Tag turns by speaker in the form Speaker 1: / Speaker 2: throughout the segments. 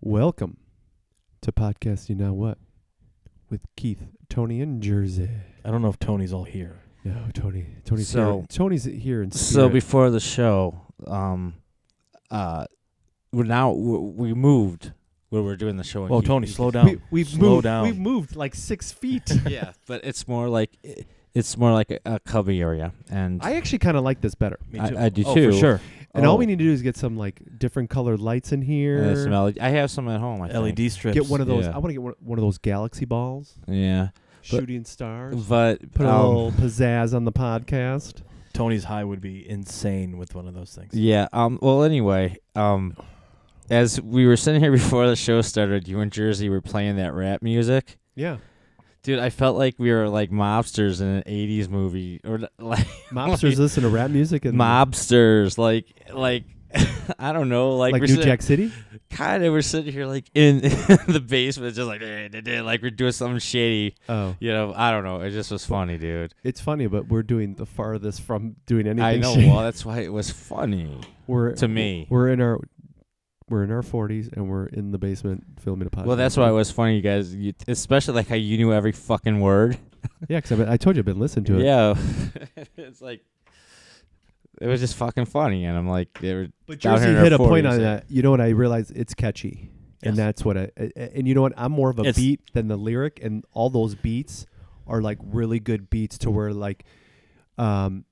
Speaker 1: Welcome to Podcast You Know What with Keith, Tony, and Jersey.
Speaker 2: I don't know if Tony's all here.
Speaker 1: No, Tony. Tony's
Speaker 2: So-
Speaker 1: here. Tony's here in
Speaker 2: So
Speaker 1: spirit.
Speaker 2: before the show, um, uh, we're now we we moved where we're doing the show. and
Speaker 3: Whoa,
Speaker 2: he-
Speaker 3: Tony,
Speaker 2: he-
Speaker 3: slow down.
Speaker 1: We, have
Speaker 2: Slow
Speaker 1: moved,
Speaker 2: down.
Speaker 1: We've moved like six feet.
Speaker 2: yeah, but it's more like i- it's more like a, a cubby area, and
Speaker 1: I actually kind of like this better.
Speaker 3: Me
Speaker 2: I-
Speaker 3: too.
Speaker 2: I do
Speaker 3: oh,
Speaker 2: too.
Speaker 3: For sure.
Speaker 1: And all we
Speaker 2: Oh.
Speaker 1: need to do is get some like different colored lights in here.
Speaker 2: uh, some LED I have some at home. I
Speaker 1: E
Speaker 2: think.
Speaker 3: LED E strips.
Speaker 1: get one of those.
Speaker 2: yeah.
Speaker 1: I want to get one, one of those galaxy balls,
Speaker 2: Yeah,
Speaker 1: shooting stars.
Speaker 2: but
Speaker 1: Put a
Speaker 2: um,
Speaker 1: little pizzazz on the podcast.
Speaker 3: Tony's high would be insane with one of those things.
Speaker 2: yeah. Um. Well, anyway, um, as we were sitting here before the show started, you and Jersey were playing that rap music.
Speaker 1: Yeah,
Speaker 2: Dude, I felt like we were like mobsters in an '80s movie, or like.
Speaker 1: mobsters listen to rap music and
Speaker 2: mobsters like like I don't know like,
Speaker 1: like
Speaker 2: we're
Speaker 1: New Jack City.
Speaker 2: kind of we're sitting here like in, the basement just like eh, eh, eh, like we're doing something shady
Speaker 1: Oh,
Speaker 2: you know I don't know it just was funny dude
Speaker 1: It's funny, but we're doing the farthest from doing anything.
Speaker 2: I know
Speaker 1: shady.
Speaker 2: well that's why it was funny
Speaker 1: we're
Speaker 2: to me
Speaker 1: We're in our we're in our forties and we're in the basement filming a podcast.
Speaker 2: well that's why it was funny you guys you, especially like how you knew every fucking word
Speaker 1: Yeah, because I, I told you I've been listening to it.
Speaker 2: yeah it's like it was just fucking funny and I'm like they were
Speaker 1: but
Speaker 2: down
Speaker 1: Jersey
Speaker 2: here in our
Speaker 1: hit a point
Speaker 2: 40s,
Speaker 1: on
Speaker 2: yeah.
Speaker 1: that. You know what? I realized it's catchy, and
Speaker 3: Yes.
Speaker 1: that's what I. a- a- And you know what? I'm more of a
Speaker 3: It's-
Speaker 1: beat than the lyric, and all those beats are like really good beats to where like, um,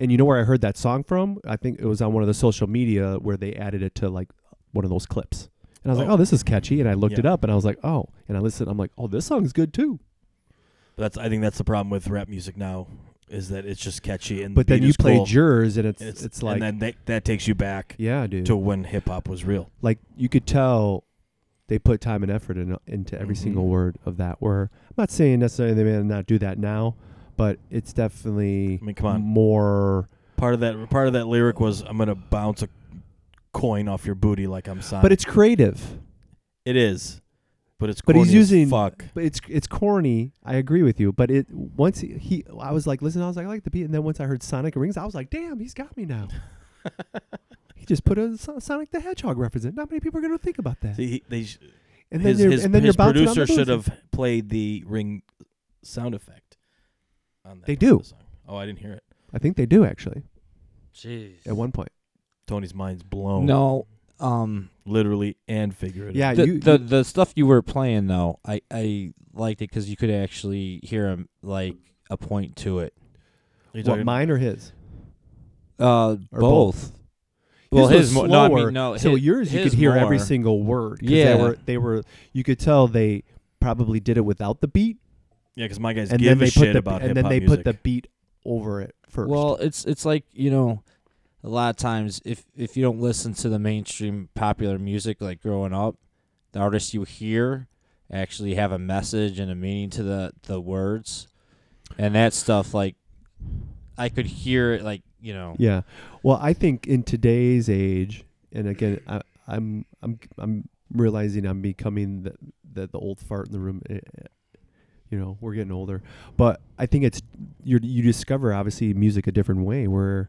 Speaker 1: and you know where I heard that song from? I think it was on one of the social media where they added it to like one of those clips. And I was like,
Speaker 3: Oh.
Speaker 1: oh, this is catchy. And I looked it
Speaker 3: Yeah.
Speaker 1: up and I was like, oh. And I listened. I'm like, oh, this song's good too.
Speaker 3: But that's I think that's the problem with rap music now is that it's Mm. just catchy and the
Speaker 1: But then
Speaker 3: beat
Speaker 1: you
Speaker 3: is
Speaker 1: play
Speaker 3: cool,
Speaker 1: jurors and it's,
Speaker 3: and
Speaker 1: it's like,
Speaker 3: and then that that takes you back
Speaker 1: yeah, dude.
Speaker 3: to when hip hop was real.
Speaker 1: like you could tell they put time and effort in, into every
Speaker 3: Mhm.
Speaker 1: single word of that word. I'm not saying necessarily they may not do that now, but it's definitely
Speaker 3: I mean, come on.
Speaker 1: more.
Speaker 3: Part of that part of that lyric was I'm gonna bounce a coin off your booty like I'm Sonic.
Speaker 1: But it's creative.
Speaker 3: it is. But it's
Speaker 1: But he's
Speaker 3: corny as
Speaker 1: using-
Speaker 3: fuck.
Speaker 1: But it's it's corny. I agree with you. But it once he, he I was like, listen, I was like, I like the beat, and then once I heard Sonic Rings, I was like, damn, he's got me now. he just put a Son- Sonic the Hedgehog reference. in. Not many people are gonna think about that.
Speaker 3: See, he, they sh-
Speaker 1: and then
Speaker 3: his
Speaker 1: you're,
Speaker 3: his,
Speaker 1: and then
Speaker 3: his
Speaker 1: you're bouncing on
Speaker 3: producer
Speaker 1: the
Speaker 3: should
Speaker 1: booth.
Speaker 3: have played the ring sound effect. On that
Speaker 1: They
Speaker 3: part of
Speaker 1: do.
Speaker 3: the song. Oh, I didn't hear it.
Speaker 1: I think they do actually
Speaker 2: jeez
Speaker 1: at one point.
Speaker 3: Tony's mind's blown.
Speaker 2: no um
Speaker 3: literally and figuratively.
Speaker 1: Yeah,
Speaker 2: the,
Speaker 1: Uh, you,
Speaker 2: the the stuff you were playing though, I I liked it because you could actually hear him like a point to it.
Speaker 3: Are you
Speaker 1: what
Speaker 3: talking-
Speaker 1: mine or his?
Speaker 2: Uh,
Speaker 1: Or
Speaker 2: both.
Speaker 1: Well,
Speaker 2: Well,
Speaker 1: his,
Speaker 2: his,
Speaker 1: was
Speaker 2: mo- no, I mean,
Speaker 1: slower,
Speaker 2: no,
Speaker 1: so
Speaker 2: hi-
Speaker 1: yours you could
Speaker 2: his
Speaker 1: hear every
Speaker 2: more.
Speaker 1: single word. 'cause
Speaker 2: Yeah.
Speaker 1: they were they were you could tell they probably did it without the beat,
Speaker 3: yeah, because my guys
Speaker 1: and
Speaker 3: give
Speaker 1: then
Speaker 3: a
Speaker 1: they
Speaker 3: shit
Speaker 1: put the
Speaker 3: about
Speaker 1: and then
Speaker 3: hip-hop
Speaker 1: they
Speaker 3: music.
Speaker 1: put the beat over it first.
Speaker 2: Well, it's it's like you know, a lot of times if if you don't listen to the mainstream popular music like growing up, the artists you hear actually have a message and a meaning to the the words, and that stuff like I could hear it like you know.
Speaker 1: yeah. Well, I think in today's age, and again, I, I'm I'm I'm realizing I'm becoming the, the the old fart in the room. eh, eh, You know, we're getting older, but I think it's you you discover obviously music a different way. Where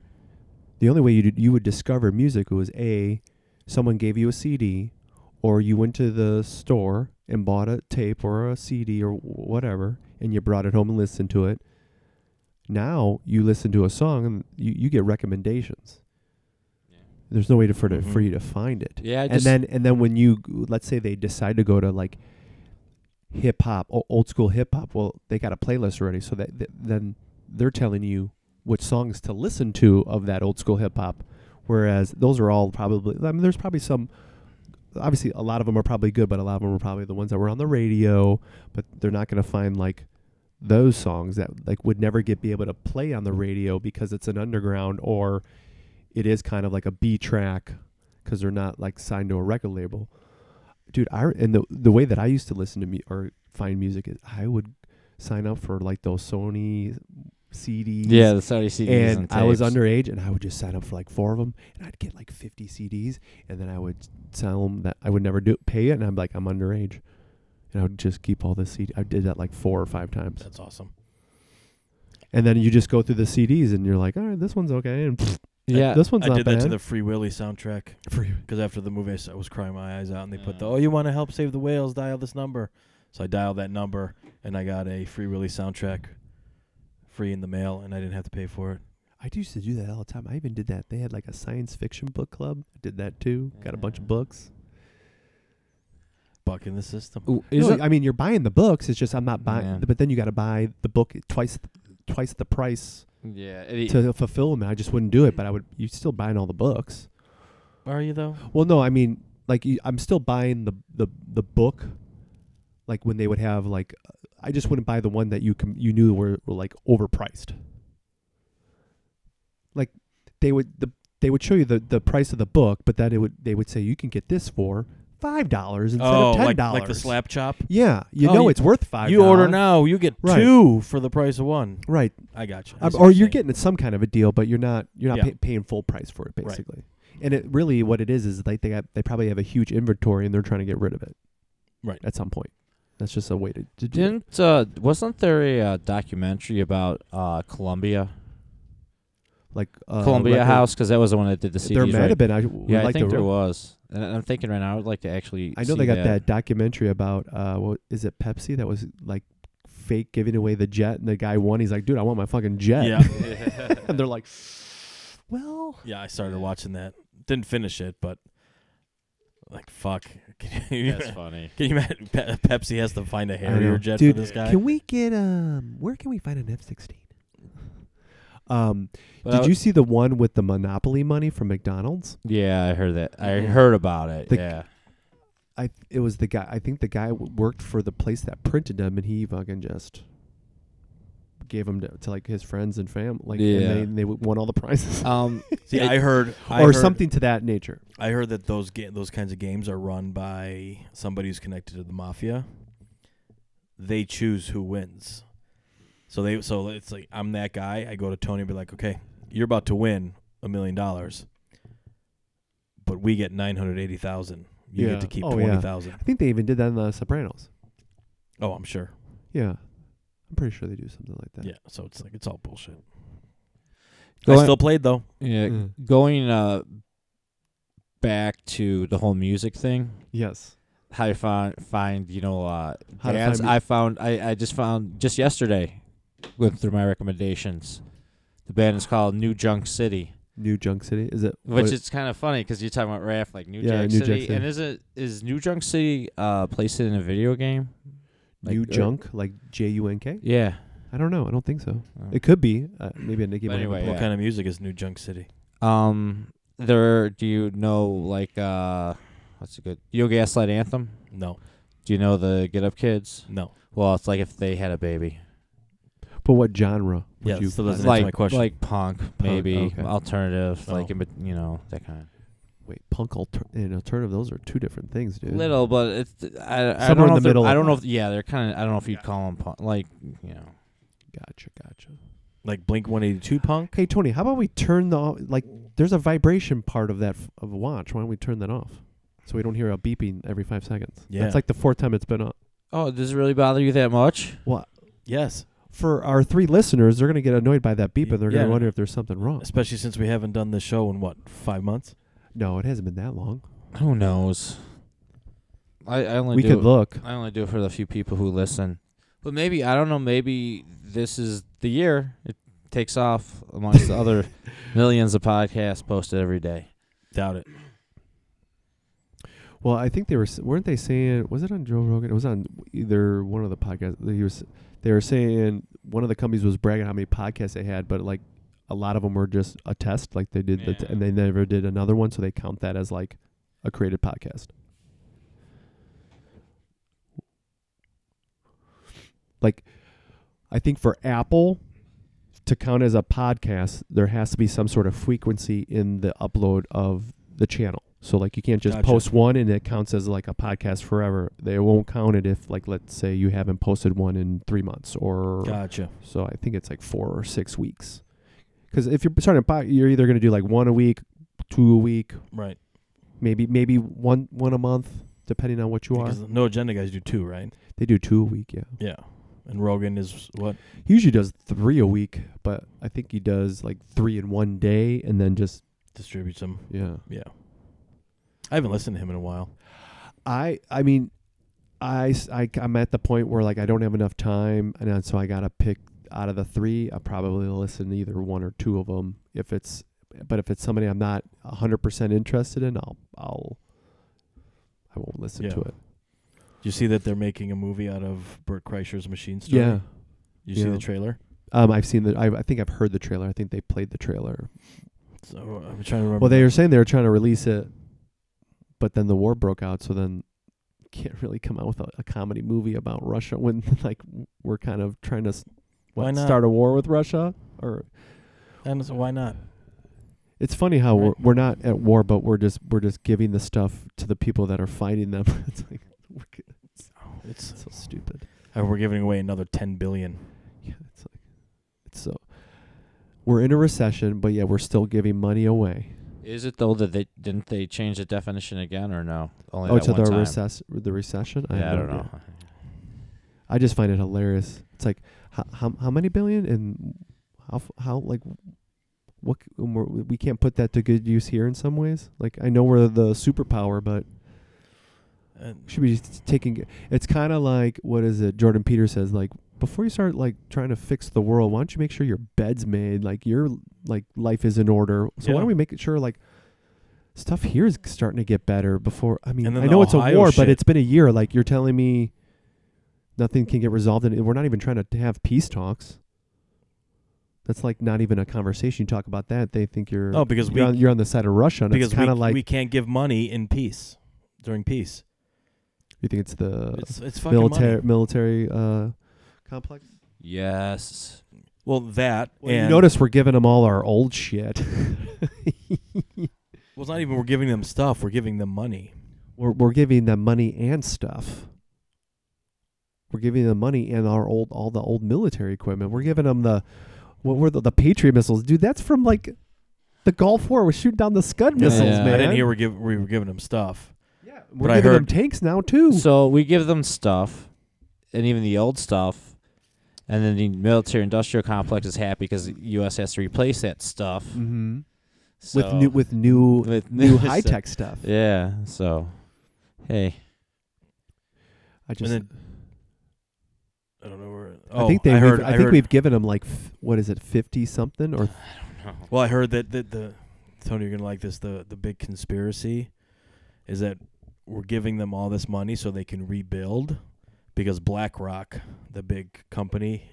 Speaker 1: the only way you you would discover music was a someone gave you a CD, or you went to the store and bought a tape or a CD or whatever, and you brought it home and listened to it. Now you listen to a song and you, you get recommendations.
Speaker 2: Yeah.
Speaker 1: There's no way to, for, to, for
Speaker 3: Mhm.
Speaker 1: you to find it.
Speaker 2: Yeah, I
Speaker 1: and
Speaker 2: just-
Speaker 1: then and then when you g- let's say they decide to go to like hip hop, o- old school hip hop, well they got a playlist already, so that, that then they're telling you which songs to listen to of that old school hip hop. Whereas those are all probably I mean there's probably some obviously a lot of them are probably good, but a lot of them are probably the ones that were on the radio. But they're not going to find like those songs that like would never get be able to play on the radio because it's an underground or it is kind of like a B track because they're not like signed to a record label. Dude, I and the the way that I used to listen to me or find music is I would sign up for like those Sony CDs
Speaker 2: Yeah, the Saudi CDs
Speaker 1: and,
Speaker 2: and
Speaker 1: I was
Speaker 2: tapes.
Speaker 1: underage, and I would just sign up for like four of them, and I'd get like fifty CDs, and then I would tell them that I would never do pay it, and I'm like I'm underage, and I would just keep all the CD. I did that like four or five times,
Speaker 3: That's awesome.
Speaker 1: and then you just go through the CDs, and you're like, all right, this one's okay, and
Speaker 2: yeah.
Speaker 1: this one's
Speaker 3: I
Speaker 1: not
Speaker 3: did
Speaker 1: bad.
Speaker 3: that to the Free Willy soundtrack because after the movie, I s- I was crying my eyes out, and they put the
Speaker 2: Yeah.
Speaker 3: "Oh, you want to help save the whales? Dial this number." So I dialed that number, and I got a Free Willy soundtrack, free in the mail, and I didn't have to pay for it.
Speaker 1: I used to do that all the time. I even did that. They had like a science fiction book club. I did that too. Got a bunch of
Speaker 2: Yeah.
Speaker 1: books.
Speaker 3: Bucking the system.
Speaker 2: Ooh,
Speaker 1: No,
Speaker 2: is it-
Speaker 1: I mean, you're buying the books. It's just I'm not buying.
Speaker 2: Yeah.
Speaker 1: But then you got to buy the book at twice, twice the price
Speaker 2: yeah. it-
Speaker 1: to fulfill them. and I just wouldn't do it. But I would. You're still buying all the books.
Speaker 3: Are you though?
Speaker 1: Well, no, I mean, like you, I'm still buying the the the book. Like when they would have like, uh, I just wouldn't buy the one that you com- you knew were, were like overpriced. Like they would the they would show you the, the price of the book, but then it would they would say you can get this for five dollars instead
Speaker 3: oh,
Speaker 1: of ten
Speaker 3: like,
Speaker 1: dollars.
Speaker 3: like the slap chop.
Speaker 1: Yeah, you
Speaker 3: Oh,
Speaker 1: know
Speaker 3: you-
Speaker 1: it's worth five.
Speaker 3: You order
Speaker 1: dollars.
Speaker 3: now, you get
Speaker 1: Right.
Speaker 3: two for the price of one.
Speaker 1: right?
Speaker 3: I got you.
Speaker 1: Um, or you're getting some kind of a deal, but you're not you're not
Speaker 3: Yeah.
Speaker 1: pay, paying full price for it
Speaker 3: Right.
Speaker 1: basically. And it really what it is is like they got, they probably have a huge inventory and they're trying to get rid of it.
Speaker 3: Right.
Speaker 1: At some point. That's just a way to, to do it.
Speaker 2: Didn't uh, wasn't there a uh, documentary about uh, Columbia,
Speaker 1: Like uh,
Speaker 2: Columbia
Speaker 1: record-
Speaker 2: House? Because that was the one that did the CDs.
Speaker 1: There might
Speaker 2: right?
Speaker 1: have been. I would
Speaker 2: yeah,
Speaker 1: like
Speaker 2: I think
Speaker 1: to,
Speaker 2: there was. And I'm thinking right now, I would like to actually.
Speaker 1: I know
Speaker 2: see
Speaker 1: they got that. documentary about uh, what is it Pepsi that was like fake giving away the jet and the guy won. He's like, dude, I want my fucking jet.
Speaker 3: Yeah.
Speaker 1: and they're like, well,
Speaker 3: Yeah, I started watching that. Didn't finish it, but like, fuck. Can you,
Speaker 2: That's funny.
Speaker 3: can you imagine? Pe- Pepsi has to find a
Speaker 1: know.
Speaker 3: Harrier jet
Speaker 1: Dude,
Speaker 3: for this guy.
Speaker 1: can we get um? Where can we find an F sixteen? Um,
Speaker 2: But I
Speaker 1: Did
Speaker 2: would-
Speaker 1: you see the one with the Monopoly money from McDonald's?
Speaker 2: Yeah, I heard that. I
Speaker 3: Mhm.
Speaker 2: heard about it.
Speaker 1: The-
Speaker 2: yeah.
Speaker 1: I it was the guy. I think the guy w- worked for the place that printed them, and he fucking just gave them to, to like his friends and family. Like, and
Speaker 2: Yeah.
Speaker 1: they, and they w- won all the prizes
Speaker 2: Um.
Speaker 3: See,
Speaker 2: it-
Speaker 3: I heard, I
Speaker 1: or
Speaker 3: heard-
Speaker 1: something to that nature.
Speaker 3: I heard that those ga- those kinds of games are run by somebody who's connected to the mafia. They choose who wins. So they so it's like I'm that guy. I go to Tony and be like, okay, you're about to win a million dollars, but we get nine hundred eighty thousand. You
Speaker 1: Yeah.
Speaker 3: get to keep
Speaker 1: Oh, yeah.
Speaker 3: twenty thousand.
Speaker 1: I think they even did that in The Sopranos.
Speaker 3: Oh, I'm sure.
Speaker 1: Yeah, I'm pretty sure they do something like that.
Speaker 3: Yeah. So it's like it's all bullshit.
Speaker 2: Go
Speaker 3: I
Speaker 2: ahead.
Speaker 3: still played though.
Speaker 2: yeah.
Speaker 1: Mm.
Speaker 2: Going uh, back to the whole music thing.
Speaker 1: Yes.
Speaker 2: How you find find you know uh,
Speaker 1: How to
Speaker 2: bands?
Speaker 1: find mu-
Speaker 2: I found I I just found just yesterday, went through my recommendations. The band is called New Junk City,
Speaker 1: New Junk City is it?
Speaker 2: which
Speaker 1: what-
Speaker 2: is kind of funny because you're talking about Raph like New
Speaker 1: Yeah,
Speaker 2: Junk
Speaker 1: New Junk
Speaker 2: City,
Speaker 1: City.
Speaker 2: and is it is New Junk City uh placed in a video game? like,
Speaker 1: New
Speaker 2: uh,
Speaker 1: Junk like J U N K?
Speaker 2: Yeah.
Speaker 1: I don't know. I don't think so.
Speaker 2: Oh.
Speaker 1: It could be. Uh, maybe a Nicki.
Speaker 2: But
Speaker 1: might have a
Speaker 2: anyway,
Speaker 1: point.
Speaker 2: yeah.
Speaker 3: What kind of music is New Junk City?
Speaker 2: Um, there. Do you know like uh, what's a good Yo Gaslight anthem?
Speaker 3: No,
Speaker 2: Do you know the Get Up Kids?
Speaker 3: no.
Speaker 2: Well, it's like if they had a baby,
Speaker 1: But what genre? Would
Speaker 3: Yeah,
Speaker 1: you
Speaker 3: so doesn't
Speaker 1: find
Speaker 3: That's
Speaker 1: it?
Speaker 2: like
Speaker 3: my question.
Speaker 2: like punk, maybe
Speaker 1: okay.
Speaker 2: alternative,
Speaker 3: Oh.
Speaker 2: like in, bet- you know that kind.
Speaker 1: Wait, punk alter- and alternative, those are two different things, dude.
Speaker 2: Little, but it's I, I
Speaker 1: Somewhere
Speaker 2: don't
Speaker 1: in
Speaker 2: know
Speaker 1: the
Speaker 2: if they're-
Speaker 1: middle
Speaker 2: I
Speaker 1: of
Speaker 2: don't know if
Speaker 1: that.
Speaker 2: yeah, they're kind of I don't know if you'd call 'em punk, like you know.
Speaker 1: Gotcha, gotcha.
Speaker 3: Like Blink One Eighty Two punk.
Speaker 1: Okay, Tony, how about we turn the like? There's a vibration part of that f- of a watch. Why don't we turn that off so we don't hear a beeping every five seconds?
Speaker 3: Yeah.
Speaker 1: it's like the fourth time it's been on.
Speaker 2: Oh, does it really bother you that much?
Speaker 1: Well,
Speaker 3: Yes,
Speaker 1: for our three listeners, they're gonna get annoyed by that beep
Speaker 3: Y-
Speaker 1: and they're
Speaker 3: yeah.
Speaker 1: gonna wonder if there's something wrong.
Speaker 3: especially since we haven't done this show in what five months.
Speaker 1: No, it hasn't been that long.
Speaker 2: Who knows? I I only
Speaker 1: we
Speaker 2: do
Speaker 1: could look.
Speaker 2: I only do it for the few people who listen. But maybe I don't know. Maybe this is the year it takes off amongst the other millions of podcasts posted every day.
Speaker 3: Doubt it.
Speaker 1: Well, I think they were s- weren't they saying was it on Joe Rogan? It was on either one of the podcasts. They was they were saying one of the companies was bragging how many podcasts they had, but like a lot of them were just a test, like they did, the t-
Speaker 2: Yeah.
Speaker 1: and they never did another one, so they count that as like a created podcast. Like, I think for Apple to count as a podcast, there has to be some sort of frequency in the upload of the channel. So like you can't just
Speaker 3: Gotcha.
Speaker 1: post one and it counts as like a podcast forever. They won't count it if like let's say you haven't posted one in 3 months or
Speaker 3: Gotcha.
Speaker 1: so I think it's like 4 or 6 weeks. Cuz if you're starting a pod, you're either going to do like one a week, two a week,
Speaker 3: Right.
Speaker 1: maybe maybe one one a month depending on what you are.
Speaker 3: Because no agenda guys do two, right?
Speaker 1: They do two a week, yeah.
Speaker 3: Yeah. And Rogan is what?
Speaker 1: He usually does three a week, but I think he does like three in one day and then just
Speaker 3: Distributes them.
Speaker 1: yeah.
Speaker 3: Yeah. I haven't listened to him in a while.
Speaker 1: I I mean, I, s- I am at the point where like I don't have enough time, and then so I gotta pick out of the three. I probably listen to either one or two of them if it's. But if it's somebody I'm not hundred percent interested in, I'll I'll I won't listen
Speaker 3: Yeah.
Speaker 1: to it.
Speaker 3: Did you see that they're making a movie out of Burt Kreischer's Machine Story?
Speaker 1: Yeah.
Speaker 3: Did you see
Speaker 1: Yeah.
Speaker 3: the trailer?
Speaker 1: Um, I've seen the. I, I think I've heard the trailer. I think they played the trailer.
Speaker 3: So uh, I'm trying to remember.
Speaker 1: Well, they
Speaker 3: the-
Speaker 1: were saying they were trying to release it, but then the war broke out, so then can't really come out with a, a comedy movie about Russia when like we're kind of trying to s-
Speaker 3: Why
Speaker 1: what,
Speaker 3: not?
Speaker 1: start a war with Russia. Or
Speaker 3: And so why not?
Speaker 1: it's funny how
Speaker 3: Right.
Speaker 1: we're, we're not at war, but we're just we're just giving the stuff to the people that are fighting them. it's like we're g-
Speaker 2: Oh,
Speaker 3: It's
Speaker 1: so stupid.
Speaker 3: uh, we're giving away another 10 billion.
Speaker 1: Yeah, it's like it's so. We're in a recession, but yeah, we're still giving money away.
Speaker 2: Is it though that they didn't they change the definition again or no? Only
Speaker 1: oh,
Speaker 2: that
Speaker 1: to
Speaker 2: one
Speaker 1: the
Speaker 2: time.
Speaker 1: recess, the recession. have
Speaker 2: Yeah, I
Speaker 1: no
Speaker 2: don't
Speaker 1: idea.
Speaker 2: know.
Speaker 1: I just find it hilarious. It's like how how, how many billion and how f- how like what c- and we're, we can't put that to good use here in some ways. Like I know we're the superpower, but
Speaker 3: And
Speaker 1: we should be just taking. It's kind of like what is it? Jordan Peter says like before you start like trying to fix the world, why don't you make sure your bed's made? Like your like life is in order. So why
Speaker 3: Yeah.
Speaker 1: don't we make it sure like stuff here is starting to get better before? I mean,
Speaker 3: And then
Speaker 1: I
Speaker 3: the
Speaker 1: know it's a
Speaker 3: Ohio
Speaker 1: war,
Speaker 3: shit.
Speaker 1: but it's been a year. Like you're telling me nothing can get resolved, and we're not even trying to have peace talks. That's like not even a conversation. You talk about that, they think you're
Speaker 3: no, Oh, because we
Speaker 1: you're, on, you're on the side of Russia, and
Speaker 3: because
Speaker 1: it's
Speaker 3: we,
Speaker 1: kind of like
Speaker 3: we can't give money in peace during peace.
Speaker 1: you think it's the
Speaker 3: It's it's fucking
Speaker 1: Uh, military
Speaker 3: money.
Speaker 1: military uh, complex.
Speaker 2: Yes.
Speaker 3: Well, that
Speaker 1: Well,
Speaker 3: and
Speaker 1: you notice we're giving them all our old shit.
Speaker 3: well, it's not even we're giving them stuff. We're giving them money.
Speaker 1: we're we're giving them money and stuff. We're giving them money and our old all the old military equipment. We're giving them the what were the, the Patriot missiles, dude? That's from like the Gulf War. We're shooting down the Scud missiles,
Speaker 2: Yeah.
Speaker 1: man.
Speaker 3: I didn't hear we give we were giving them stuff.
Speaker 1: yeah,
Speaker 3: but
Speaker 1: we're
Speaker 3: I
Speaker 1: giving them
Speaker 3: heard-
Speaker 1: tanks now too.
Speaker 2: So we give them stuff, and even the old stuff, and then the military-industrial complex is happy because the U.S. has to replace that stuff
Speaker 1: mm-hmm.
Speaker 2: so,
Speaker 1: with new with new
Speaker 2: with
Speaker 1: new
Speaker 2: so-
Speaker 1: high tech stuff.
Speaker 2: Yeah. So, hey,
Speaker 1: I just
Speaker 3: and then I don't know where.
Speaker 1: I
Speaker 3: Oh,
Speaker 1: think they
Speaker 3: I
Speaker 1: we've-
Speaker 3: heard.
Speaker 1: I,
Speaker 3: I,
Speaker 1: think
Speaker 3: heard,
Speaker 1: we've given them like f- what is it fifty something or
Speaker 3: Well, I heard that, that the Tony, you're gonna like this. The the big conspiracy is that we're giving them all this money so they can rebuild because BlackRock, the big company,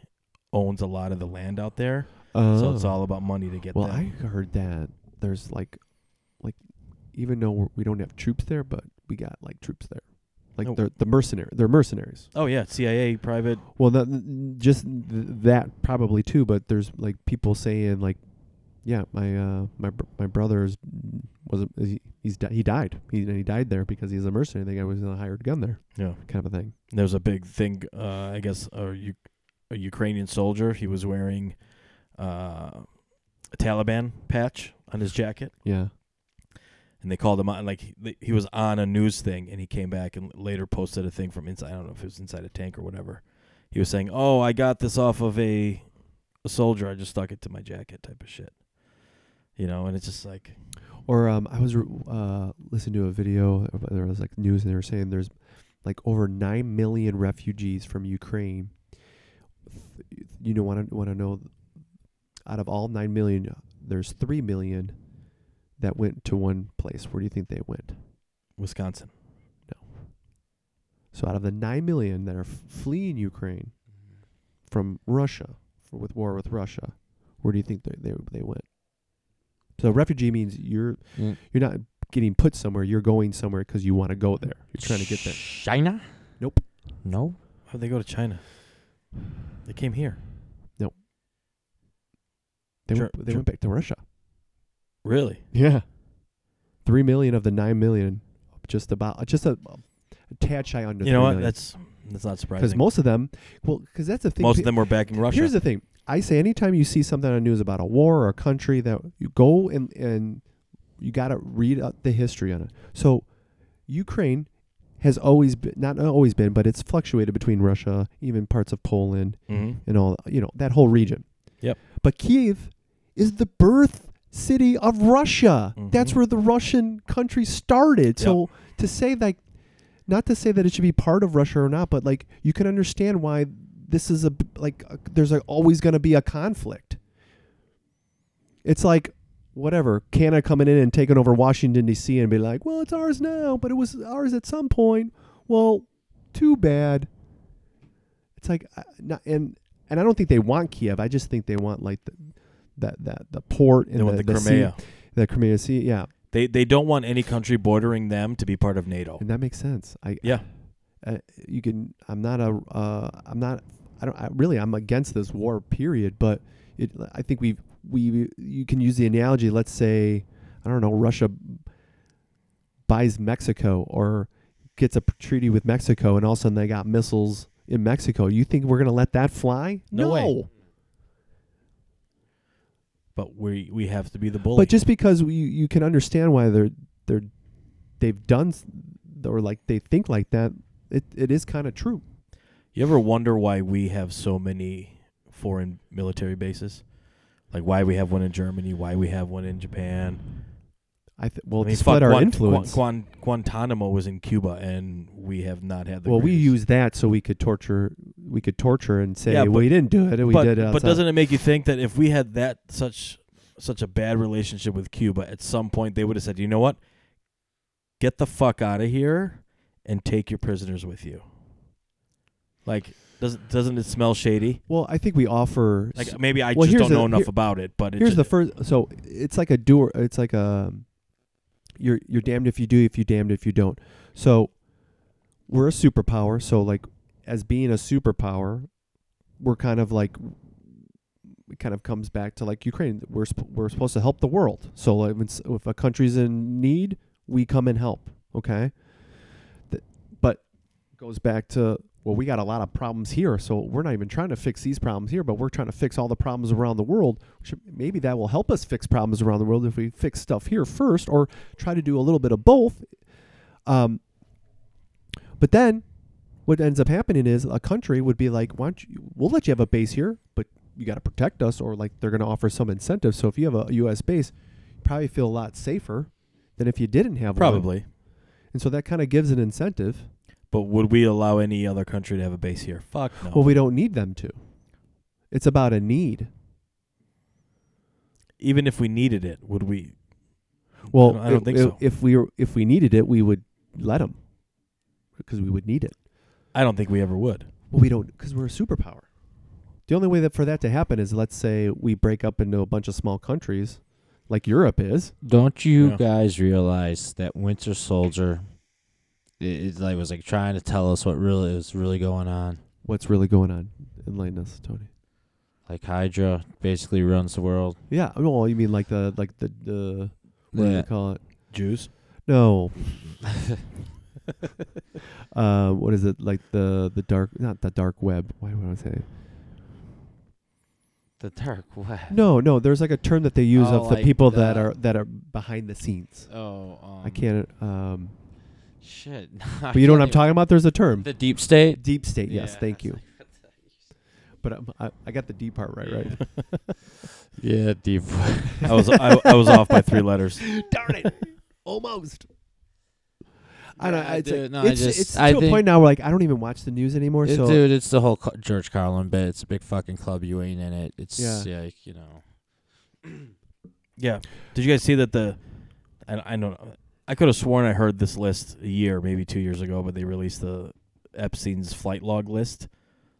Speaker 3: owns a lot of the land out there. So it's
Speaker 1: Oh.
Speaker 3: all about money to get
Speaker 1: Well,
Speaker 3: them.
Speaker 1: I heard that there's like, like, even though we're, we don't have troops there, but we got like troops there, like
Speaker 3: No.
Speaker 1: they're the mercenary, they're mercenaries.
Speaker 3: oh yeah, CIA, private.
Speaker 1: Well, not, n- just th- that probably too, but there's like people saying like, yeah, my uh, my br- my brother's was a, he- he's di- he died he he died there because he's a mercenary. The guy was a hired gun there,
Speaker 3: Yeah.
Speaker 1: kind of a thing.
Speaker 3: There's a big thing. Uh, I guess a, U- a Ukrainian soldier. He was wearing uh, a Taliban patch on his jacket.
Speaker 1: Yeah,
Speaker 3: and they called him on like he, he was on a news thing and he came back and later posted a thing from inside i don't know if it was inside a tank or whatever he was saying oh i got this off of a, a soldier i just stuck it to my jacket type of shit you know and it's just like
Speaker 1: Or um, I was re- uh, listening to a video. uh, There was like news, and they were saying there's like over nine million refugees from Ukraine. Th- You know, want to want to know? Out of all nine million, there's three million that went to one place. Where do you think they went?
Speaker 3: wisconsin
Speaker 1: So out of the nine million that are f- fleeing Ukraine from Russia for, with war with Russia, where do you think they they, they went? So refugee means you're
Speaker 2: Mm.
Speaker 1: you're not getting put somewhere. You're going somewhere because you want to go there. You're trying to get there.
Speaker 2: China?
Speaker 1: Nope.
Speaker 2: No.
Speaker 3: how'd they go to china they came here
Speaker 1: They
Speaker 3: Sure,
Speaker 1: went, they
Speaker 3: sure.
Speaker 1: went back to Russia.
Speaker 3: really
Speaker 1: Yeah, three million of the nine million, just about uh, just a, a tad shy under.
Speaker 3: you know what that's that's not
Speaker 1: because
Speaker 3: surprising most,
Speaker 1: most of them, well, because that's the thing.
Speaker 3: of them were backing russia
Speaker 1: Here's the thing. I say anytime you see something on the news about a war or a country that you go and and you got to read up the history on it. So Ukraine has always been not always been, but it's fluctuated between Russia, even parts of Poland
Speaker 3: Mm-hmm.
Speaker 1: and all you know that whole region.
Speaker 3: Yep.
Speaker 1: But Kiev is the birth city of Russia. That's
Speaker 3: Mhm.
Speaker 1: where the Russian country started. So to say like, not to say that it should be part of Russia or not, but like you can understand why this is a b- like a, there's a, always going to be a conflict. It's like whatever Canada coming in and taking over Washington D.C. and be like, well, it's ours now, but it was ours at some point. Well, too bad. It's like, uh, not, and and I don't think they want Kiev. I just think they want like the that that the port and
Speaker 3: They want
Speaker 1: the,
Speaker 3: the,
Speaker 1: the
Speaker 3: Crimea.
Speaker 1: sea, the Crimea Sea. Yeah,
Speaker 3: They they don't want any country bordering them to be part of NATO.
Speaker 1: and that makes sense. I
Speaker 3: Yeah.
Speaker 1: uh, you can. I'm not a. Uh, I'm not. I don't. I, really, I'm against this war. Period. But it. I think we we you can use the analogy. Let's say I don't know. Russia buys Mexico or gets a p- treaty with Mexico, and all of a sudden they got missiles in Mexico. You think we're gonna let that fly?
Speaker 3: No way. But we we have to be the bully.
Speaker 1: But just because we, you can understand why they're they're they've done s- or like they think like that, it, it is kind of true.
Speaker 3: you ever wonder why we have so many foreign military bases? Like why we have one in Germany, why we have one in Japan.
Speaker 1: I th- well,
Speaker 3: I mean,
Speaker 1: it's split
Speaker 3: fuck,
Speaker 1: our
Speaker 3: Guan-
Speaker 1: influence.
Speaker 3: Guan, Guan- Guantanamo was in Cuba, and we have not had the.
Speaker 1: well, we
Speaker 3: greatest-
Speaker 1: use that so we could torture. We could torture and say
Speaker 3: Yeah, but-
Speaker 1: we didn't do it. We
Speaker 3: but,
Speaker 1: did it.
Speaker 3: but
Speaker 1: outside."
Speaker 3: doesn't it make you think that if we had that such such a bad relationship with Cuba, at some point they would have said, "You know what? Get the fuck out of here and take your prisoners with you." Like, doesn't doesn't it smell shady?
Speaker 1: Well, I think we offer. s-
Speaker 3: Like, maybe I
Speaker 1: Well,
Speaker 3: just
Speaker 1: here's
Speaker 3: don't know
Speaker 1: the-
Speaker 3: enough
Speaker 1: here-
Speaker 3: about it, but it
Speaker 1: here's
Speaker 3: ju-
Speaker 1: the first. So it's like a doer. It's like a. You're you're damned if you do, if you damned if you don't. So, we're a superpower. So like, as being a superpower, we're kind of like. It kind of comes back to like Ukraine. We're sp- we're supposed to help the world. So like, when s- if a country's in need, we come and help. Okay. Th- But goes back to well, we got a lot of problems here, so we're not even trying to fix these problems here, but we're trying to fix all the problems around the world. Which maybe that will help us fix problems around the world if we fix stuff here first, or try to do a little bit of both. Um, but then, what ends up happening is a country would be like, "Why don't you? We'll let you have a base here, but you got to protect us," or like they're going to offer some incentive. So if you have a U.S. base, you probably feel a lot safer than if you didn't have one.
Speaker 3: probably.
Speaker 1: And so that kind of gives an incentive.
Speaker 3: But would we allow any other country to have a base here? Fuck no.
Speaker 1: Well, we don't need them to. It's about a need.
Speaker 3: Even if we needed it, would we?
Speaker 1: Well,
Speaker 3: I don't, I don't
Speaker 1: i-
Speaker 3: think
Speaker 1: i-
Speaker 3: so.
Speaker 1: If we were, if we needed it, we would let them because we would need it.
Speaker 3: I don't think we ever would.
Speaker 1: Well, we don't because we're a superpower. The only way that for that to happen is let's say we break up into a bunch of small countries, like Europe is.
Speaker 2: Don't you
Speaker 3: Yeah.
Speaker 2: guys realize that Winter Soldier i- is like was like trying to tell us what really is really going on?
Speaker 1: What's really going on? Enlighten us, Tony.
Speaker 2: Like Hydra basically runs the world.
Speaker 1: Yeah, well, you mean like the like the the what do you
Speaker 2: Yeah.
Speaker 1: call it?
Speaker 3: Jews.
Speaker 1: No. uh, what is it like the the dark? Not the dark web. Why would I say?
Speaker 2: The Dark Web.
Speaker 1: No, no. There's like a term that they use
Speaker 2: Oh,
Speaker 1: of the
Speaker 2: like
Speaker 1: people that
Speaker 2: the-
Speaker 1: are that are behind the scenes.
Speaker 2: Oh, um,
Speaker 1: I can't. Um,
Speaker 2: Shit.
Speaker 1: but you know what I'm talking about. There's a term.
Speaker 2: The deep state.
Speaker 1: deep state. Yes,
Speaker 2: Yeah.
Speaker 1: thank you. But I'm, I, I got the deep part right, right?
Speaker 2: Yeah, deep.
Speaker 3: I was I, I was off by three letters.
Speaker 1: Darn it, almost. I don't.
Speaker 2: Yeah,
Speaker 1: it's
Speaker 2: dude,
Speaker 1: like,
Speaker 2: no, I
Speaker 1: it's,
Speaker 2: just-
Speaker 1: it's
Speaker 2: I
Speaker 1: to a
Speaker 2: think-
Speaker 1: point now where like I don't even watch the news anymore.
Speaker 2: It-
Speaker 1: so
Speaker 2: dude, it's the whole Ca- George Carlin bit. It's a big fucking club. You ain't in it. It's
Speaker 1: Yeah.
Speaker 2: yeah, you know.
Speaker 3: Yeah. Did you guys see that the? I, I don't. know. I could have sworn I heard this list a year, maybe two years ago, but they released the Epstein's flight log list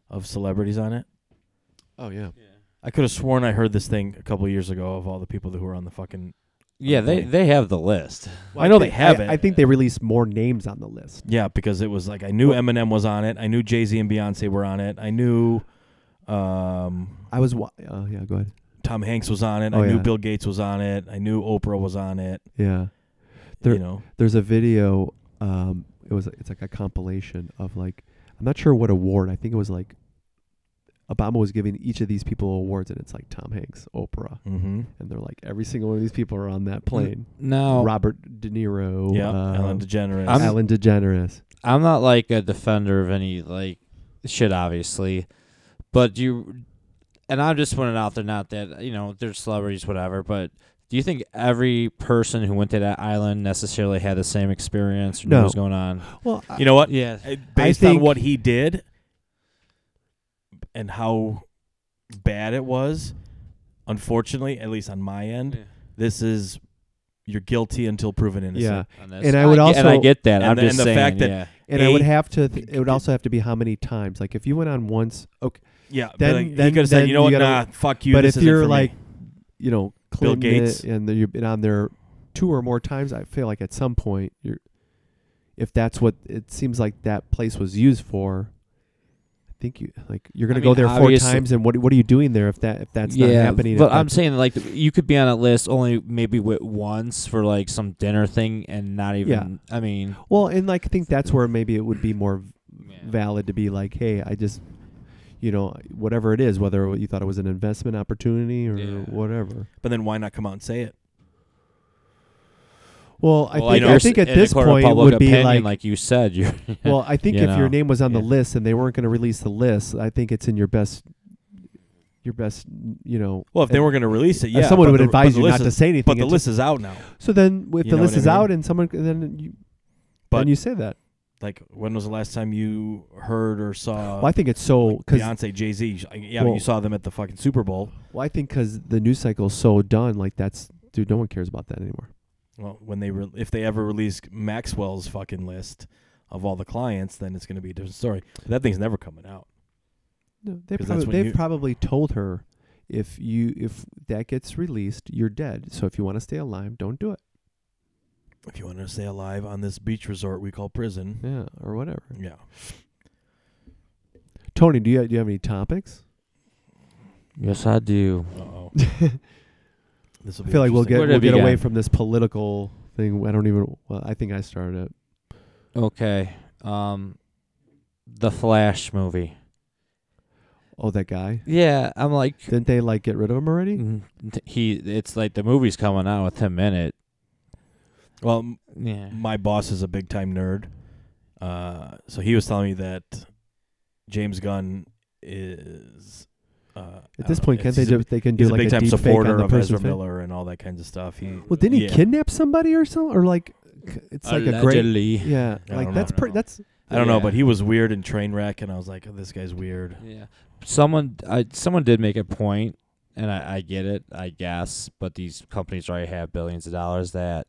Speaker 3: of celebrities on it.
Speaker 1: oh yeah,
Speaker 3: I could have sworn I heard this thing a couple years ago of all the people who were on the fucking.
Speaker 2: Yeah, they
Speaker 3: Okay.
Speaker 2: they have the list.
Speaker 1: Well,
Speaker 3: I know
Speaker 1: think-
Speaker 3: they have
Speaker 1: I,
Speaker 3: it.
Speaker 1: I think they released more names on the list.
Speaker 3: Yeah, because it was like I knew Eminem was on it. I knew Jay Z and Beyonce were on it. I knew. Um,
Speaker 1: I was. Wa- oh yeah, go ahead.
Speaker 3: Tom Hanks was on it.
Speaker 1: Oh,
Speaker 3: I knew
Speaker 1: yeah.
Speaker 3: Bill Gates was on it. I knew Oprah was on it.
Speaker 1: Yeah. There-
Speaker 3: you know,
Speaker 1: there's a video um it was it's like a compilation of like i'm not sure what award i think it was like obama was giving each of these people awards and it's like tom hanks oprah
Speaker 3: mm-hmm.
Speaker 1: and they're like every single one of these people are on that plane
Speaker 2: Now
Speaker 1: robert de niro
Speaker 3: yeah,
Speaker 1: um,
Speaker 3: Ellen DeGeneres.
Speaker 2: I'm-
Speaker 1: alan degeneres
Speaker 2: I'm not like a defender of any like shit, obviously, but do you, and I'm just putting it out there, not that you know they're celebrities, whatever. But do you think every person who went to that island necessarily had the same experience or
Speaker 1: No.
Speaker 2: knew what was going on?
Speaker 1: Well,
Speaker 3: You know what?
Speaker 2: Yeah,
Speaker 3: Uh, Based
Speaker 1: think-
Speaker 3: on what he did and how bad it was, unfortunately, at least on my end,
Speaker 2: Yeah.
Speaker 3: this is you're guilty until proven
Speaker 1: yeah,
Speaker 3: innocent.
Speaker 1: And I would
Speaker 2: get- and I
Speaker 1: also-
Speaker 2: get that.
Speaker 3: And
Speaker 2: I'm
Speaker 3: the-
Speaker 2: just
Speaker 3: and the
Speaker 2: saying,
Speaker 3: fact that-
Speaker 2: yeah.
Speaker 1: and I would
Speaker 3: Eight-
Speaker 1: have to. Th- it would also have to be how many times. Like if you went on once, okay.
Speaker 3: Yeah, yeah.
Speaker 1: Then-
Speaker 3: like, he
Speaker 1: then-
Speaker 3: could have said,
Speaker 1: then
Speaker 3: you know what?
Speaker 1: you
Speaker 3: nah,
Speaker 1: gotta-
Speaker 3: fuck you.
Speaker 1: but
Speaker 3: this
Speaker 1: if
Speaker 3: isn't
Speaker 1: you're
Speaker 3: for me."
Speaker 1: like, you know,
Speaker 3: Bill
Speaker 1: Clinton
Speaker 3: Gates.
Speaker 1: it and the, you've been on there two or more times, I feel like at some point you're. If that's what it seems like that place was used for, I think you like you're
Speaker 2: I
Speaker 1: going to
Speaker 2: mean,
Speaker 1: go there four
Speaker 2: obviously-
Speaker 1: times, and what what are you doing there if that if that's not happening?
Speaker 2: But
Speaker 1: if
Speaker 2: I'm
Speaker 1: that's-
Speaker 2: saying like you could be on a list only maybe with once for like some dinner thing and not even. I mean,
Speaker 1: well, and like I think that's where maybe it would be more
Speaker 2: yeah.
Speaker 1: valid to be like, hey, I just, you know, whatever it is, whether you thought it was an investment opportunity or
Speaker 2: Yeah.
Speaker 1: whatever.
Speaker 3: but then why not come out and say it?
Speaker 1: Well, I
Speaker 2: Well,
Speaker 1: think,
Speaker 2: you're
Speaker 1: I
Speaker 2: s-
Speaker 1: think at
Speaker 2: in a
Speaker 1: this
Speaker 2: court of
Speaker 1: point it
Speaker 2: public
Speaker 1: would be
Speaker 2: opinion,
Speaker 1: like,
Speaker 2: you said, you
Speaker 1: well, I think
Speaker 2: you
Speaker 1: if
Speaker 2: know,
Speaker 1: your name was on the
Speaker 2: yeah.
Speaker 1: list and they weren't going to release the list, I think it's in your best, your best, you know.
Speaker 3: Well, if they were going to release it,
Speaker 1: uh,
Speaker 3: yeah.
Speaker 1: someone
Speaker 3: but
Speaker 1: would
Speaker 3: the- but
Speaker 1: advise
Speaker 3: the
Speaker 1: you
Speaker 3: list
Speaker 1: not to
Speaker 3: is-
Speaker 1: say anything.
Speaker 3: But the
Speaker 1: it's-
Speaker 3: list is out now.
Speaker 1: So then, if
Speaker 3: You
Speaker 1: the
Speaker 3: know
Speaker 1: list
Speaker 3: what I
Speaker 1: is
Speaker 3: mean?
Speaker 1: out and someone, then you,
Speaker 3: But
Speaker 1: then you say that.
Speaker 3: like, when was the last time you heard or saw
Speaker 1: Well, I think it's so because
Speaker 3: Beyonce, Jay Z? Yeah,
Speaker 1: Well-
Speaker 3: you saw them at the fucking Super Bowl.
Speaker 1: well, I think because the news cycle's so done, like that's dude, no one cares about that anymore.
Speaker 3: Well, when they re- if they ever release Maxwell's fucking list of all the clients, then it's going to be a different story. But that thing's never coming out.
Speaker 1: No, they
Speaker 3: 'Cause that's
Speaker 1: probably,
Speaker 3: when
Speaker 1: they've
Speaker 3: you-
Speaker 1: probably told her if you if that gets released, you're dead. So if you want to stay alive, don't do it.
Speaker 3: If you want to stay alive on this beach resort we call prison,
Speaker 1: Yeah, or whatever.
Speaker 3: yeah.
Speaker 1: Tony, do you do you have any topics?
Speaker 2: Yes, I do.
Speaker 3: Uh oh.
Speaker 1: I
Speaker 3: This will
Speaker 1: feel like we'll get
Speaker 2: Where
Speaker 1: we'll
Speaker 2: did we
Speaker 1: get away
Speaker 2: get?
Speaker 1: from this political thing. I don't even. Well, I think I started it.
Speaker 2: Okay, um, the Flash movie.
Speaker 1: Oh, that guy.
Speaker 2: Yeah, I'm like
Speaker 1: Didn't they like get rid of him
Speaker 3: Mm.
Speaker 1: already?
Speaker 2: Mm, he. It's like the movie's coming out with him in it.
Speaker 3: Well, m-
Speaker 2: Yeah,
Speaker 3: my boss is a big time nerd, uh, so he was telling me that James Gunn is. Uh,
Speaker 1: At this point, can't they
Speaker 3: do
Speaker 1: just they can do
Speaker 3: he's a
Speaker 1: like
Speaker 3: big time
Speaker 1: deep fake on
Speaker 3: supporter
Speaker 1: the
Speaker 3: of Ezra
Speaker 1: person's face?
Speaker 3: Miller and all that kinds of stuff. He
Speaker 1: Well, didn't he
Speaker 3: yeah.
Speaker 1: kidnap somebody or something? Or like, c- it's like a great.
Speaker 2: Allegedly.
Speaker 1: Yeah,
Speaker 3: I
Speaker 1: like
Speaker 3: don't
Speaker 1: that's
Speaker 2: know.
Speaker 1: pretty. That's
Speaker 3: I don't know,
Speaker 2: Yeah.
Speaker 3: but he was weird in Trainwreck, and I was like, oh, this guy's weird.
Speaker 2: Yeah. Someone I someone did make a point and I, I get it, I guess, but these companies already have billions of dollars that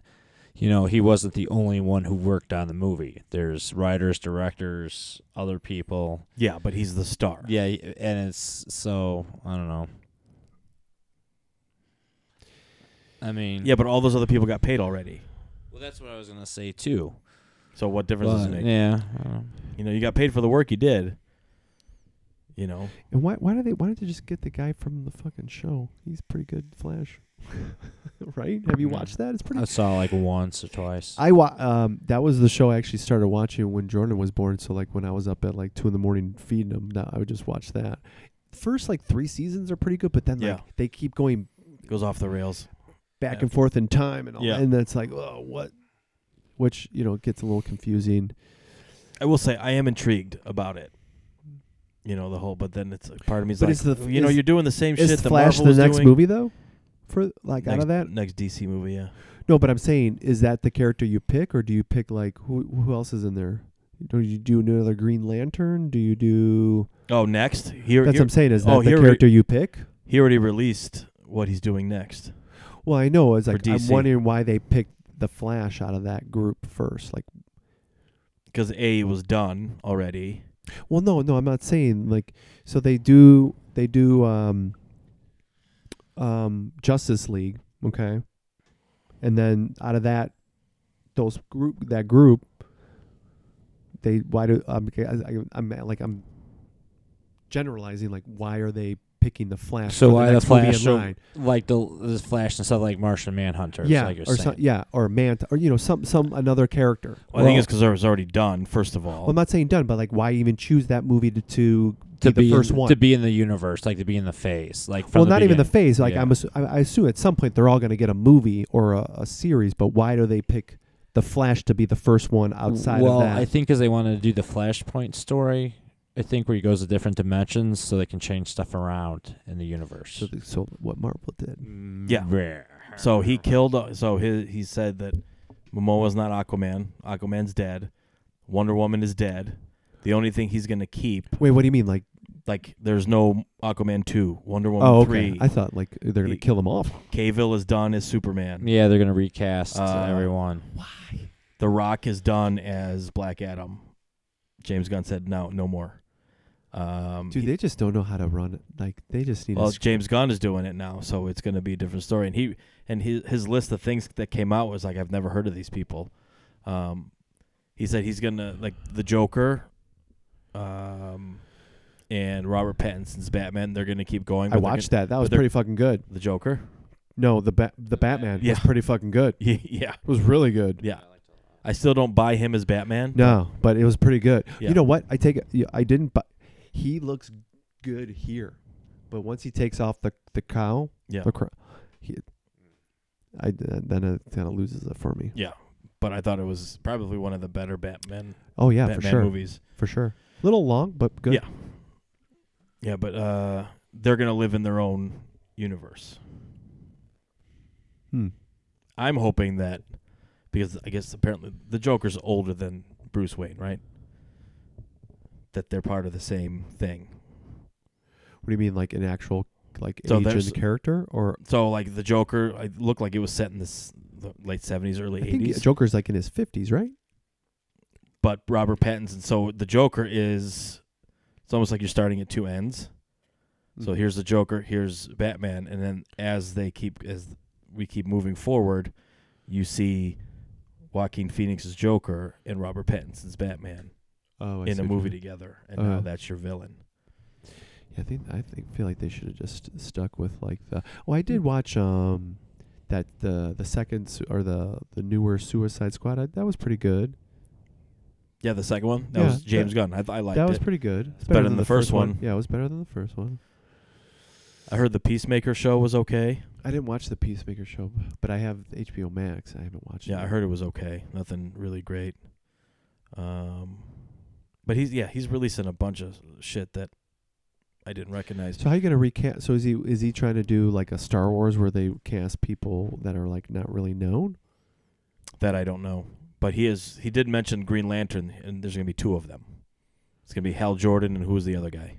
Speaker 2: you know, he wasn't the only one who worked on the movie. There's writers, directors, other people.
Speaker 3: Yeah, but he's the star.
Speaker 2: Yeah, and it's so I don't know. I mean,
Speaker 3: Yeah, but all those other people got paid already.
Speaker 2: Well, that's what I was gonna say too.
Speaker 3: So what difference does it
Speaker 2: But,
Speaker 3: make?
Speaker 2: yeah, I don't know.
Speaker 3: You know, you got paid for the work you did. You know,
Speaker 1: And why why do they why don't they just get the guy from the fucking show? He's pretty good Flash. right? Have you
Speaker 3: Mm.
Speaker 2: Yeah.
Speaker 1: watched that? It's pretty
Speaker 2: I saw it like once or twice.
Speaker 1: I wa- um that was the show I actually started watching when Jordan was born, so like when I was up at like two in the morning feeding him, now I would just watch that. First like three seasons are pretty good, but then like
Speaker 3: Yeah.
Speaker 1: they keep going
Speaker 3: goes off the rails.
Speaker 1: back
Speaker 3: Yeah.
Speaker 1: and forth in time and all
Speaker 3: Yeah.
Speaker 1: and that's like, oh what which, you know, gets a little confusing.
Speaker 3: I will say I am intrigued about it. You know the whole, but then it's like, part of me's
Speaker 1: But
Speaker 3: like,
Speaker 1: is the-
Speaker 3: you know,
Speaker 1: is-
Speaker 3: you're doing the same
Speaker 1: Is
Speaker 3: shit. that
Speaker 1: Flash
Speaker 3: Marvel was
Speaker 1: the next
Speaker 3: doing.
Speaker 1: movie though? For like
Speaker 3: next,
Speaker 1: out of that?
Speaker 3: next DC movie, yeah.
Speaker 1: No, but I'm saying, is that the character you pick, or do you pick like who who else is in there? Do you do another Green Lantern? Do you do?
Speaker 3: Oh, next here,
Speaker 1: That's what
Speaker 3: here
Speaker 1: I'm saying. Is that
Speaker 3: oh,
Speaker 1: the
Speaker 3: here we-
Speaker 1: character you pick?
Speaker 3: he already released what he's doing next.
Speaker 1: Well, I know. It's
Speaker 3: For
Speaker 1: like I'm
Speaker 3: DC.
Speaker 1: wondering why they picked the Flash out of that group first. Like,
Speaker 3: because A was done already.
Speaker 1: well, no, no, I'm not saying like. So they do they do um um Justice League, okay, and then out of that those group that group they why do um, okay, I, I, I'm like I'm generalizing like why are they picking the Flash?
Speaker 2: So
Speaker 1: for the,
Speaker 2: why the
Speaker 1: next movie in
Speaker 2: Flash o-
Speaker 1: line?
Speaker 2: like the, the Flash and stuff, like Martian Manhunter.
Speaker 1: yeah,
Speaker 2: like you're
Speaker 1: or
Speaker 2: saying.
Speaker 1: some, yeah, or Manta, or you know some some another character.
Speaker 3: Well, I think
Speaker 2: Well-
Speaker 3: it's because it was already done. First of all,
Speaker 1: Well, I'm not saying done, but like why even choose that movie to to,
Speaker 2: to
Speaker 1: be,
Speaker 2: be
Speaker 1: the first
Speaker 2: in,
Speaker 1: one?
Speaker 2: to be in the universe, like to be in the phase, like from
Speaker 1: well,
Speaker 2: the
Speaker 1: not even the
Speaker 2: beginning.
Speaker 1: phase. Like
Speaker 2: Yeah.
Speaker 1: I'm, assu- I I assume at some point they're all going to get a movie or a, a series, but why do they pick the Flash to be the first one outside
Speaker 2: well,
Speaker 1: of that.
Speaker 2: I think because they wanted to do the Flashpoint story, I think where he goes to different dimensions so they can change stuff around in the universe.
Speaker 1: so, th- so what Marvel did.
Speaker 3: Yeah. So he killed. uh, So his, he said that Momoa's not Aquaman. Aquaman's dead. Wonder Woman is dead. The only thing he's gonna keep,
Speaker 1: Wait, what do you mean? Like,
Speaker 3: like, there's no Aquaman two, Wonder Woman
Speaker 1: oh, okay.
Speaker 3: three.
Speaker 1: I thought like they're gonna
Speaker 3: He-
Speaker 1: kill him off.
Speaker 3: Cavill is done as Superman.
Speaker 2: Yeah, they're gonna recast
Speaker 3: Uh,
Speaker 2: everyone.
Speaker 3: The Rock is done as Black Adam. James Gunn said no, no more. Um,
Speaker 1: Dude, they just don't know how to run. it. Like, they just need.
Speaker 3: well,
Speaker 1: a script.
Speaker 3: James Gunn is doing it now, so it's going to be a different story. And he and his his list of things that came out was like, I've never heard of these people. Um, he said he's gonna like the Joker, um, and Robert Pattinson's Batman. They're gonna keep going.
Speaker 1: I
Speaker 3: but they're
Speaker 1: watched that. That was
Speaker 3: they're-
Speaker 1: pretty fucking good.
Speaker 3: gonna- the Joker.
Speaker 1: No, the ba- the Batman
Speaker 3: Yeah.
Speaker 1: was pretty fucking good.
Speaker 3: Yeah, yeah,
Speaker 1: It was really good.
Speaker 3: yeah. I still don't buy him as Batman.
Speaker 1: No, but it was pretty good.
Speaker 3: Yeah.
Speaker 1: You know what? I take it. yeah, I didn't. But he looks good here. But once he takes off the the cow,
Speaker 3: Yeah.
Speaker 1: the cro- he, I then it kind of loses it for me.
Speaker 3: yeah. But I thought it was probably one of the better Batman
Speaker 1: Oh yeah, for
Speaker 3: Batman
Speaker 1: sure,
Speaker 3: movies.
Speaker 1: for sure. Little long, but good.
Speaker 3: Yeah. Yeah, but uh, they're gonna live in their own universe.
Speaker 1: Hmm.
Speaker 3: I'm hoping that because I guess apparently the Joker's older than Bruce Wayne, right? That they're part of the same thing.
Speaker 1: What do you mean, like an actual like
Speaker 3: So
Speaker 1: age
Speaker 3: there's-
Speaker 1: and character, or
Speaker 3: So like the Joker, I looked like it was set in this the late seventies, early
Speaker 1: I think
Speaker 3: eighties.
Speaker 1: Joker's like in his fifties, right?
Speaker 3: but Robert Pattinson. So the Joker is it's almost like you're starting at two ends. So
Speaker 1: Mhm.
Speaker 3: here's the Joker, here's Batman, and then as they keep as we keep moving forward, you see Joaquin Phoenix's Joker and Robert Pattinson's Batman
Speaker 1: Oh, I
Speaker 3: in
Speaker 1: see
Speaker 3: a
Speaker 1: what you
Speaker 3: movie
Speaker 1: mean.
Speaker 3: together, and
Speaker 1: Uh-huh.
Speaker 3: now that's your villain.
Speaker 1: Yeah, I think I think feel like they should have just stuck with like the. Oh, I did watch um that the the second su- or the the newer Suicide Squad. I, that was pretty good.
Speaker 3: Yeah, the second one that
Speaker 1: Yeah,
Speaker 3: was James
Speaker 1: that-
Speaker 3: Gunn. I, th- I liked
Speaker 1: that was
Speaker 3: it.
Speaker 1: pretty good. It's
Speaker 3: better than the first one.
Speaker 1: Yeah, it was better than the first one.
Speaker 3: I heard the Peacemaker show was okay.
Speaker 1: I didn't watch the Peacemaker show, b- but I have HBO Max. I haven't watched.
Speaker 3: Yeah,
Speaker 1: it.
Speaker 3: I heard it was okay. Nothing really great. Um, but he's yeah he's releasing a bunch of shit that I didn't recognize.
Speaker 1: So how you gonna recast? So is he is he trying to do like a Star Wars where they cast people that are like not really known?
Speaker 3: That I don't know. But he is he did mention Green Lantern and there's gonna be two of them. It's gonna be Hal Jordan and who's the other guy?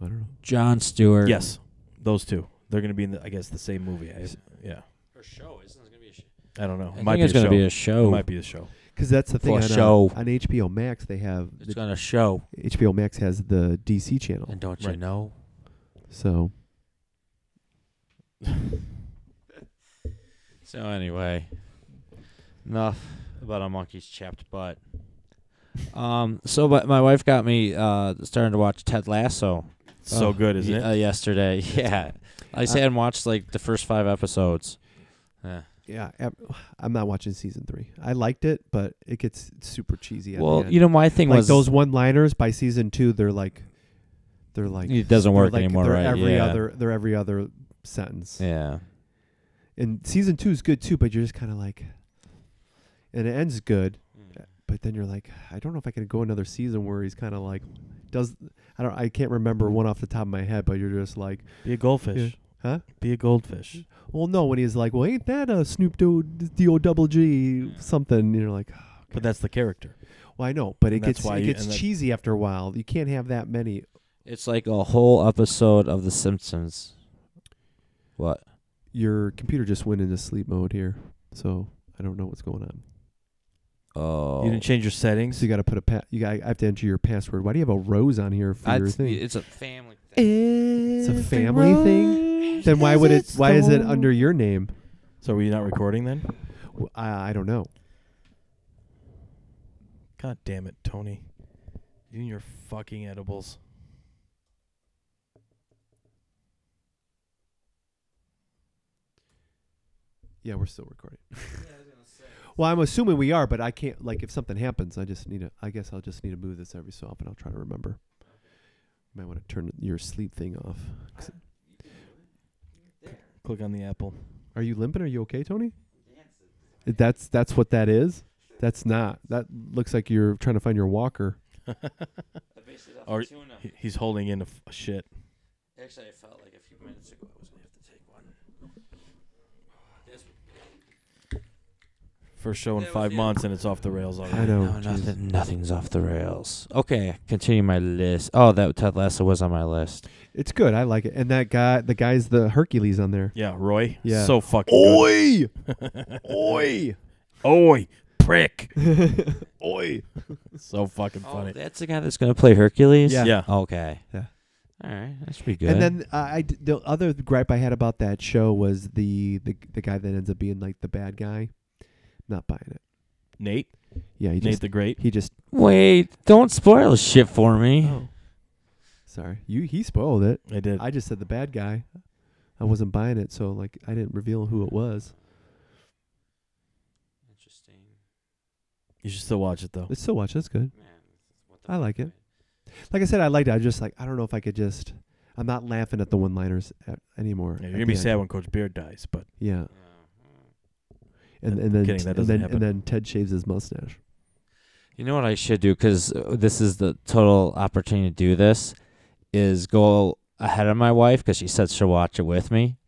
Speaker 1: I don't know.
Speaker 2: John Stewart.
Speaker 3: Yes. Those two. They're gonna be in the, I guess the same movie. I, yeah.
Speaker 2: Or show. Isn't gonna be a show?
Speaker 3: I don't know.
Speaker 2: I
Speaker 3: It might
Speaker 2: think
Speaker 3: be a
Speaker 2: it's gonna
Speaker 3: show.
Speaker 2: be a
Speaker 3: It
Speaker 2: show.
Speaker 3: might be a show.
Speaker 1: Because that's the thing
Speaker 2: For
Speaker 1: on, uh,
Speaker 2: show.
Speaker 1: on HBO Max. They have
Speaker 2: It's
Speaker 1: the,
Speaker 2: gonna show.
Speaker 1: HBO Max has the DC channel.
Speaker 2: And don't
Speaker 3: Right.
Speaker 2: you know?
Speaker 1: So
Speaker 2: So anyway, enough about a monkey's chapped butt. Um. So, but my wife got me uh starting to watch Ted Lasso.
Speaker 3: so
Speaker 2: Oh,
Speaker 3: good, isn't
Speaker 2: y-
Speaker 3: it?
Speaker 2: Uh, yesterday, yeah. I
Speaker 1: Uh,
Speaker 2: sat and watched like the first five episodes. Yeah.
Speaker 1: yeah, ev- I'm not watching season three. I liked it, but it gets super cheesy. At
Speaker 2: Well,
Speaker 1: the end.
Speaker 2: you know, my thing
Speaker 1: like
Speaker 2: was
Speaker 1: those one-liners by season two, they're like, they're like
Speaker 2: it doesn't work
Speaker 1: they're like,
Speaker 2: anymore,
Speaker 1: They're
Speaker 2: right?
Speaker 1: every
Speaker 2: yeah.
Speaker 1: other, they're every other sentence.
Speaker 2: Yeah.
Speaker 1: And season two is good too, but you're just kind of like, and it ends good, eh, but then you're like, I don't know if I can go another season where he's kind of like, does I don't I can't remember one off the top of my head, but you're just like,
Speaker 3: Be a goldfish.
Speaker 1: Huh?
Speaker 3: Be a goldfish.
Speaker 1: well, no, when he's like, well, ain't that a Snoop Dogg, D O double G something? And you're like.
Speaker 3: But that's the character.
Speaker 1: Well, I know, but it
Speaker 3: And that's
Speaker 1: gets
Speaker 3: why
Speaker 1: it
Speaker 3: you-
Speaker 1: gets
Speaker 3: and that-
Speaker 1: cheesy after a while. You can't have that many.
Speaker 2: It's like a whole episode of The Simpsons. What?
Speaker 1: Your computer just went into sleep mode here, so I don't know what's going on.
Speaker 2: Oh.
Speaker 3: You didn't change your
Speaker 1: So
Speaker 3: settings.
Speaker 1: you got to put a pa- you got. I have to enter your password. Why do you have a rose on here for your
Speaker 2: That's-
Speaker 1: thing?
Speaker 2: It's a family thing.
Speaker 1: it's
Speaker 3: It's
Speaker 1: a family thing. Then why would it? Why is it under your name?
Speaker 3: So were you not recording then?
Speaker 1: W- I, I don't know.
Speaker 3: God damn it, Tony. You and your fucking edibles.
Speaker 1: Yeah, we're still recording. well, I'm assuming we are, but I can't. Like, if something happens, I just need to. I guess I'll just need to move this every so often. I'll try to remember. You might want to turn your sleep thing off. 'Cause-
Speaker 3: Click on the apple.
Speaker 1: Are you limping? Are you okay, Tony? That's that's what that is. That's not. That looks like you're trying to find your walker.
Speaker 3: Or- He- He's holding in a, f- a shit.
Speaker 2: Actually, I felt like a few minutes ago I was gonna have to take one.
Speaker 3: First show in
Speaker 2: That was
Speaker 3: five
Speaker 2: the-
Speaker 3: months, and it's off the rails already.
Speaker 1: I know.
Speaker 2: no,
Speaker 1: Jesus.
Speaker 2: nothing, nothing's off the rails. Okay, continue my list. Oh, that Ted Lasso was on my list.
Speaker 1: It's good. I like it. And that guy, the guy's the Hercules on there.
Speaker 3: Yeah, Roy.
Speaker 1: Yeah.
Speaker 3: So fucking good.
Speaker 1: Oi, oi,
Speaker 3: Oi, prick.
Speaker 1: oi.
Speaker 3: So fucking
Speaker 2: Oh,
Speaker 3: funny.
Speaker 2: that's the guy that's gonna play Hercules.
Speaker 1: Yeah.
Speaker 3: Yeah.
Speaker 2: Okay.
Speaker 1: Yeah.
Speaker 2: All right, that should be good.
Speaker 1: And then uh, I d- the other gripe I had about that show was the, the the guy that ends up being like the bad guy. Not buying it.
Speaker 3: Nate.
Speaker 1: Yeah, he
Speaker 3: Nate
Speaker 1: just
Speaker 3: the Great.
Speaker 1: he just.
Speaker 2: wait, don't spoil shit for me.
Speaker 1: Oh, sorry. You he spoiled it.
Speaker 3: I did.
Speaker 1: I just said the bad guy. I wasn't buying it, so like I didn't reveal who it was.
Speaker 2: Interesting.
Speaker 3: you should still watch it though.
Speaker 1: Let's still watch. That's good.
Speaker 2: Man, what
Speaker 1: I like it. Like I said, I liked it. I just like I don't know if I could just. I'm not laughing at the one-liners a- anymore.
Speaker 3: Yeah,
Speaker 1: at
Speaker 3: you're gonna
Speaker 1: the
Speaker 3: be
Speaker 1: end.
Speaker 3: sad when Coach Beard dies, but
Speaker 1: Yeah, and
Speaker 3: I'm
Speaker 1: and then
Speaker 3: kidding, that
Speaker 1: and
Speaker 3: doesn't
Speaker 1: then
Speaker 3: happen.
Speaker 1: and then Ted shaves his mustache.
Speaker 2: You know what I should do because this is the total opportunity to do this is go ahead of my wife because she said she'll watch it with me,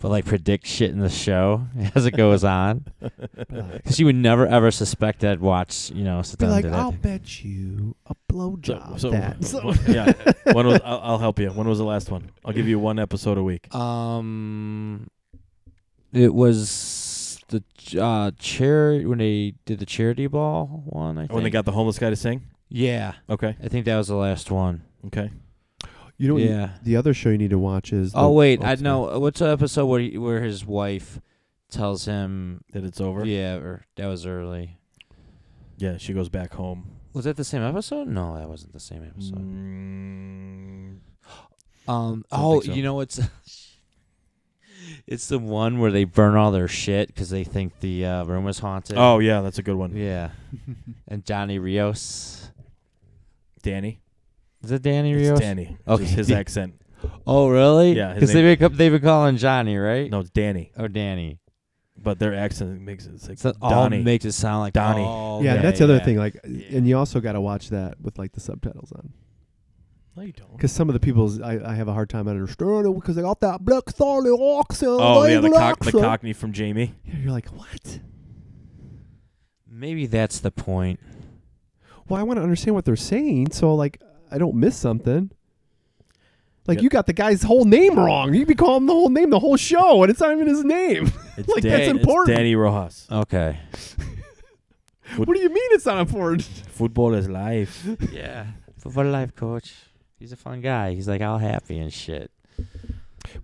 Speaker 2: but like predict shit in the show as it goes on because she would never ever suspect that I'd watch you know sit
Speaker 1: Be
Speaker 2: down and
Speaker 1: like, "Oh,
Speaker 2: do
Speaker 1: I'll
Speaker 2: that.
Speaker 1: bet you a blowjob
Speaker 3: so-
Speaker 1: that.
Speaker 3: so- yeah. when was I'll, I'll help you. When was the last one? I'll give you one episode a week.
Speaker 2: Um, it was the uh charity when they did the charity ball one.
Speaker 1: Oh,
Speaker 2: I think
Speaker 3: When they got the homeless guy to sing.
Speaker 2: yeah,
Speaker 3: Okay.
Speaker 2: I think that was the last one.
Speaker 3: Okay.
Speaker 1: You know, what you-
Speaker 2: yeah.
Speaker 1: the other show you need to watch is.
Speaker 2: Oh
Speaker 1: the-
Speaker 2: wait, I
Speaker 1: sorry.
Speaker 2: know. What's the episode where he, where his wife tells him?
Speaker 3: That it's over.
Speaker 2: Yeah, or that was early.
Speaker 3: Yeah, She goes back home.
Speaker 2: Was that the same episode? No, that wasn't the same episode.
Speaker 3: Mm,
Speaker 2: Um.
Speaker 3: Don't
Speaker 2: Oh,
Speaker 3: think so.
Speaker 2: you know it's. it's the one where they burn all their shit because they think the uh, room was haunted.
Speaker 3: oh yeah, that's a good one.
Speaker 2: Yeah, and Johnny Rios.
Speaker 3: Danny.
Speaker 2: Is it Danny Rios?
Speaker 3: It's Danny.
Speaker 2: Okay.
Speaker 3: Just his accent.
Speaker 2: Oh, really?
Speaker 3: Yeah, his
Speaker 2: Because they
Speaker 3: name-
Speaker 2: wake up. They've been calling Johnny, right?
Speaker 3: No, it's Danny.
Speaker 2: Or Danny.
Speaker 3: But their accent makes it it's like
Speaker 1: oh,
Speaker 2: So all
Speaker 3: Donnie.
Speaker 2: makes it sound like
Speaker 3: Donnie.
Speaker 2: Oh,
Speaker 1: Yeah,
Speaker 2: okay,
Speaker 1: that's the other
Speaker 2: yeah.
Speaker 1: thing. Like,
Speaker 2: Yeah.
Speaker 1: and you also got to watch that with like the subtitles on,
Speaker 3: no, you don't.
Speaker 1: because some of the people's I, I have a hard time understanding because they got that black Thorley oxen.
Speaker 3: Oh yeah, the, cock, the Cockney from Jamie.
Speaker 1: You're like, what?
Speaker 2: Maybe that's the point.
Speaker 1: Well, I want to understand what they're saying, so like I don't miss something. Like
Speaker 3: Yeah.
Speaker 1: you got the guy's whole name wrong. You be calling him the whole name the whole show, and it's not even his name.
Speaker 3: It's
Speaker 1: Like,
Speaker 3: Dan-
Speaker 1: that's important.
Speaker 3: It's Danny Rojas.
Speaker 2: Okay.
Speaker 1: what do you mean it's not important?
Speaker 3: Football is life.
Speaker 2: yeah. Football life coach. He's a fun guy. He's like all happy and shit.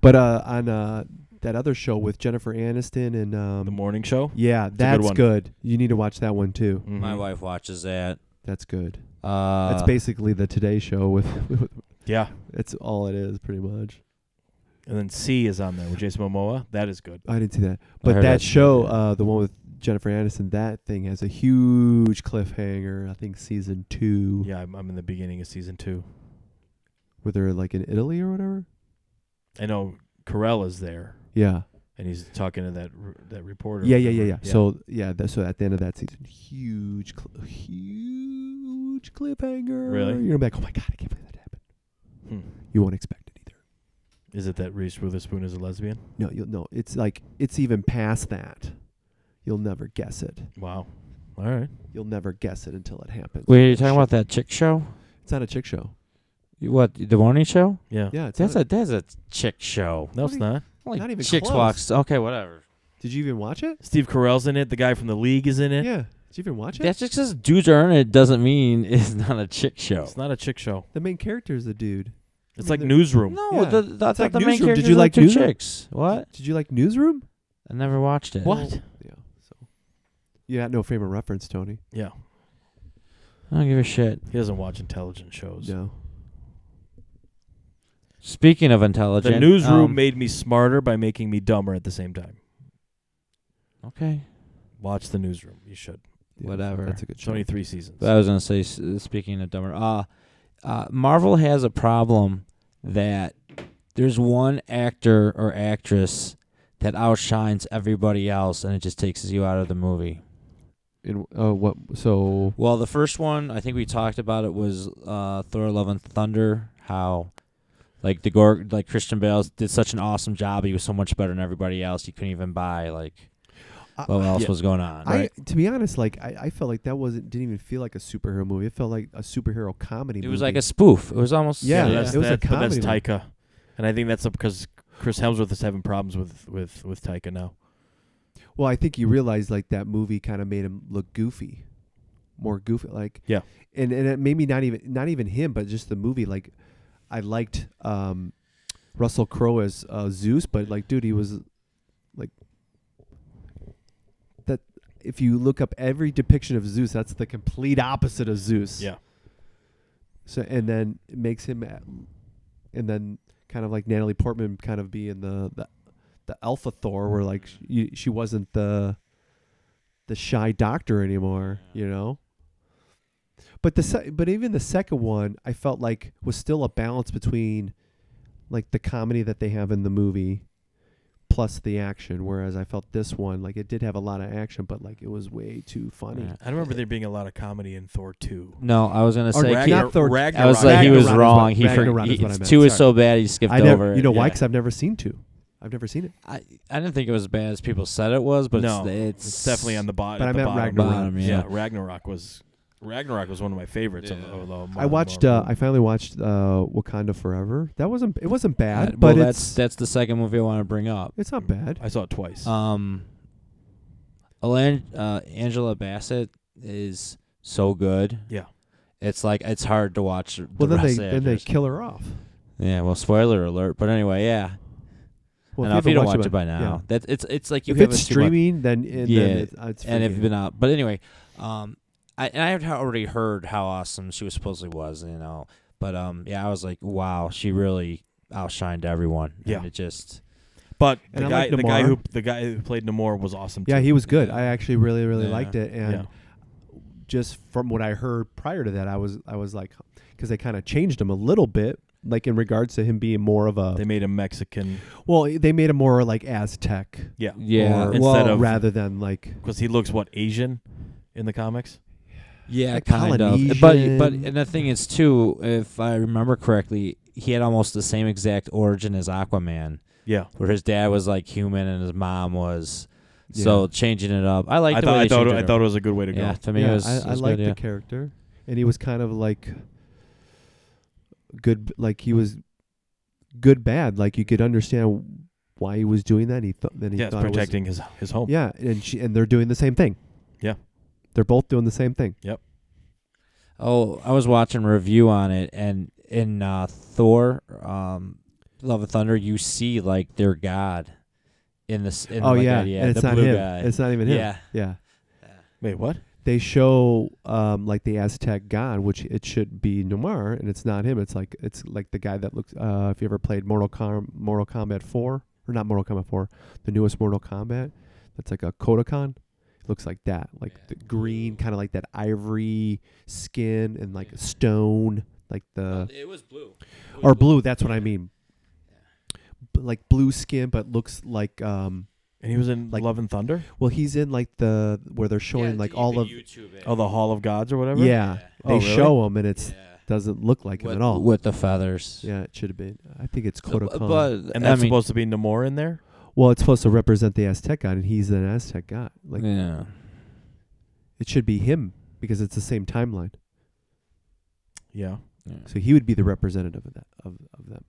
Speaker 1: But uh, on uh, that other show with Jennifer Aniston and um,
Speaker 3: The morning show.
Speaker 1: yeah,
Speaker 3: a good
Speaker 1: that's
Speaker 3: one.
Speaker 1: good, You need to watch that one too.
Speaker 2: My
Speaker 3: Mhm.
Speaker 2: wife watches that.
Speaker 1: That's good.
Speaker 2: Uh,
Speaker 1: Mm-hmm. that's basically the Today Show with.
Speaker 3: Yeah.
Speaker 1: it's all it is, pretty much.
Speaker 3: And then C is on there with Jason Momoa. That is good.
Speaker 1: I didn't see that,
Speaker 2: heard
Speaker 1: but that
Speaker 2: that's
Speaker 1: show,
Speaker 2: good.
Speaker 1: uh, the one with Jennifer Aniston, that thing has a huge cliffhanger. I think season two,
Speaker 3: Yeah, I'm, I'm in the beginning of season two.
Speaker 1: where they're like in Italy or whatever.
Speaker 3: I know Carell is there,
Speaker 1: Yeah,
Speaker 3: and he's talking to that r- that reporter.
Speaker 1: yeah, yeah, yeah, yeah.
Speaker 3: whatever.
Speaker 1: So yeah, that, so at the end of that season, huge, cl- huge cliffhanger.
Speaker 3: Really?
Speaker 1: You're gonna be like, oh my god, I can't believe that happened.
Speaker 3: Hmm.
Speaker 1: You won't expect it either.
Speaker 3: Is it that Reese Witherspoon is a lesbian?
Speaker 1: No, you'll no. It's like it's even past that. You'll never guess it.
Speaker 3: Wow. All right.
Speaker 1: You'll never guess it until it happens.
Speaker 2: Wait, are you talking about that chick show?
Speaker 1: It's not a chick show.
Speaker 2: You- What the morning show?
Speaker 3: Yeah.
Speaker 1: Yeah, it's
Speaker 2: That's
Speaker 1: not
Speaker 2: a that's a chick show.
Speaker 3: No, it's not.
Speaker 2: Only
Speaker 1: Not even
Speaker 2: chicks
Speaker 1: close.
Speaker 2: walks. Okay, whatever.
Speaker 1: Did you even watch it?
Speaker 3: Steve Carell's in it. The guy from The League is in it.
Speaker 1: Yeah. Did you even watch it?
Speaker 2: That's just because dudes are in it doesn't mean it's not a chick show.
Speaker 3: It's not a chick show.
Speaker 1: The main character is a dude.
Speaker 3: It's
Speaker 1: mean,
Speaker 3: like
Speaker 1: they're-
Speaker 3: Newsroom.
Speaker 2: No,
Speaker 1: Yeah.
Speaker 2: the, the, I
Speaker 1: It's
Speaker 2: thought
Speaker 1: like
Speaker 2: the main
Speaker 1: Newsroom.
Speaker 2: characters
Speaker 1: Did you
Speaker 2: are
Speaker 1: like
Speaker 2: two
Speaker 1: Newsroom?
Speaker 2: chicks. What?
Speaker 1: Did you like Newsroom?
Speaker 2: I never watched it.
Speaker 3: What?
Speaker 1: Yeah. So. You got no frame of reference, Tony.
Speaker 3: Yeah.
Speaker 2: I don't give a shit.
Speaker 3: He doesn't watch intelligent shows.
Speaker 1: No.
Speaker 2: Speaking of intelligent,
Speaker 3: The Newsroom
Speaker 2: um,
Speaker 3: made me smarter by making me dumber at the same time.
Speaker 2: okay.
Speaker 3: Watch The Newsroom. You should.
Speaker 1: Yeah,
Speaker 2: Whatever.
Speaker 1: That's a good
Speaker 3: It's
Speaker 1: show.
Speaker 3: only three seasons.
Speaker 2: But I was gonna say, s- speaking of dumber, uh, uh, Marvel has a problem that there's one actor or actress that outshines everybody else, and it just takes you out of the movie.
Speaker 1: In uh, what? So
Speaker 2: Well, the first one I think we talked about it was uh, Thor: Love and Thunder. How, like the Gor- like Christian Bale did such an awesome job. He was so much better than everybody else. You couldn't even buy like
Speaker 1: I-
Speaker 2: what else
Speaker 3: yeah.
Speaker 2: was going on.
Speaker 1: Uh, I, to be honest, like I, I felt like that wasn't didn't even feel like a superhero movie. It felt like a superhero comedy.
Speaker 2: it
Speaker 1: movie.
Speaker 2: was like a spoof. It was almost
Speaker 1: Yeah,
Speaker 2: yeah.
Speaker 3: that's,
Speaker 1: it was a
Speaker 3: that- but that's
Speaker 1: comedy
Speaker 3: Taika, and I think that's because Chris Hemsworth is having problems with with with Taika now.
Speaker 1: Well, I think you realized like that movie kind of made him look goofy, more goofy. Like
Speaker 3: Yeah.
Speaker 1: and and it maybe not even not even him, but just the movie. Like I liked um, Russell Crowe as uh, Zeus, but like dude, he was like that. If you look up every depiction of Zeus, that's the complete opposite of Zeus.
Speaker 3: Yeah.
Speaker 1: So and then it makes him, a- and then kind of like Natalie Portman kind of being the the, the alpha Thor, where like she, she wasn't the the shy doctor anymore, you know. But the se- but even the second one, I felt like was still a balance between like the comedy that they have in the movie plus the action whereas i felt this one like it did have a lot of action but like it was way too funny
Speaker 2: Yeah.
Speaker 3: I remember there being a lot of comedy in Thor two.
Speaker 2: No, I was gonna
Speaker 1: Or
Speaker 2: say.
Speaker 1: Ragnar-
Speaker 2: keep-
Speaker 1: not Thor-
Speaker 2: I was like, he
Speaker 1: Ragnarok
Speaker 2: was
Speaker 1: is what-
Speaker 2: wrong. He, for,
Speaker 1: Ragnarok
Speaker 2: he
Speaker 1: is what I meant,
Speaker 2: two is
Speaker 1: sorry.
Speaker 2: so bad he skipped
Speaker 1: I
Speaker 2: over.
Speaker 1: never, you know
Speaker 2: it.
Speaker 1: why?
Speaker 2: Yeah.
Speaker 1: Because I've never seen two. I've never seen it.
Speaker 2: I, I didn't think it was as bad as people said it was, but
Speaker 3: no,
Speaker 2: it's,
Speaker 3: it's definitely on the, bo-
Speaker 1: But
Speaker 3: at
Speaker 1: I
Speaker 3: the
Speaker 1: meant
Speaker 3: bottom.
Speaker 1: Ragnarok.
Speaker 2: bottom. Yeah.
Speaker 3: Yeah, Ragnarok was Ragnarok was one of my favorites. Of,
Speaker 2: Yeah.
Speaker 3: of the
Speaker 1: I
Speaker 3: Marvel-
Speaker 1: watched. Uh,
Speaker 3: Marvel.
Speaker 1: I finally watched uh, Wakanda Forever. That wasn't. It wasn't
Speaker 2: Uh,
Speaker 1: bad, but
Speaker 2: well, that's
Speaker 1: it's
Speaker 2: that's the second movie I want to bring up.
Speaker 1: it's not bad.
Speaker 3: I saw it twice.
Speaker 1: Uh,
Speaker 2: Um, Alan, uh, Angela Bassett is so good.
Speaker 3: Yeah.
Speaker 2: It's like it's hard to watch. The
Speaker 1: Well, then they
Speaker 2: rest of the
Speaker 1: then they
Speaker 2: actors.
Speaker 1: kill her off.
Speaker 2: yeah. Well, spoiler alert. But anyway, yeah.
Speaker 1: Well,
Speaker 2: I know if you
Speaker 1: haven't
Speaker 2: don't watch
Speaker 1: watched
Speaker 2: it by
Speaker 1: yeah.
Speaker 2: now, that it's it's like you
Speaker 1: if
Speaker 2: have
Speaker 1: it's
Speaker 2: a too much-
Speaker 1: streaming, then and
Speaker 2: Yeah,
Speaker 1: then it's, uh, it's
Speaker 2: and
Speaker 1: free.
Speaker 2: if you've been out. But anyway, um, I and I had already heard how awesome she was supposedly was, you know. But um, yeah, I was like, wow, she really outshined everyone.
Speaker 3: Yeah.
Speaker 2: and it just
Speaker 3: but
Speaker 1: and
Speaker 3: the
Speaker 1: I
Speaker 3: guy,
Speaker 1: like
Speaker 3: the guy
Speaker 1: Namor.
Speaker 3: who the guy who played Namor was awesome.
Speaker 1: yeah,
Speaker 3: too.
Speaker 1: he was good.
Speaker 2: Yeah.
Speaker 1: I actually really really
Speaker 2: Yeah.
Speaker 1: liked it, and
Speaker 3: Yeah.
Speaker 1: just from what I heard prior to that, I was I was like, because they kind of changed him a little bit, like in regards to him being more of a.
Speaker 3: They made him Mexican
Speaker 1: well, they made him more like Aztec.
Speaker 3: Yeah.
Speaker 2: yeah,
Speaker 1: or-
Speaker 3: instead
Speaker 2: well,
Speaker 3: of-
Speaker 1: rather than like
Speaker 3: because he looks what Asian in the comics.
Speaker 2: yeah,
Speaker 1: like
Speaker 2: kind of. But but
Speaker 1: Polynesian.
Speaker 2: and the thing is too, if I remember correctly, he had almost the same exact origin as Aquaman,
Speaker 3: Yeah,
Speaker 2: where his dad was like human and his mom was. So changing it up, I like
Speaker 3: I
Speaker 2: the
Speaker 3: thought
Speaker 2: way
Speaker 3: I
Speaker 2: they
Speaker 3: thought it,
Speaker 2: changed
Speaker 3: I
Speaker 2: it
Speaker 3: thought
Speaker 2: up.
Speaker 3: it was a good way to
Speaker 2: yeah,
Speaker 3: go.
Speaker 2: to me
Speaker 1: yeah,
Speaker 2: it was.
Speaker 1: I,
Speaker 2: it
Speaker 1: I
Speaker 2: was good,
Speaker 1: liked
Speaker 2: yeah.
Speaker 1: the character, and he was kind of like good, like he was good bad. Like you could understand why he was doing that. He thought then he
Speaker 3: Yeah, it's
Speaker 1: thought it was-
Speaker 3: protecting his his home.
Speaker 1: yeah, and she and they're doing the same thing.
Speaker 3: Yeah.
Speaker 1: they're both doing the same thing.
Speaker 2: Oh, I was watching a review on it, and in uh, Thor, um, Love and Thunder, you see like their god in this. In
Speaker 1: oh
Speaker 2: like,
Speaker 1: yeah,
Speaker 2: that-
Speaker 1: and it's
Speaker 2: the
Speaker 1: not
Speaker 2: blue
Speaker 1: him.
Speaker 2: guy.
Speaker 1: It's not even him.
Speaker 2: Yeah,
Speaker 1: yeah.
Speaker 3: Wait, what?
Speaker 1: They show um, like the Aztec god, which it should be Nomar, and it's not him. It's like it's like the guy that looks. Uh, if you ever played Mortal Com- Mortal Kombat Four, or not Mortal Kombat Four, the newest Mortal Kombat, that's like a Kodokan. It looks like that, like the green, kind of like that ivory skin and like stone, like the
Speaker 2: it was blue.
Speaker 1: Uh, or blue. That's what I mean. B- like blue skin, but looks like um.
Speaker 3: And he was in
Speaker 1: Like-
Speaker 3: Love and Thunder.
Speaker 1: Well, he's in like the where they're showing like all of
Speaker 3: Oh, the Hall of Gods or whatever.
Speaker 1: yeah. They
Speaker 3: Oh, really?
Speaker 1: show him, and it's doesn't look like him at all.
Speaker 2: with the feathers.
Speaker 1: Yeah, it should have been. I think it's
Speaker 2: So,
Speaker 1: Kodokan.
Speaker 2: but
Speaker 3: and
Speaker 2: I
Speaker 3: that's
Speaker 2: mean,
Speaker 3: supposed to be Namor in there.
Speaker 1: well, it's supposed to represent the Aztec god, and he's an Aztec god. Like
Speaker 2: yeah.
Speaker 1: it should be him because it's the same timeline.
Speaker 3: Yeah,
Speaker 1: So he would be the representative of that of, of them,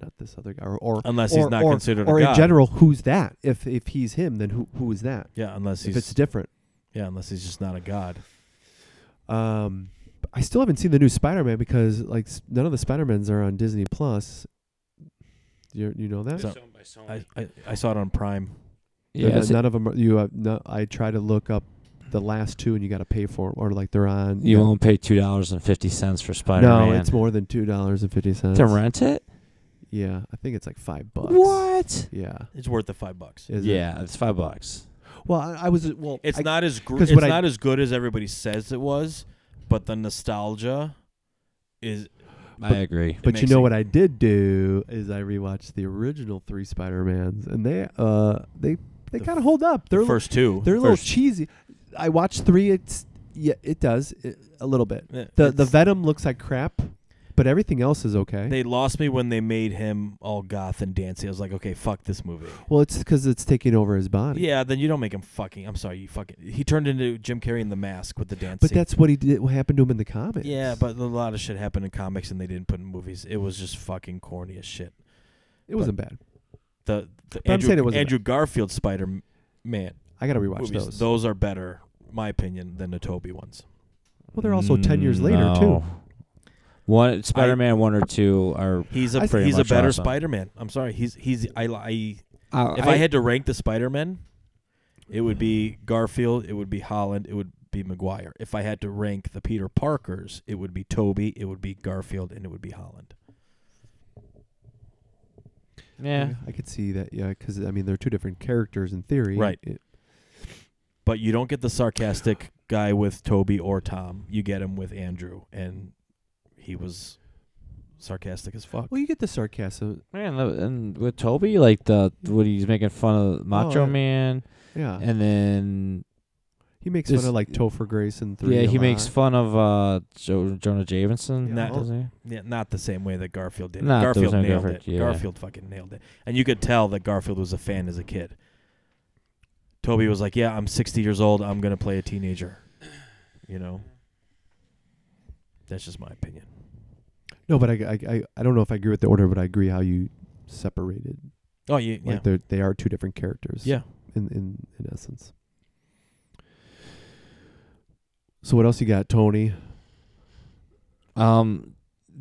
Speaker 1: not this other guy. Or or,
Speaker 3: unless
Speaker 1: or-
Speaker 3: he's not
Speaker 1: or,
Speaker 3: considered
Speaker 1: or
Speaker 3: a god.
Speaker 1: in general, who's that? If if he's him, then who who is that?
Speaker 3: Yeah, unless
Speaker 1: if it's
Speaker 3: he's
Speaker 1: different,
Speaker 3: yeah, unless he's just not a god.
Speaker 1: um, but I still haven't seen the new Spider Man because like s- none of the Spider Mans are on Disney Plus. You you know that?
Speaker 3: So- I, I, I saw it on Prime.
Speaker 1: Yeah,
Speaker 2: yeah, it's-
Speaker 1: none of them. Are, you have no, I try to look up the last two, and you got to pay for 'em, or like they're on.
Speaker 2: you
Speaker 1: yeah.
Speaker 2: won't pay two dollars and fifty cents for Spider
Speaker 1: No,
Speaker 2: Man.
Speaker 1: it's more than two dollars and fifty cents.
Speaker 2: to rent it.
Speaker 1: Yeah, I think it's like five bucks.
Speaker 2: What?
Speaker 1: Yeah.
Speaker 3: It's worth the five bucks.
Speaker 1: Is it?
Speaker 2: yeah, it's five bucks.
Speaker 1: Well, I, I was. Well,
Speaker 3: It's
Speaker 1: I-
Speaker 3: not as gr-
Speaker 1: 'cause
Speaker 3: it's
Speaker 1: what I-
Speaker 3: not as good as everybody says it was, but the nostalgia is
Speaker 2: I agree.
Speaker 1: But you
Speaker 3: makes
Speaker 1: know
Speaker 3: it-
Speaker 1: what I did do is I rewatched the original three Spider Mans, and they uh they they
Speaker 3: The
Speaker 1: kind of hold up. They're
Speaker 3: the
Speaker 1: li-
Speaker 3: first two.
Speaker 1: they're a little
Speaker 3: first-
Speaker 1: cheesy. I watched three. It's yeah, it does it, a little bit.
Speaker 3: eh,
Speaker 1: The the
Speaker 3: it's-
Speaker 1: Venom looks like crap, but everything else is okay.
Speaker 3: They lost me when they made him all goth and dancing. I was like, okay, fuck this movie.
Speaker 1: well, it's because it's taking over his body.
Speaker 3: Yeah, then you don't make him fucking. I'm sorry, you fucking. He turned into Jim Carrey in the mask with the dancing.
Speaker 1: But that's what he did. What happened to him in the comics?
Speaker 3: Yeah, but a lot of shit happened in comics and they didn't put in movies. It was just fucking corny as shit.
Speaker 1: it wasn't bad.
Speaker 3: The, the
Speaker 1: But I'm
Speaker 3: Andrew,
Speaker 1: saying it wasn't
Speaker 3: Andrew Garfield Spider Man
Speaker 1: I gotta rewatch
Speaker 3: movies.
Speaker 1: those.
Speaker 3: Those. are better, my opinion, than the Toby ones.
Speaker 1: Well, they're also 10
Speaker 3: Mm,
Speaker 1: years later,
Speaker 2: Mm, No.
Speaker 1: too.
Speaker 2: One Spider Man one or two are.
Speaker 3: He's a
Speaker 1: I
Speaker 2: pretty
Speaker 3: he's a
Speaker 2: much
Speaker 3: better
Speaker 2: awesome.
Speaker 3: Spider Man. I'm sorry. He's he's I, I
Speaker 2: Uh,
Speaker 3: if I, had to rank the Spider Men, it would be Garfield, it would be Holland, it would be McGuire. If I had to rank the Peter Parkers, it would be Toby, it would be Garfield, and it would be Holland.
Speaker 2: yeah,
Speaker 1: I could see that. Yeah, because I mean, they're two different characters in theory.
Speaker 3: Right.
Speaker 1: It-
Speaker 3: But you don't get the sarcastic guy with Toby or Tom. You get him with Andrew, and he was sarcastic as fuck.
Speaker 1: well, you get the sarcasm.
Speaker 2: man, the- and with Toby, like the what he's making fun of Macho
Speaker 1: Oh, yeah.
Speaker 2: Man,
Speaker 1: Yeah.
Speaker 2: and then
Speaker 1: he makes
Speaker 2: this-
Speaker 1: fun of like Topher Grayson. Three.
Speaker 2: yeah,
Speaker 1: a
Speaker 2: he makes
Speaker 1: lot.
Speaker 2: fun of uh jo- Jonah Jameson.
Speaker 3: Yeah. Not-
Speaker 2: doesn't
Speaker 3: Yeah, not the same way that Garfield did. it.
Speaker 2: Not those
Speaker 3: Garfield
Speaker 2: no
Speaker 3: nailed
Speaker 2: Garfield,
Speaker 3: it.
Speaker 2: yeah.
Speaker 3: Garfield fucking nailed it, and you could tell that Garfield was a fan as a kid. Toby was like, "Yeah, I'm 60 years old. I'm gonna play a teenager," you know. That's just my opinion.
Speaker 1: No, but I, I, I, I don't know if I agree with the order, but I agree how you separated.
Speaker 3: Oh, you, yeah,
Speaker 1: Like they're they are two different characters.
Speaker 3: yeah.
Speaker 1: In in in essence. So what else you got, Tony? Oh.
Speaker 2: he? Um,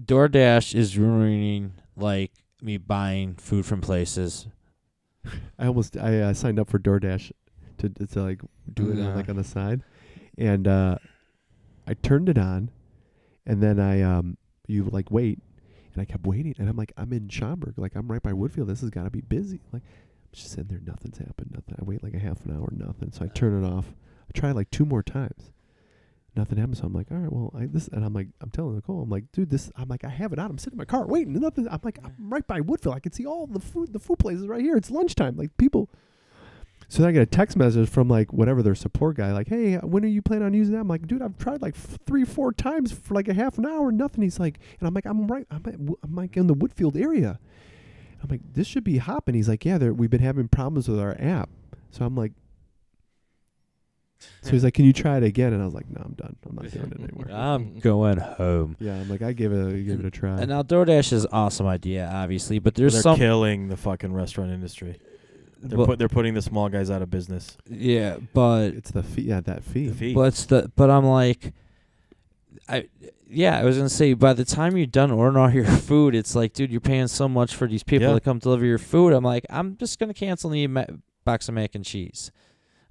Speaker 2: DoorDash is ruining like me buying food from places.
Speaker 1: I almost I uh, signed up for DoorDash to to, to, like do it on,
Speaker 2: Yeah.
Speaker 1: like on the side, and uh, I turned it on, and then I um you like wait, and I kept waiting, and I'm like I'm in Schaumburg, like I'm right by Woodfield. This has got to be busy. Like I'm just sitting there, nothing's happened, nothing. I wait like a half an hour, nothing. So I turn it off. I try like two more times. Nothing happens. So I'm like, all right, well, I, this, and I'm like, I'm telling Nicole, I'm like, dude, this, I'm like, I have it on. I'm sitting in my car waiting. and Nothing. I'm like, I'm right by Woodfield. I can see all the food, the food places right here. It's lunchtime. Like people, so then I get a text message from like whatever their support guy, like, "Hey, uh, when are you planning on using that?" I'm like, "Dude, I've tried like f- three, four times for like a half an hour, nothing." He's like, and I'm like, "I'm right, I'm, at, Wo- I'm like in the Woodfield area." I'm like, "This should be hopping." He's like, "Yeah, there, we've been having problems with our app." So I'm like, so he's like, "Can you try it again?" And I was like, "No, I'm done. I'm not doing it anymore."
Speaker 2: I'm going home.
Speaker 1: yeah, I'm like, I gave it, a, gave it a try.
Speaker 2: And uh, now DoorDash is an awesome idea, obviously, but there's
Speaker 3: They're
Speaker 2: some
Speaker 3: killing the fucking restaurant industry. They're
Speaker 2: but-
Speaker 3: put, they're putting the small guys out of business.
Speaker 2: yeah, but
Speaker 1: it's the fee, yeah, that fee.
Speaker 3: The fee.
Speaker 2: But it's the but I'm like, I yeah, I was gonna say by the time you're done ordering all your food, it's like, dude, you're paying so much for these people
Speaker 3: Yeah.
Speaker 2: to come deliver your food. I'm like, I'm just gonna cancel the ma- box of mac and cheese.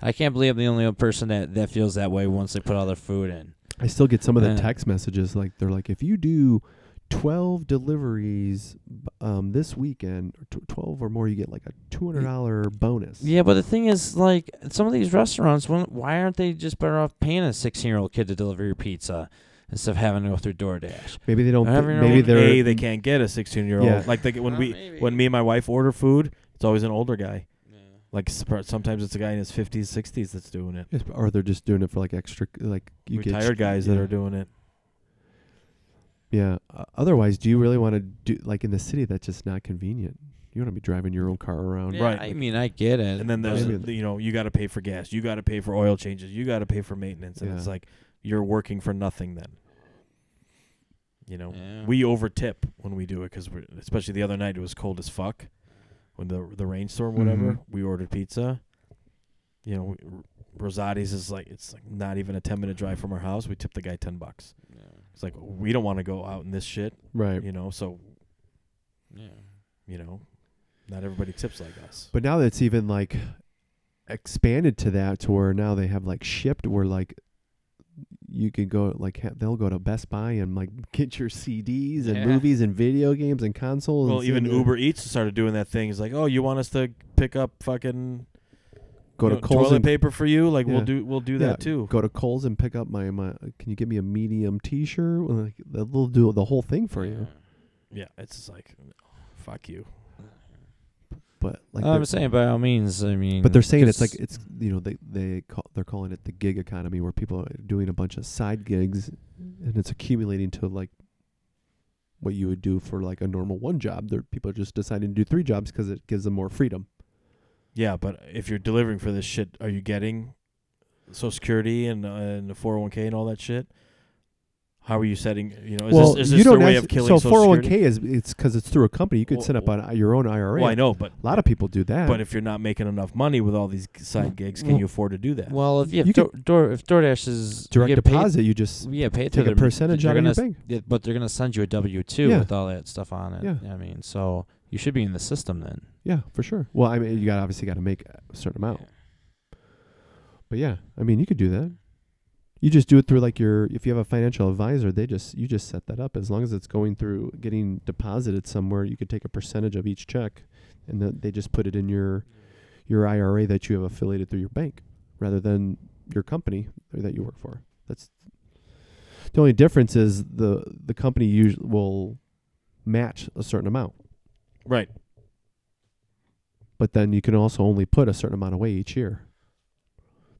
Speaker 2: I can't believe I'm the only person that that feels that way once they put all their food in.
Speaker 1: I still get some of the
Speaker 2: Uh,
Speaker 1: text messages like they're like if you do 12 deliveries um, this weekend or tw- 12 or more you get like a $200 bonus.
Speaker 2: Yeah, but the thing is, like, some of these restaurants, when, why aren't they just better off paying a 16 year old kid to deliver your pizza instead of having to go through DoorDash?
Speaker 1: Maybe they don't
Speaker 2: I
Speaker 1: thi-
Speaker 2: haven't
Speaker 1: maybe
Speaker 2: really-
Speaker 1: they're
Speaker 3: a they can't get a 16 year old.
Speaker 1: Yeah.
Speaker 3: Like they, when
Speaker 2: Well,
Speaker 3: we
Speaker 2: maybe.
Speaker 3: when me and my wife order food, it's always an older guy. Like sp- sometimes it's a guy in his 50s, 60s that's doing it.
Speaker 1: Yes, or they're just doing it for like extra like you get
Speaker 3: Retired guys that
Speaker 1: yeah.
Speaker 3: are doing it.
Speaker 1: Yeah. Uh, otherwise, do you really want to do like in the city that's just not convenient. You want to be driving your own car around.
Speaker 2: Yeah,
Speaker 3: Right.
Speaker 2: I mean, I get it.
Speaker 3: And then
Speaker 2: but-
Speaker 3: there's
Speaker 1: Maybe-
Speaker 3: the- you know you got to pay for gas, you got to pay for oil changes, you got to pay for maintenance, and it's
Speaker 1: Yeah.
Speaker 3: like you're working for nothing then. You know,
Speaker 2: Yeah.
Speaker 3: we over tip when we do it because we're especially the other night it was cold as fuck when the the rainstorm whatever
Speaker 1: Mhm.
Speaker 3: we ordered pizza. You know, we- Rosati's is like it's like not even a ten minute drive from our house. We tipped the guy ten bucks.
Speaker 2: Yeah.
Speaker 3: It's like we don't want to go out in this shit,
Speaker 1: Right.
Speaker 3: you know. So
Speaker 2: Yeah.
Speaker 3: you know, not everybody tips like us.
Speaker 1: But now that it's even like expanded to that to where now they have like shipped where like you could go like ha- they'll go to Best Buy and like get your CDs and
Speaker 2: Yeah.
Speaker 1: movies and video games and consoles.
Speaker 3: Well,
Speaker 1: and
Speaker 3: even
Speaker 1: send it.
Speaker 3: Uber Eats started doing that thing. It's like, oh, you want us to pick up fucking
Speaker 1: go
Speaker 3: You
Speaker 1: to
Speaker 3: know,
Speaker 1: Kohl's
Speaker 3: toilet
Speaker 1: and
Speaker 3: paper for you. Like
Speaker 1: Yeah.
Speaker 3: we'll do we'll do
Speaker 1: Yeah,
Speaker 3: that too.
Speaker 1: go to Kohl's and pick up my my. Can you get me a medium T-shirt? Well, Like, they'll do the whole thing for you.
Speaker 3: Yeah, it's just like fuck you.
Speaker 1: But like,
Speaker 2: I'm
Speaker 1: they're-
Speaker 2: saying by all means. I mean,
Speaker 1: but they're saying it's like
Speaker 2: because-
Speaker 1: it's you know they they call, they're calling it the gig economy where people are doing a bunch of side gigs, and it's accumulating to like what you would do for like a normal one job. There people are just deciding to do three jobs because it gives them more freedom.
Speaker 3: Yeah, but if you're delivering for this shit, are you getting Social Security and uh, and the 401k and all that shit? How are you setting? You know, is this, is this their way of killing
Speaker 1: so
Speaker 3: Social Security?
Speaker 1: 401k is it's because it's through a company. You could
Speaker 3: Well-
Speaker 1: set up on your own IRA.
Speaker 3: Well, I know, but
Speaker 1: A lot of people do that.
Speaker 3: but if you're not making enough money with all these side gigs, can
Speaker 2: Well-
Speaker 3: you afford to do that?
Speaker 2: Well, if you,
Speaker 1: You
Speaker 2: have door, door, if DoorDash is you
Speaker 1: direct
Speaker 2: get paid-
Speaker 1: deposit, you just
Speaker 2: yeah, pay it to
Speaker 1: take a
Speaker 2: their-
Speaker 1: percentage
Speaker 2: they're
Speaker 1: out of
Speaker 2: gonna
Speaker 1: your bank.
Speaker 2: s- yeah, but they're gonna send you a W two
Speaker 1: Yeah.
Speaker 2: with all that stuff on it.
Speaker 1: Yeah.
Speaker 2: I mean, so you should be in the system then.
Speaker 1: Yeah, for sure. Well, I mean, you got obviously got to make a certain amount, but yeah, I mean, you could do that. You just do it through like your if you have a financial advisor, they just you just set that up as long as it's going through getting deposited somewhere. You could take a percentage of each check, and then they just put it in your your IRA that you have affiliated through your bank rather than your company or that you work for. That's the only difference is the the company usually will match a certain amount
Speaker 3: right.
Speaker 1: but then you can also only put a certain amount away each year.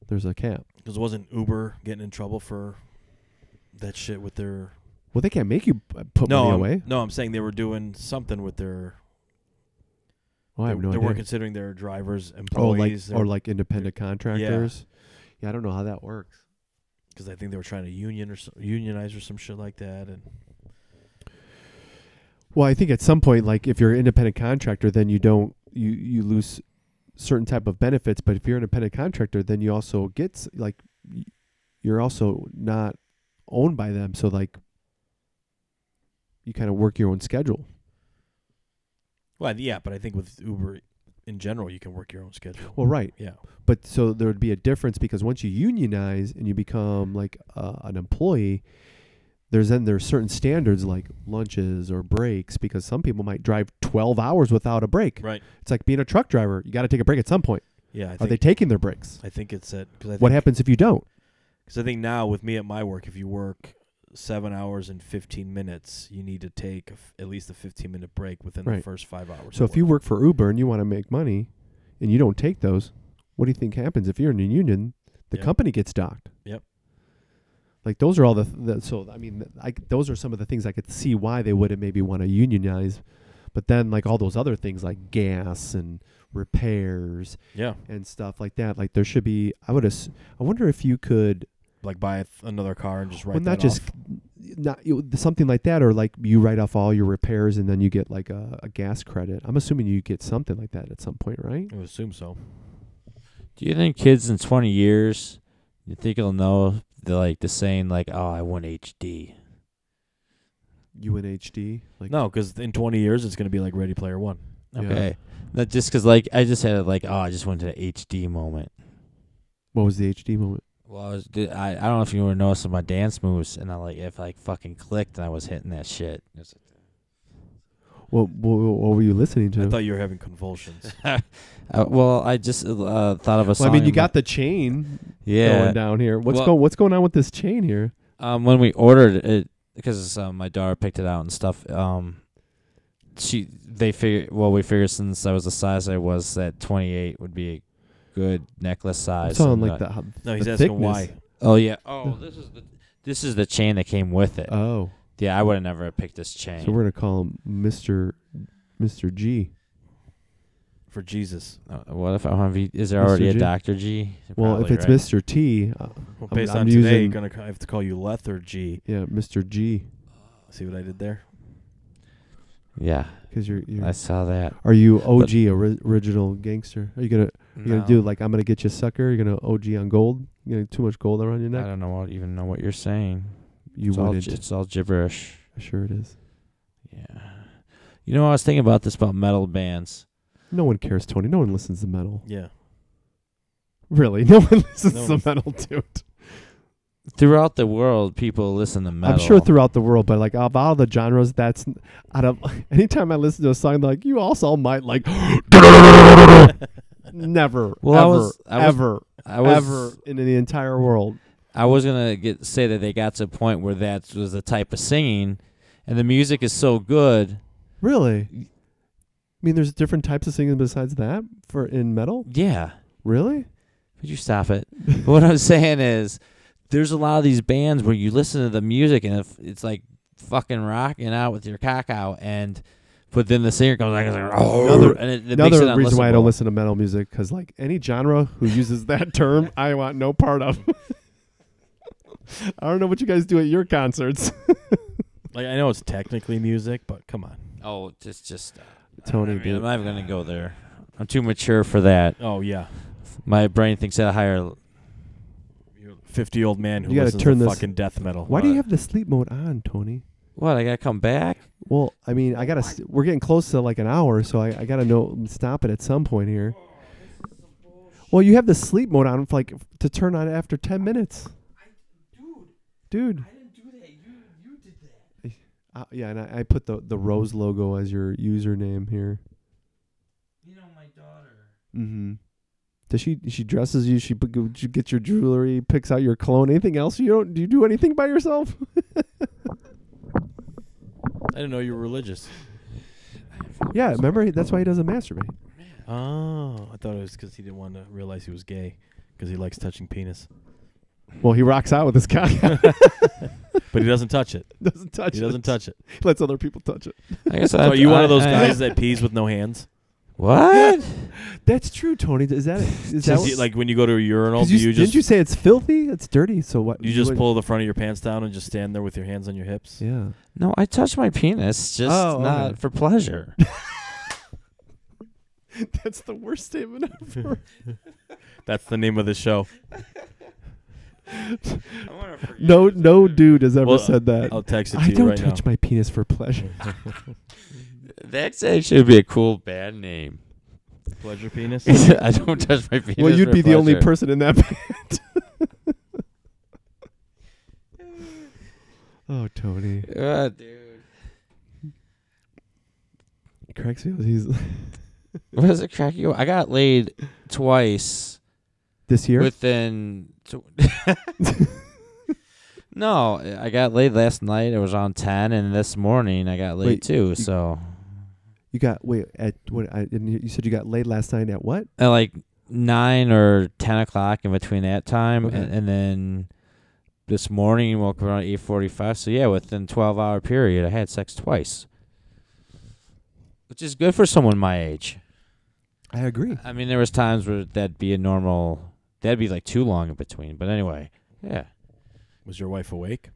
Speaker 1: There's a cap.
Speaker 3: Because wasn't Uber getting in trouble for that shit with their
Speaker 1: Well, they can't make you uh, put
Speaker 3: no
Speaker 1: money
Speaker 3: I'm-
Speaker 1: away.
Speaker 3: No, I'm saying they were doing something with their.
Speaker 1: Oh, I
Speaker 3: they,
Speaker 1: have no
Speaker 3: they
Speaker 1: idea.
Speaker 3: weren't considering their drivers
Speaker 1: oh, like
Speaker 3: employees.
Speaker 1: or like independent contractors. Yeah. I don't know how that works.
Speaker 3: because I think they were trying to union or so, unionize or some shit like that. And
Speaker 1: Well, I think at some point, like if you're an independent contractor, then you don't you you lose certain type of benefits. But if you're an independent contractor, then you also get s- like y- you're also not owned by them. So like you kind of work your own schedule.
Speaker 3: well, yeah, but I think with Uber in general, you can work your own schedule.
Speaker 1: Well, right.
Speaker 3: Yeah,
Speaker 1: but so there would be a difference because once you unionize and you become like uh, an employee there's then there's certain standards like lunches or breaks because some people might drive 12 hours without a break
Speaker 3: right.
Speaker 1: it's like being a truck driver you got to take a break at some point
Speaker 3: Yeah, I
Speaker 1: are they
Speaker 3: think
Speaker 1: taking their breaks
Speaker 3: I think it's that. Cause I think,
Speaker 1: what happens if you don't
Speaker 3: Because I think now with me at my work, if you work seven hours and fifteen minutes, you need to take a f- at least a fifteen minute break within the
Speaker 1: Right.
Speaker 3: first five hours.
Speaker 1: so
Speaker 3: of
Speaker 1: if you
Speaker 3: work.
Speaker 1: work for uber and you want to make money and you don't take those what do you think happens if you're in a union the
Speaker 3: Yep.
Speaker 1: company gets docked
Speaker 3: Yep.
Speaker 1: like those are all the, the so i mean th- I, c- those are some of the things i could see why they wouldn't maybe want to unionize but then like all those other things like gas and repairs
Speaker 3: yeah,
Speaker 1: and stuff like that like there should be i would ass- i wonder if you could
Speaker 3: like buy a th- another car and just write
Speaker 1: well, not
Speaker 3: that
Speaker 1: just
Speaker 3: off.
Speaker 1: not you, something like that or like you write off all your repairs and then you get like a, a gas credit i'm assuming you get something like that at some point right
Speaker 3: I would assume so.
Speaker 2: Do you think kids in 20 years, you think they'll know the like the saying like, "Oh, I want HD."
Speaker 1: unhd like
Speaker 3: No, because in twenty years it's going to be like Ready Player One.
Speaker 1: Yeah.
Speaker 2: Okay. Not just because like I just had like, "Oh, I just went to an HD moment."
Speaker 1: what was the hd moment
Speaker 2: Well, I, was, did- I I don't know if you were noticing my dance moves, and I like if I fucking clicked and I was hitting that shit. It was
Speaker 1: what, what, what were you listening to
Speaker 3: I thought you were having convulsions.
Speaker 2: like- Uh, well, I just uh, thought of a song.
Speaker 1: well, i mean
Speaker 2: in
Speaker 1: you
Speaker 2: my-
Speaker 1: got the chain
Speaker 2: yeah.
Speaker 1: going down here what's
Speaker 2: Well-
Speaker 1: going what's going on with this chain here
Speaker 2: um, when we ordered it because um, my daughter picked it out and stuff. Um, she they figured well we figured since I was the size I was that twenty eight would be a good necklace size.
Speaker 1: it's on
Speaker 2: and
Speaker 1: like
Speaker 2: not-
Speaker 1: the ho-
Speaker 3: No, he's
Speaker 1: The
Speaker 3: asking
Speaker 1: thickness.
Speaker 3: why.
Speaker 2: Oh yeah. Oh, this is the this is the chain that came with it.
Speaker 1: oh
Speaker 2: yeah, I would have never picked this chain.
Speaker 1: so we're gonna call him mr mr g
Speaker 3: for Jesus.
Speaker 2: Uh, what if I want to be? Is there
Speaker 1: Mr.
Speaker 2: already a
Speaker 1: G?
Speaker 2: Doctor G?
Speaker 1: well if
Speaker 2: Probably,
Speaker 1: it's
Speaker 2: right?
Speaker 1: mr t uh,
Speaker 3: Well,
Speaker 1: I'm-
Speaker 3: based
Speaker 1: I'm
Speaker 3: on today,
Speaker 1: using-
Speaker 3: you're gonna c- I have to call you lethargy.
Speaker 1: yeah mr g
Speaker 3: See what I did there?
Speaker 2: yeah,
Speaker 1: because you're, you're
Speaker 2: I saw that.
Speaker 1: are you og ori- original gangster are you gonna you gonna do like I'm gonna get you sucker. You're gonna OG on gold. You know too much gold around your
Speaker 2: I
Speaker 1: neck.
Speaker 2: don't know what, even know what you're saying.
Speaker 1: You
Speaker 2: it's all,
Speaker 1: wouldn't.
Speaker 2: gi- it's all gibberish.
Speaker 1: sure it is.
Speaker 2: Yeah. You know, I was thinking about this about metal bands.
Speaker 1: No one cares, Tony. No one listens to metal.
Speaker 3: Yeah.
Speaker 1: Really, no one listens
Speaker 3: No
Speaker 1: to
Speaker 3: one's-
Speaker 1: metal, dude.
Speaker 2: Throughout the world, people listen to metal.
Speaker 1: I'm sure throughout the world, but like of all the genres, that's n- out of anytime I listen to a song, like you also might like Never,
Speaker 2: Well, I
Speaker 1: ever,
Speaker 2: was- I was-
Speaker 1: ever,
Speaker 2: I was
Speaker 1: ever in the entire world.
Speaker 2: I was gonna get say that they got to a point where that was the type of singing, and the music is so good.
Speaker 1: Really? I mean, there's different types of singing besides that for in metal.
Speaker 2: Yeah,
Speaker 1: Really?
Speaker 2: Would you stop it? But what I'm saying is, there's a lot of these bands where you listen to the music and if it's like fucking rocking out with your cock out, and but then the singer comes like, oh,
Speaker 1: Another-
Speaker 2: and it, it makes it
Speaker 1: Another reason why I don't
Speaker 2: unlistenable.
Speaker 1: listen to metal music because like any genre who uses that term, I want no part of. I don't know what you guys do at your concerts.
Speaker 3: Like I know it's technically music, but come on.
Speaker 2: Oh, just just
Speaker 3: uh,
Speaker 1: Tony,
Speaker 2: I
Speaker 1: dude.
Speaker 2: am not even gonna go there. I'm too mature for that.
Speaker 3: Oh yeah,
Speaker 2: My brain thinks at a higher.
Speaker 3: fifty-year-old man who
Speaker 1: You gotta
Speaker 3: listens
Speaker 1: turn
Speaker 3: to
Speaker 1: this-
Speaker 3: fucking death metal.
Speaker 1: Why do you have the sleep mode on, Tony?
Speaker 2: What I gotta come back?
Speaker 1: Well, I mean, I gotta. St- we're getting close to like an hour, so I, I gotta know stop it at some point here. Well, you have the sleep mode on for like to turn on after ten minutes. dude. Dude. I didn't do that. You you did that. Uh, yeah, and I, I put the the rose logo as your username here.
Speaker 2: You know my daughter.
Speaker 1: Mm-hmm. Does she she dresses you? She, put- she gets your jewelry, picks out your cologne. Anything else? You don't do you do anything by yourself?
Speaker 3: I didn't know you were religious.
Speaker 1: yeah, remember that's why he doesn't masturbate.
Speaker 3: Oh, I thought it was because he didn't want to realize he was gay because he likes touching penis,
Speaker 1: Well, he rocks out with his cock.
Speaker 3: but he doesn't touch it.
Speaker 1: doesn't touch.
Speaker 3: He
Speaker 1: it.
Speaker 3: doesn't touch it.
Speaker 1: lets other people touch it.
Speaker 2: I guess
Speaker 3: So
Speaker 2: I,
Speaker 3: are you one
Speaker 2: I-
Speaker 3: of those
Speaker 2: I-
Speaker 3: guys that pees with no hands?
Speaker 2: What?
Speaker 1: That's true, Tony. Is that is that
Speaker 2: Just
Speaker 1: what,
Speaker 3: Does he- like when you go to a urinal,
Speaker 1: 'cause
Speaker 3: do
Speaker 1: you,
Speaker 3: you,
Speaker 1: didn't
Speaker 3: just
Speaker 1: you say it's filthy? It's dirty. So what?
Speaker 3: you just
Speaker 1: would-
Speaker 3: pull the front of your pants down and just stand there with your hands on your hips?
Speaker 1: Yeah.
Speaker 2: No, I touch my penis, just
Speaker 1: Oh,
Speaker 2: not
Speaker 1: okay.
Speaker 2: for pleasure.
Speaker 1: That's the worst statement ever.
Speaker 3: That's the name of the show.
Speaker 1: no, no dude has ever
Speaker 3: Well,
Speaker 1: said that.
Speaker 3: I'll text it to
Speaker 1: I
Speaker 3: you
Speaker 1: don't
Speaker 3: right
Speaker 1: touch my penis for pleasure.
Speaker 3: now.
Speaker 2: That's actually be a cool band name.
Speaker 3: Pleasure penis.
Speaker 2: I don't touch my penis.
Speaker 1: well, you'd
Speaker 2: for
Speaker 1: be the only
Speaker 2: pleasure.
Speaker 1: person in that band. oh, Tony.
Speaker 2: Ah, dude.
Speaker 1: Cracks me up. He's
Speaker 2: What is it, crack you? I got laid twice
Speaker 1: this year.
Speaker 2: within. Tw- no, I got laid last night. It was on ten, and this morning I got laid
Speaker 1: Wait,
Speaker 2: too. So
Speaker 1: you got wait at what? I, and you you said you got laid last night at what?
Speaker 2: at like nine or ten o'clock in between that time,
Speaker 1: Okay.
Speaker 2: and, and then this morning woke up around eight forty-five. So yeah, within twelve hour period, I had sex twice, which is good for someone my age.
Speaker 1: I agree.
Speaker 2: I mean, there was times where that'd be a normal, that'd be like too long in between. But anyway, yeah.
Speaker 3: Was your wife awake?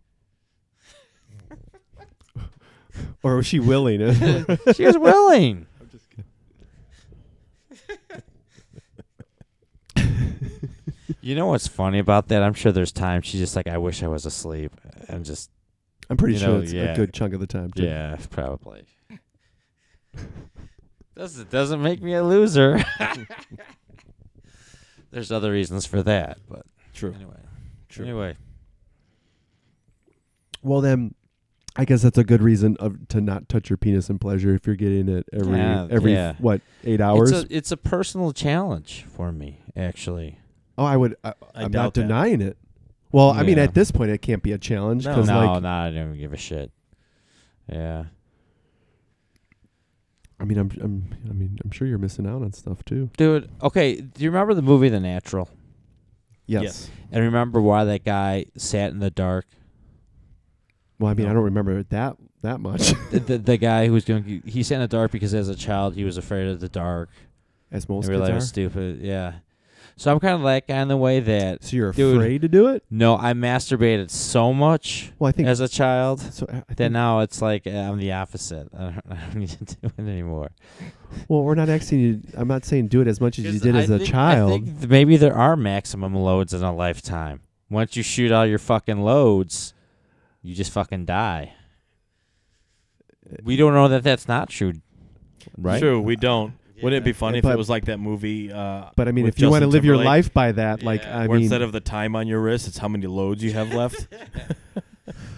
Speaker 1: Or was she willing?
Speaker 2: She was willing. you know what's funny about that? I'm sure there's times she's just like, I wish I was asleep. And just,
Speaker 1: I'm pretty
Speaker 2: You
Speaker 1: sure
Speaker 2: know,
Speaker 1: it's
Speaker 2: yeah.
Speaker 1: a good chunk of the time. Too.
Speaker 2: yeah, probably. doesn't, doesn't make me a loser. there's other reasons for that. But
Speaker 3: True.
Speaker 2: anyway.
Speaker 3: True.
Speaker 2: Anyway.
Speaker 1: Well, then, I guess that's a good reason of, to not touch your penis in pleasure if you're getting it every
Speaker 2: Yeah,
Speaker 1: every
Speaker 2: yeah.
Speaker 1: what eight hours.
Speaker 2: It's a, it's a personal challenge for me, actually.
Speaker 1: oh, I would. I,
Speaker 3: I
Speaker 1: am
Speaker 3: doubt
Speaker 1: not
Speaker 3: that.
Speaker 1: denying it. Well, I mean,
Speaker 2: Yeah.
Speaker 1: at this point, it can't be a challenge
Speaker 3: No.
Speaker 2: No,
Speaker 1: because like,
Speaker 2: no, I don't give a shit. Yeah.
Speaker 1: I mean, I'm, I'm, I mean, I'm sure you're missing out on stuff too.
Speaker 2: Dude, okay, do you remember the movie The Natural?
Speaker 1: Yes.
Speaker 2: And remember why that guy sat in the dark?
Speaker 1: Well, I mean,
Speaker 3: No.
Speaker 1: I don't remember it that that much
Speaker 2: The, the, the guy who was going, he sat in the dark because as a child he was afraid of the dark.
Speaker 1: as most
Speaker 2: and
Speaker 1: kids
Speaker 2: realized it
Speaker 1: are.
Speaker 2: was stupid. Yeah. So I'm kind of like guy in the way that
Speaker 1: So you're
Speaker 2: Dude.
Speaker 1: afraid to do it?
Speaker 2: no, I masturbated so much
Speaker 1: Well, I think
Speaker 2: as a child
Speaker 1: so. I I
Speaker 2: that
Speaker 1: think,
Speaker 2: now it's like uh, I'm the opposite. I don't, I don't need to do it anymore.
Speaker 1: well, we're not asking you. I'm not saying do it as much as you did as a child.
Speaker 2: th- maybe there are maximum loads in a lifetime. Once you shoot all your fucking loads, you just fucking die. We don't know that that's not true, right?
Speaker 3: True. We don't. Wouldn't it be funny if
Speaker 1: But-
Speaker 3: it was like that movie? Uh,
Speaker 1: But I mean,
Speaker 3: with
Speaker 1: if you want to
Speaker 3: Justin
Speaker 1: live your
Speaker 3: Timberlake,
Speaker 1: life by that, like
Speaker 2: Yeah.
Speaker 1: I
Speaker 3: where
Speaker 1: mean,
Speaker 3: instead of the time on your wrist, it's how many loads you have left.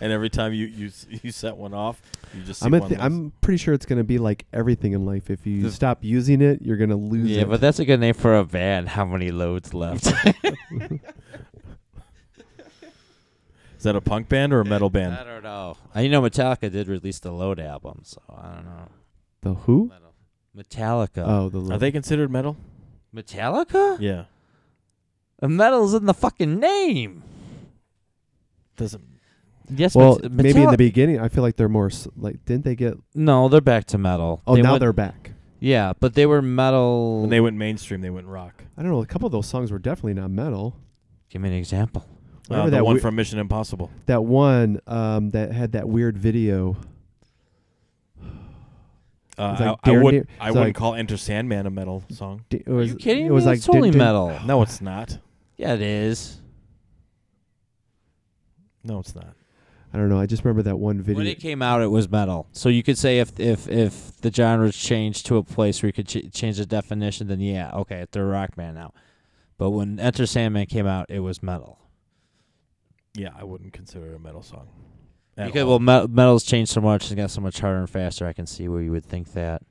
Speaker 3: and every time you you s- you set one off, You just see
Speaker 1: I'm, at
Speaker 3: one
Speaker 1: the,
Speaker 3: list.
Speaker 1: I'm pretty sure it's going to be like everything in life. If you
Speaker 3: The-
Speaker 1: stop using it, you're going to lose
Speaker 2: Yeah,
Speaker 1: it.
Speaker 2: but that's a good name for a van. How many loads left?
Speaker 3: Is that a punk band or a metal band?
Speaker 2: I don't know. I you know Metallica did release the Load album, so I don't know.
Speaker 1: the who?
Speaker 2: Metal. Metallica.
Speaker 1: Oh, the
Speaker 3: Are
Speaker 1: lo-
Speaker 3: they considered metal?
Speaker 2: Metallica?
Speaker 3: Yeah.
Speaker 2: The metal's in the fucking name.
Speaker 3: Doesn't.
Speaker 2: Yes,
Speaker 1: well,
Speaker 2: Met-
Speaker 1: maybe in
Speaker 2: Metalli-
Speaker 1: the beginning. I feel like they're more s- like didn't they get?
Speaker 2: No, they're back to metal.
Speaker 1: Oh,
Speaker 2: They
Speaker 1: now
Speaker 2: went-
Speaker 1: they're back.
Speaker 2: Yeah, but they were metal.
Speaker 3: When they went mainstream, they went rock.
Speaker 1: I don't know. A couple of those songs were definitely not metal.
Speaker 2: Give me an example.
Speaker 3: Uh,
Speaker 1: Remember
Speaker 3: the
Speaker 1: that
Speaker 3: one
Speaker 1: we-
Speaker 3: from Mission Impossible.
Speaker 1: That one um, that had that weird video.
Speaker 3: Uh,
Speaker 1: It's like
Speaker 3: I, I
Speaker 1: Dare
Speaker 3: would.
Speaker 1: Dare-
Speaker 3: I
Speaker 1: it's
Speaker 3: wouldn't
Speaker 1: like-
Speaker 3: call Enter Sandman a metal song.
Speaker 1: D- It
Speaker 2: Are
Speaker 1: was,
Speaker 2: you kidding
Speaker 1: It was
Speaker 2: me?
Speaker 1: like
Speaker 2: it's totally
Speaker 1: dun- dun-
Speaker 2: metal.
Speaker 3: No, it's not.
Speaker 2: Yeah, it is.
Speaker 3: No, it's not.
Speaker 1: I don't know. I just remember that one video.
Speaker 2: When it came out, it was metal. So you could say if if if the genres changed to a place where you could ch- change the definition, then yeah, okay, they're a rock band now. But when Enter Sandman came out, it was metal.
Speaker 3: Yeah, I wouldn't consider it a metal song. at
Speaker 2: Okay,
Speaker 3: all.
Speaker 2: well, me- metal's changed so much and got so much harder and faster. I can see where you would think that.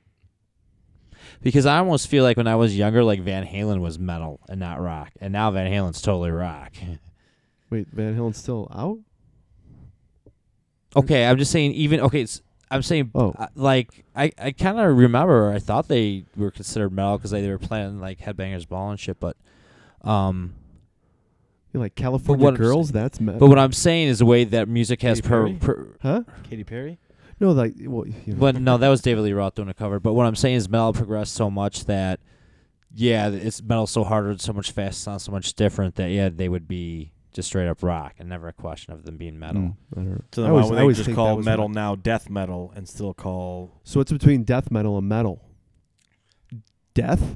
Speaker 2: Because I almost feel like when I was younger, like Van Halen was metal and not rock, and now Van Halen's totally rock.
Speaker 1: Wait, Van Halen's still out?
Speaker 2: Okay, I'm just saying. Even okay, it's, I'm saying
Speaker 1: Oh.
Speaker 2: uh, like I, I kind of remember. I thought they were considered metal because they, they were playing like Headbangers Ball and shit. But, um,
Speaker 1: You're like California
Speaker 2: what I'm
Speaker 1: Girls?
Speaker 2: saying-
Speaker 1: That's metal.
Speaker 2: but what I'm saying is the way that music has
Speaker 3: Katy
Speaker 2: per,
Speaker 3: Perry?
Speaker 2: per
Speaker 1: huh?
Speaker 3: Katy Perry.
Speaker 1: No, like well, you know.
Speaker 2: but no, that was David Lee Roth doing a cover. But what I'm saying is metal progressed so much that yeah, it's metal so harder and so much faster, sounds so much different that yeah, they would be just straight up rock and never a question of them being metal.
Speaker 1: Mm, I don't know.
Speaker 3: So
Speaker 1: I
Speaker 3: then
Speaker 1: always- I
Speaker 3: why would they
Speaker 1: always
Speaker 3: just
Speaker 1: think that
Speaker 3: call
Speaker 1: was
Speaker 3: metal now death metal and still call
Speaker 1: So it's between death metal and metal. Death?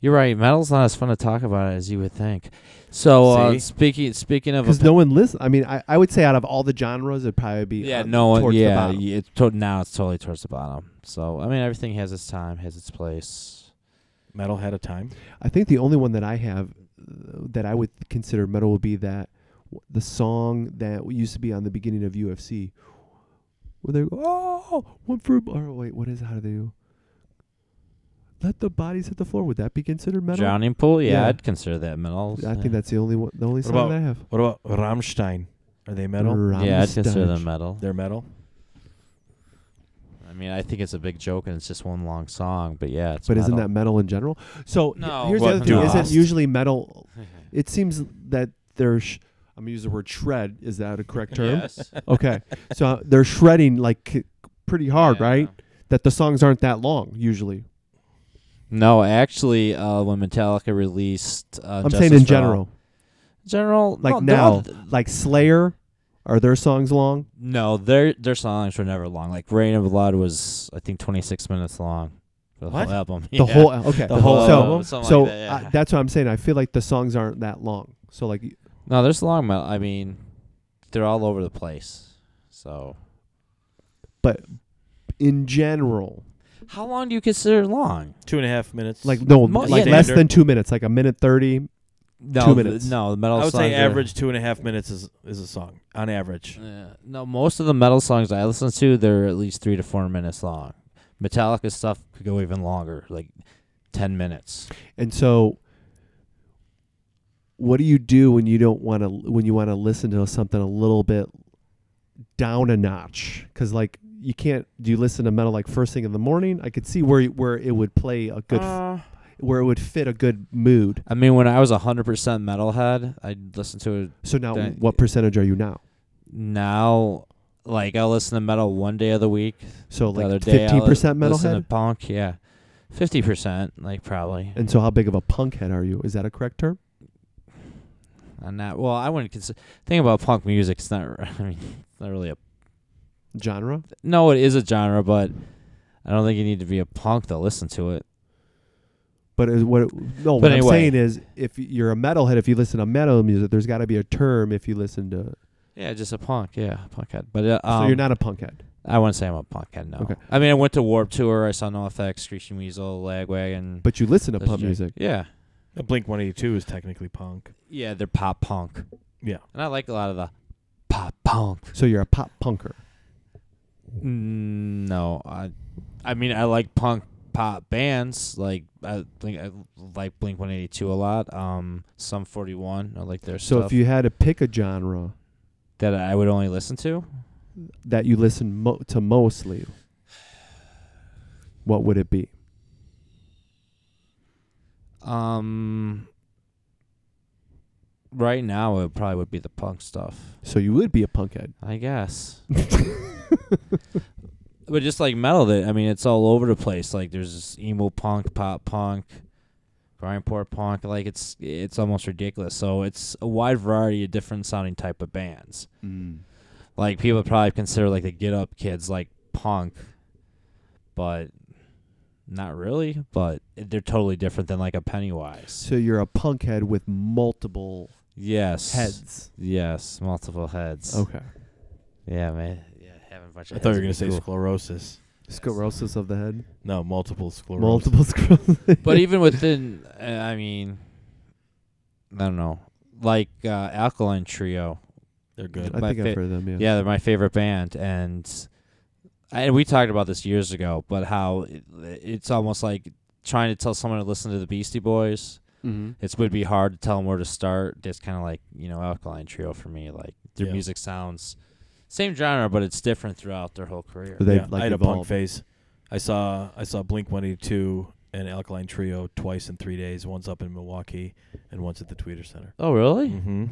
Speaker 2: You're right. Metal's not as fun to talk about as you would think. So uh,
Speaker 3: See?
Speaker 2: speaking speaking of a
Speaker 1: Because no one listens. I mean, I, I would say out of all the genres, it'd probably be
Speaker 2: yeah,
Speaker 1: uh,
Speaker 2: no one.
Speaker 1: towards the
Speaker 2: Yeah,
Speaker 1: bottom.
Speaker 2: yeah, it's to- now it's totally towards the bottom. So I mean, everything has its time, has its place.
Speaker 3: metal had a time.
Speaker 1: I think the only one that I have uh, that I would consider metal would be that w- the song that w- used to be on the beginning of UFC, where they go, "Oh, one for." Or wait, what is how do they? do? Let the bodies hit the floor. Would that be considered metal?
Speaker 2: Drowning pool. Yeah,
Speaker 1: Yeah.
Speaker 2: I'd consider that metal.
Speaker 1: I think that's the only one, the only song
Speaker 3: about
Speaker 1: that I have.
Speaker 3: What about Rammstein? Are they metal?
Speaker 2: yeah, I'd
Speaker 1: Rammstein.
Speaker 2: consider them metal.
Speaker 3: They're metal.
Speaker 2: I mean, I think it's a big joke and it's just one long song, but yeah, it's
Speaker 1: But isn't that
Speaker 2: metal.
Speaker 1: metal in general? So h-
Speaker 2: No,
Speaker 1: here's the
Speaker 3: Well,
Speaker 1: other thing:
Speaker 3: no.
Speaker 1: isn't usually metal? It seems that they're. Sh- I'm gonna use the word shred. Is that a correct term?
Speaker 2: Yes.
Speaker 1: Okay, so uh, they're shredding like c- pretty hard,
Speaker 2: Yeah.
Speaker 1: right? That the songs aren't that long usually.
Speaker 2: No, actually, uh, when Metallica released, uh,
Speaker 1: I'm
Speaker 2: Justice
Speaker 1: saying in
Speaker 2: for All-
Speaker 1: general,
Speaker 2: general,
Speaker 1: like
Speaker 2: no, they're
Speaker 1: now,
Speaker 2: all-
Speaker 1: like Slayer, are their songs long?
Speaker 2: No, their their songs were never long. Like Rain of Blood was, I think, 26 minutes long for the
Speaker 3: What?
Speaker 2: whole album.
Speaker 1: The whole al- okay,
Speaker 3: The whole
Speaker 1: so,
Speaker 3: album?
Speaker 2: Something
Speaker 1: So
Speaker 2: like that, yeah.
Speaker 1: uh, that's what I'm saying. I feel like the songs aren't that long. So like, y-
Speaker 2: no, there's long. Mel- I mean, they're all over the place. So
Speaker 1: but in general,
Speaker 2: how long do you consider long?
Speaker 3: Two and a half minutes.
Speaker 1: like no,
Speaker 2: Mo-
Speaker 1: like
Speaker 2: yeah,
Speaker 1: less
Speaker 3: standard.
Speaker 1: than two minutes, like a minute thirty.
Speaker 2: No,
Speaker 1: Two
Speaker 2: the-
Speaker 1: minutes.
Speaker 2: no, the metal.
Speaker 3: I would
Speaker 2: songs
Speaker 3: say
Speaker 2: are-
Speaker 3: average two and a half minutes is is a song on average.
Speaker 2: Yeah. No, most of the metal songs I listen to, they're at least three to four minutes long. Metallica stuff could go even longer, like ten minutes.
Speaker 1: And so what do you do when you don't want to when you want to listen to something a little bit down a notch cuz like you can't do you listen to metal like first thing in the morning? I could see where you- where it would play a good f
Speaker 2: Uh,
Speaker 1: where it would fit a good mood.
Speaker 2: I mean, when I was hundred percent metalhead, I'd listen to it
Speaker 1: So now
Speaker 2: That-
Speaker 1: what percentage are you now?
Speaker 2: now like I'll listen to metal one day of the week.
Speaker 1: So
Speaker 2: the other
Speaker 1: like
Speaker 2: day I'll
Speaker 1: 15%
Speaker 2: listen to
Speaker 1: metalhead?
Speaker 2: punk, yeah. Fifty percent, like probably.
Speaker 1: And so how big of a punk head are you? Is that a correct term?
Speaker 2: And that well, I wouldn't consider thing about punk music, it's not I mean it's not really a
Speaker 1: Genre?
Speaker 2: no, it is a genre, but I don't think you need to be a punk to listen to it.
Speaker 1: But is what it, no,
Speaker 2: But
Speaker 1: what
Speaker 2: anyway.
Speaker 1: I'm saying is if you're a metalhead if you listen to metal music, there's got to be a term if you listen to
Speaker 2: Yeah, just a punk, yeah, punkhead. But uh,
Speaker 1: So
Speaker 2: um,
Speaker 1: you're not a punk head.
Speaker 2: I wouldn't say I'm a punkhead. No,
Speaker 1: Okay.
Speaker 2: I mean I went to Warp Tour. I saw NoFX, Screeching Weasel, Lagwagon.
Speaker 1: But you listen to
Speaker 2: those
Speaker 1: punk
Speaker 2: Jake-
Speaker 1: music.
Speaker 2: yeah,
Speaker 3: Blink One Eighty Two is technically punk.
Speaker 2: yeah, they're pop punk.
Speaker 3: Yeah.
Speaker 2: And I like a lot of the pop punk. punk.
Speaker 1: So you're a pop punker.
Speaker 2: Mm, No, I, I mean, I like punk pop bands. Like I think I like Blink One Eighty Two a lot. Um, Sum Forty One. I like their
Speaker 1: So
Speaker 2: stuff
Speaker 1: if you had to pick a genre
Speaker 2: that I would only listen to.
Speaker 1: that you listen mo- to mostly, what would it be?
Speaker 2: Um, right now it probably would be the punk stuff.
Speaker 1: So you would be a punkhead.
Speaker 2: I guess. but just like metal, that I mean, it's all over the place. Like there's this emo punk, pop punk, grindcore punk. Like it's it's almost ridiculous. So it's a wide variety of different sounding type of bands.
Speaker 3: Mm.
Speaker 2: Like people probably consider like the Get Up Kids like punk, but not really. But they're totally different than like a Pennywise.
Speaker 1: So you're a punkhead with multiple
Speaker 2: Yes.
Speaker 1: heads.
Speaker 2: Yes, multiple heads.
Speaker 1: Okay.
Speaker 2: Yeah, man. Yeah, having a bunch of
Speaker 3: I thought you were
Speaker 2: going
Speaker 3: gonna
Speaker 2: to
Speaker 3: say sclerosis.
Speaker 1: Sclerosis of the head.
Speaker 3: No, multiple sclerosis.
Speaker 1: Multiple sclerosis.
Speaker 2: but even within, uh, I mean, I don't know, like uh, Alkaline Trio.
Speaker 3: They're good.
Speaker 1: I
Speaker 2: My
Speaker 1: think I've
Speaker 2: fa-
Speaker 1: heard of them. Yeah.
Speaker 2: Yeah, they're my favorite band, and and we talked about this years ago, but how it, it's almost like trying to tell someone to listen to the Beastie Boys.
Speaker 1: Mm-hmm.
Speaker 2: It would be hard to tell them where to start. It's kind of like you know Alkaline Trio for me. Like their
Speaker 3: Yeah.
Speaker 2: music sounds same genre, but it's different throughout their whole career.
Speaker 1: They've
Speaker 3: yeah,
Speaker 1: like
Speaker 3: I had a punk
Speaker 1: evolved.
Speaker 3: phase. I saw I saw Blink One Eighty Two and Alkaline Trio twice in three days. Once up in Milwaukee and once at the Tweeter Center.
Speaker 2: Oh,
Speaker 1: Hmm.
Speaker 2: really?
Speaker 3: Mm-hmm.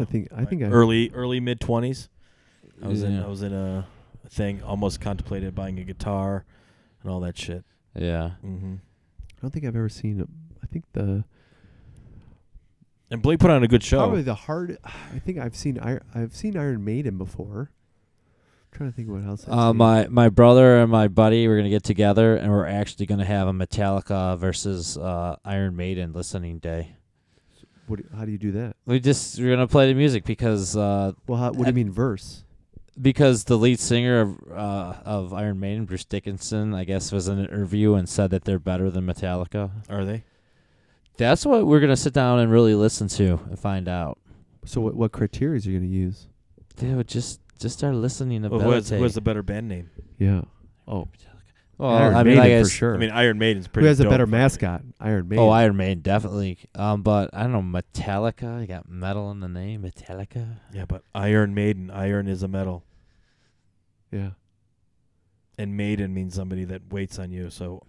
Speaker 1: I think I think I
Speaker 3: early early mid twenties. I was in
Speaker 2: Oh, Yeah.
Speaker 3: I was in a thing almost contemplated buying a guitar and all that shit.
Speaker 2: Yeah.
Speaker 3: Mm-hmm.
Speaker 1: I don't think I've ever seen. a- I think the
Speaker 3: And Blake put on a good show.
Speaker 1: probably the hard. I think I've seen Iron, I've seen Iron Maiden before. I'm trying to think what else. I've
Speaker 2: Uh,
Speaker 1: seen.
Speaker 2: my my brother and my buddy we're gonna get together and we're actually gonna have a Metallica versus uh, Iron Maiden listening day.
Speaker 1: What do- how do you do that?
Speaker 2: We just we're gonna play the music because uh,
Speaker 1: Well, how, what do
Speaker 2: Uh,
Speaker 1: you mean verse?
Speaker 2: because the lead singer of uh, of Iron Maiden, Bruce Dickinson, I guess, was in an interview and said that they're better than Metallica.
Speaker 3: Are they?
Speaker 2: That's what we're gonna sit down and really listen to and find out.
Speaker 1: So what what criteria are you going to use?
Speaker 2: Dude, just just start listening to
Speaker 3: Well, who, has, who has the better band name?
Speaker 1: Yeah. Oh,
Speaker 2: well,
Speaker 1: Iron
Speaker 2: I mean,
Speaker 1: Maiden
Speaker 2: I guess,
Speaker 1: for sure.
Speaker 3: I mean, Iron Maiden's pretty.
Speaker 1: Who has a
Speaker 3: dope,
Speaker 1: better
Speaker 3: but-
Speaker 1: mascot? Iron Maiden.
Speaker 2: Oh, Iron Maiden, definitely. Um, but I don't know, Metallica. You got metal in the name, Metallica.
Speaker 3: Yeah, but Iron Maiden. Iron is a metal,
Speaker 1: yeah.
Speaker 3: and maiden means somebody that waits on you. So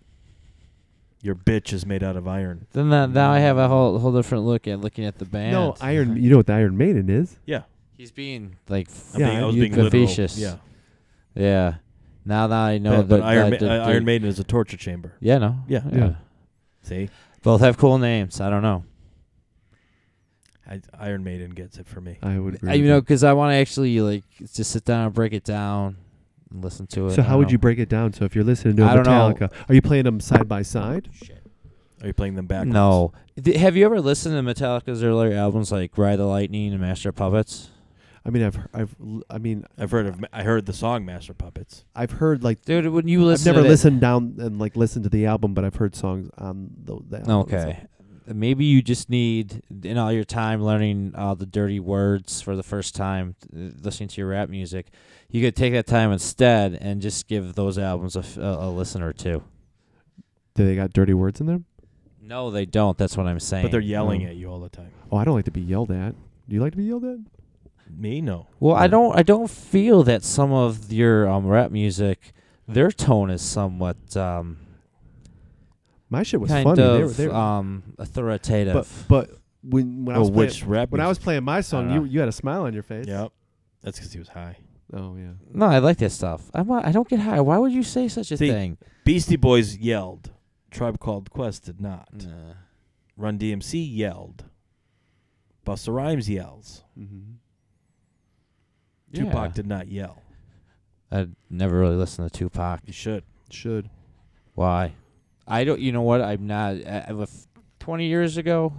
Speaker 3: your bitch is made out of iron.
Speaker 2: Then that, now I have a whole whole different look at looking at the band.
Speaker 1: Mm. No, Iron. You know what the Iron Maiden is?
Speaker 3: Yeah,
Speaker 2: He's being like,
Speaker 3: I'm
Speaker 1: Yeah,
Speaker 3: being, I was
Speaker 2: you
Speaker 3: being literal.
Speaker 2: facetious.
Speaker 3: Yeah,
Speaker 2: yeah. Now that I know
Speaker 3: Yeah,
Speaker 2: that,
Speaker 3: but Iron,
Speaker 2: that-
Speaker 3: Ma-
Speaker 2: that
Speaker 3: uh,
Speaker 2: they-
Speaker 3: Iron Maiden is a torture chamber.
Speaker 2: Yeah, no.
Speaker 3: Yeah.
Speaker 1: Yeah.
Speaker 3: See,
Speaker 2: Both have cool names. I don't know.
Speaker 3: I, Iron Maiden gets it for me.
Speaker 1: I would. Agree
Speaker 2: I,
Speaker 1: with
Speaker 2: Uh, you know, because I want to actually like just sit down and break it down and listen to it.
Speaker 1: So
Speaker 2: I
Speaker 1: how would
Speaker 2: don't
Speaker 1: you
Speaker 2: know.
Speaker 1: break it down? So if you're listening to
Speaker 2: I
Speaker 1: a
Speaker 2: don't know.
Speaker 1: Metallica, are you playing them side by side?
Speaker 3: Are you playing them backwards?
Speaker 2: No. Th- have you ever listened to Metallica's earlier albums like Ride the Lightning and Master of Puppets?
Speaker 1: I mean, I've, he- I've, l- I mean,
Speaker 3: I've heard of. I heard the song Master Puppets.
Speaker 1: I've heard like
Speaker 2: Dude, when you
Speaker 1: I've
Speaker 2: listen,
Speaker 1: never
Speaker 2: to that-
Speaker 1: listened down and like listened to the album, but I've heard songs on the, the album.
Speaker 2: Okay. Maybe you just need, in all your time learning uh, the dirty words for the first time, uh, listening to your rap music, you could take that time instead and just give those albums a, f- a- a listen or two.
Speaker 1: Do they got dirty words in them?
Speaker 2: No, they don't. That's what I'm saying.
Speaker 3: But they're yelling
Speaker 1: No.
Speaker 3: at you all the time.
Speaker 1: Oh, I don't like to be yelled at. Do you like to be yelled at?
Speaker 3: Me no.
Speaker 2: Well, I
Speaker 1: Yeah.
Speaker 2: don't. I don't feel that some of your um, rap music, their tone is somewhat um,
Speaker 1: My shit was
Speaker 2: kind
Speaker 1: funny.
Speaker 2: of
Speaker 1: they were, they were,
Speaker 2: um, authoritative.
Speaker 1: but but when when I was
Speaker 3: oh,
Speaker 1: playing,
Speaker 3: which rap?
Speaker 1: when I was
Speaker 3: music?
Speaker 1: playing my song,
Speaker 2: I
Speaker 1: you
Speaker 2: dunno.
Speaker 1: you had a smile on your face.
Speaker 3: Yep. That's because he was high.
Speaker 1: Oh yeah.
Speaker 2: no, I like that stuff. I'm. not- I don't get high. Why would you say such a
Speaker 3: See,
Speaker 2: thing?
Speaker 3: Beastie Boys yelled. Tribe Called Quest did not. Run DMC yelled. Busta Rhymes yells.
Speaker 1: Mm-hmm.
Speaker 3: Tupac
Speaker 2: Yeah.
Speaker 3: did not yell.
Speaker 2: I never really listened to Tupac.
Speaker 3: You should.
Speaker 1: Should.
Speaker 2: Why? I don't. You know what? I'm not. I, I was- Twenty years ago,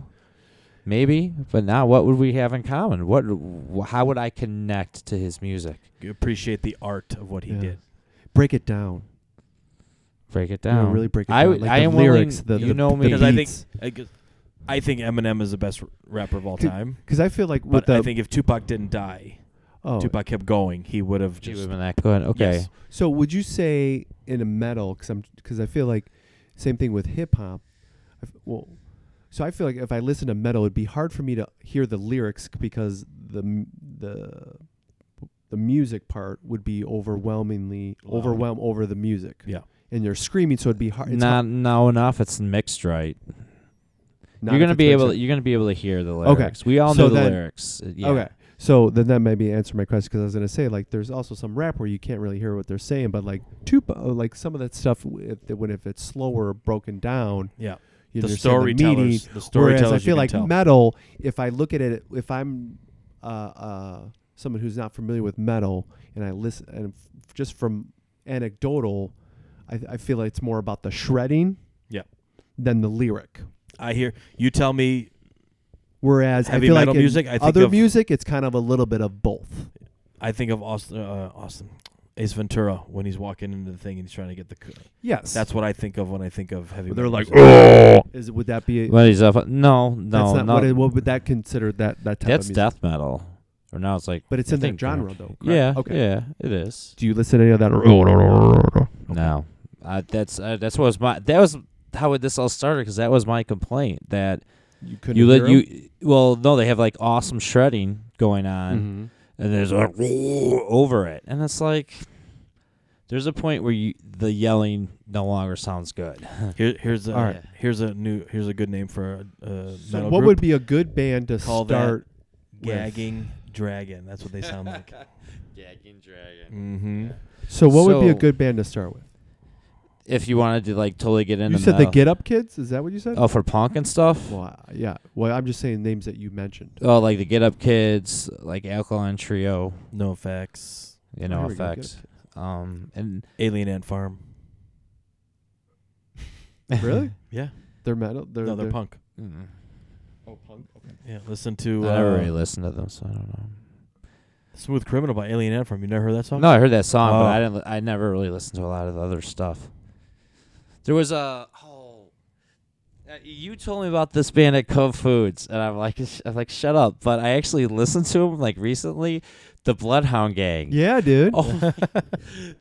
Speaker 2: maybe. But now, what would we have in common? What? wh- How would I connect to his music?
Speaker 3: You appreciate the art of what he
Speaker 1: Yeah.
Speaker 3: did.
Speaker 1: Break it down.
Speaker 2: Break it
Speaker 1: You know,
Speaker 2: down.
Speaker 1: really break it
Speaker 2: I,
Speaker 1: down.
Speaker 2: w-
Speaker 1: like
Speaker 2: I
Speaker 1: the
Speaker 2: am
Speaker 1: lyrics,
Speaker 2: willing.
Speaker 1: the,
Speaker 2: you
Speaker 1: the,
Speaker 2: know
Speaker 1: the
Speaker 2: me.
Speaker 3: Because I think
Speaker 1: beats.
Speaker 3: I, guess- I think Eminem is the best r- rapper of all
Speaker 1: Could-
Speaker 3: time.
Speaker 1: Because I feel like with
Speaker 3: But
Speaker 1: the
Speaker 3: I think if Tupac didn't die,
Speaker 1: Oh,
Speaker 3: Tupac kept going, he would have
Speaker 2: Just,
Speaker 3: just.
Speaker 2: women that good. Okay.
Speaker 3: Yes.
Speaker 1: So would you say in a metal cuz I'm cuz I feel like same thing with hip hop. I f- Well, so I feel like if I listen to metal it'd be hard for me to hear the lyrics because the m- the the music part would be overwhelmingly
Speaker 3: Loud.
Speaker 1: overwhelm over the music.
Speaker 3: Yeah.
Speaker 1: And you're screaming so it'd be hard. It's
Speaker 2: Not
Speaker 1: hard-
Speaker 2: no enough. It's mixed right.
Speaker 1: not
Speaker 2: you're
Speaker 1: if
Speaker 2: gonna
Speaker 1: it's
Speaker 2: be
Speaker 1: mixed
Speaker 2: able.
Speaker 1: up.
Speaker 2: You're gonna be able to hear the
Speaker 1: Okay.
Speaker 2: lyrics. We all
Speaker 1: So
Speaker 2: know the
Speaker 1: then-
Speaker 2: lyrics. Uh, yeah.
Speaker 1: Okay. So then that maybe answer my question because I was gonna say like there's also some rap where you can't really hear what they're saying, but like Tupac, uh, like some of that stuff w- if, when if it's slower, broken down,
Speaker 3: Yeah.
Speaker 1: you
Speaker 3: The
Speaker 1: understand the meaning.
Speaker 3: storytellers. The
Speaker 1: Whereas
Speaker 3: storytellers.
Speaker 1: I
Speaker 3: you
Speaker 1: feel
Speaker 3: can
Speaker 1: like
Speaker 3: tell.
Speaker 1: metal, if I look at it, if I'm uh, uh, someone who's not familiar with metal and I listen, and f- just from anecdotal, I, I feel like it's more about the shredding,
Speaker 3: Yeah.
Speaker 1: than the lyric.
Speaker 3: I hear you tell me
Speaker 1: Whereas
Speaker 3: Heavy
Speaker 1: I feel
Speaker 3: metal
Speaker 1: like in
Speaker 3: music, I think
Speaker 1: other
Speaker 3: of-
Speaker 1: music, it's kind of a little bit of both.
Speaker 3: I think of Austin, uh, Austin, Ace Ventura when he's walking into the thing and he's trying to get the. c-
Speaker 1: Yes,
Speaker 3: That's what I think of when I think of heavy.
Speaker 1: They're
Speaker 3: metal
Speaker 1: like,
Speaker 3: music.
Speaker 1: Is would that be?
Speaker 2: What is that? No, no,
Speaker 1: that's not
Speaker 2: no.
Speaker 1: what. It, what would that consider that that type
Speaker 2: that's
Speaker 1: of music?
Speaker 2: death metal. Or now it's like.
Speaker 1: But it's
Speaker 2: I
Speaker 1: in that
Speaker 2: think-
Speaker 1: genre though. correct?
Speaker 2: Yeah.
Speaker 1: Okay.
Speaker 2: Yeah. It is.
Speaker 1: Do you listen to any of that?
Speaker 2: No, uh, that's uh, that's what was my that was how it- this all started because that was my complaint that
Speaker 1: You couldn't.
Speaker 2: you
Speaker 1: hear
Speaker 2: let you well no they have like awesome shredding going on
Speaker 1: 'em?
Speaker 2: and there's like over it and it's like there's a point where you the yelling no longer sounds good.
Speaker 3: Here, here's a
Speaker 1: All right.
Speaker 3: here's a new here's a good name for a, a
Speaker 2: Uh,
Speaker 1: So
Speaker 3: metal
Speaker 1: what
Speaker 3: group.
Speaker 1: would be a good band to
Speaker 3: Call that
Speaker 1: start?
Speaker 3: gagging dragon? That's what they sound like.
Speaker 2: Gagging dragon.
Speaker 3: mm-hmm.
Speaker 1: So what would be a
Speaker 2: So-
Speaker 1: good band to start with?
Speaker 2: If you wanted to like totally get into
Speaker 1: You said the
Speaker 2: metal.
Speaker 1: Get Up Kids. Is that what you said?
Speaker 2: oh for punk and stuff.
Speaker 1: Well, I- yeah. Well, I'm just saying names that you mentioned.
Speaker 2: Oh, like the Get Up Kids, like Alkaline Trio,
Speaker 3: No effects.
Speaker 2: you
Speaker 1: There
Speaker 2: know,
Speaker 1: Oh, we go, Get
Speaker 2: effects. Um, and
Speaker 3: Alien Ant Farm.
Speaker 1: Really?
Speaker 3: Yeah.
Speaker 1: They're metal. They're,
Speaker 3: no, they're, punk.
Speaker 2: Mm.
Speaker 1: Oh, punk. Okay.
Speaker 3: Yeah. Listen to
Speaker 2: I
Speaker 1: Oh.
Speaker 2: never
Speaker 3: uh,
Speaker 2: really listened to them, so I don't know.
Speaker 3: Smooth Criminal by Alien Ant Farm. You never heard that song?
Speaker 2: No, I heard that song, but I
Speaker 3: Oh.
Speaker 2: didn't. li- I never really listened to a lot of the other stuff. There was a oh, uh, you told me about this band at Cove Foods, and I'm like, sh- I'm like, shut up. But I actually listened to them like recently, the Bloodhound Gang.
Speaker 1: Yeah, dude.
Speaker 2: Oh, my-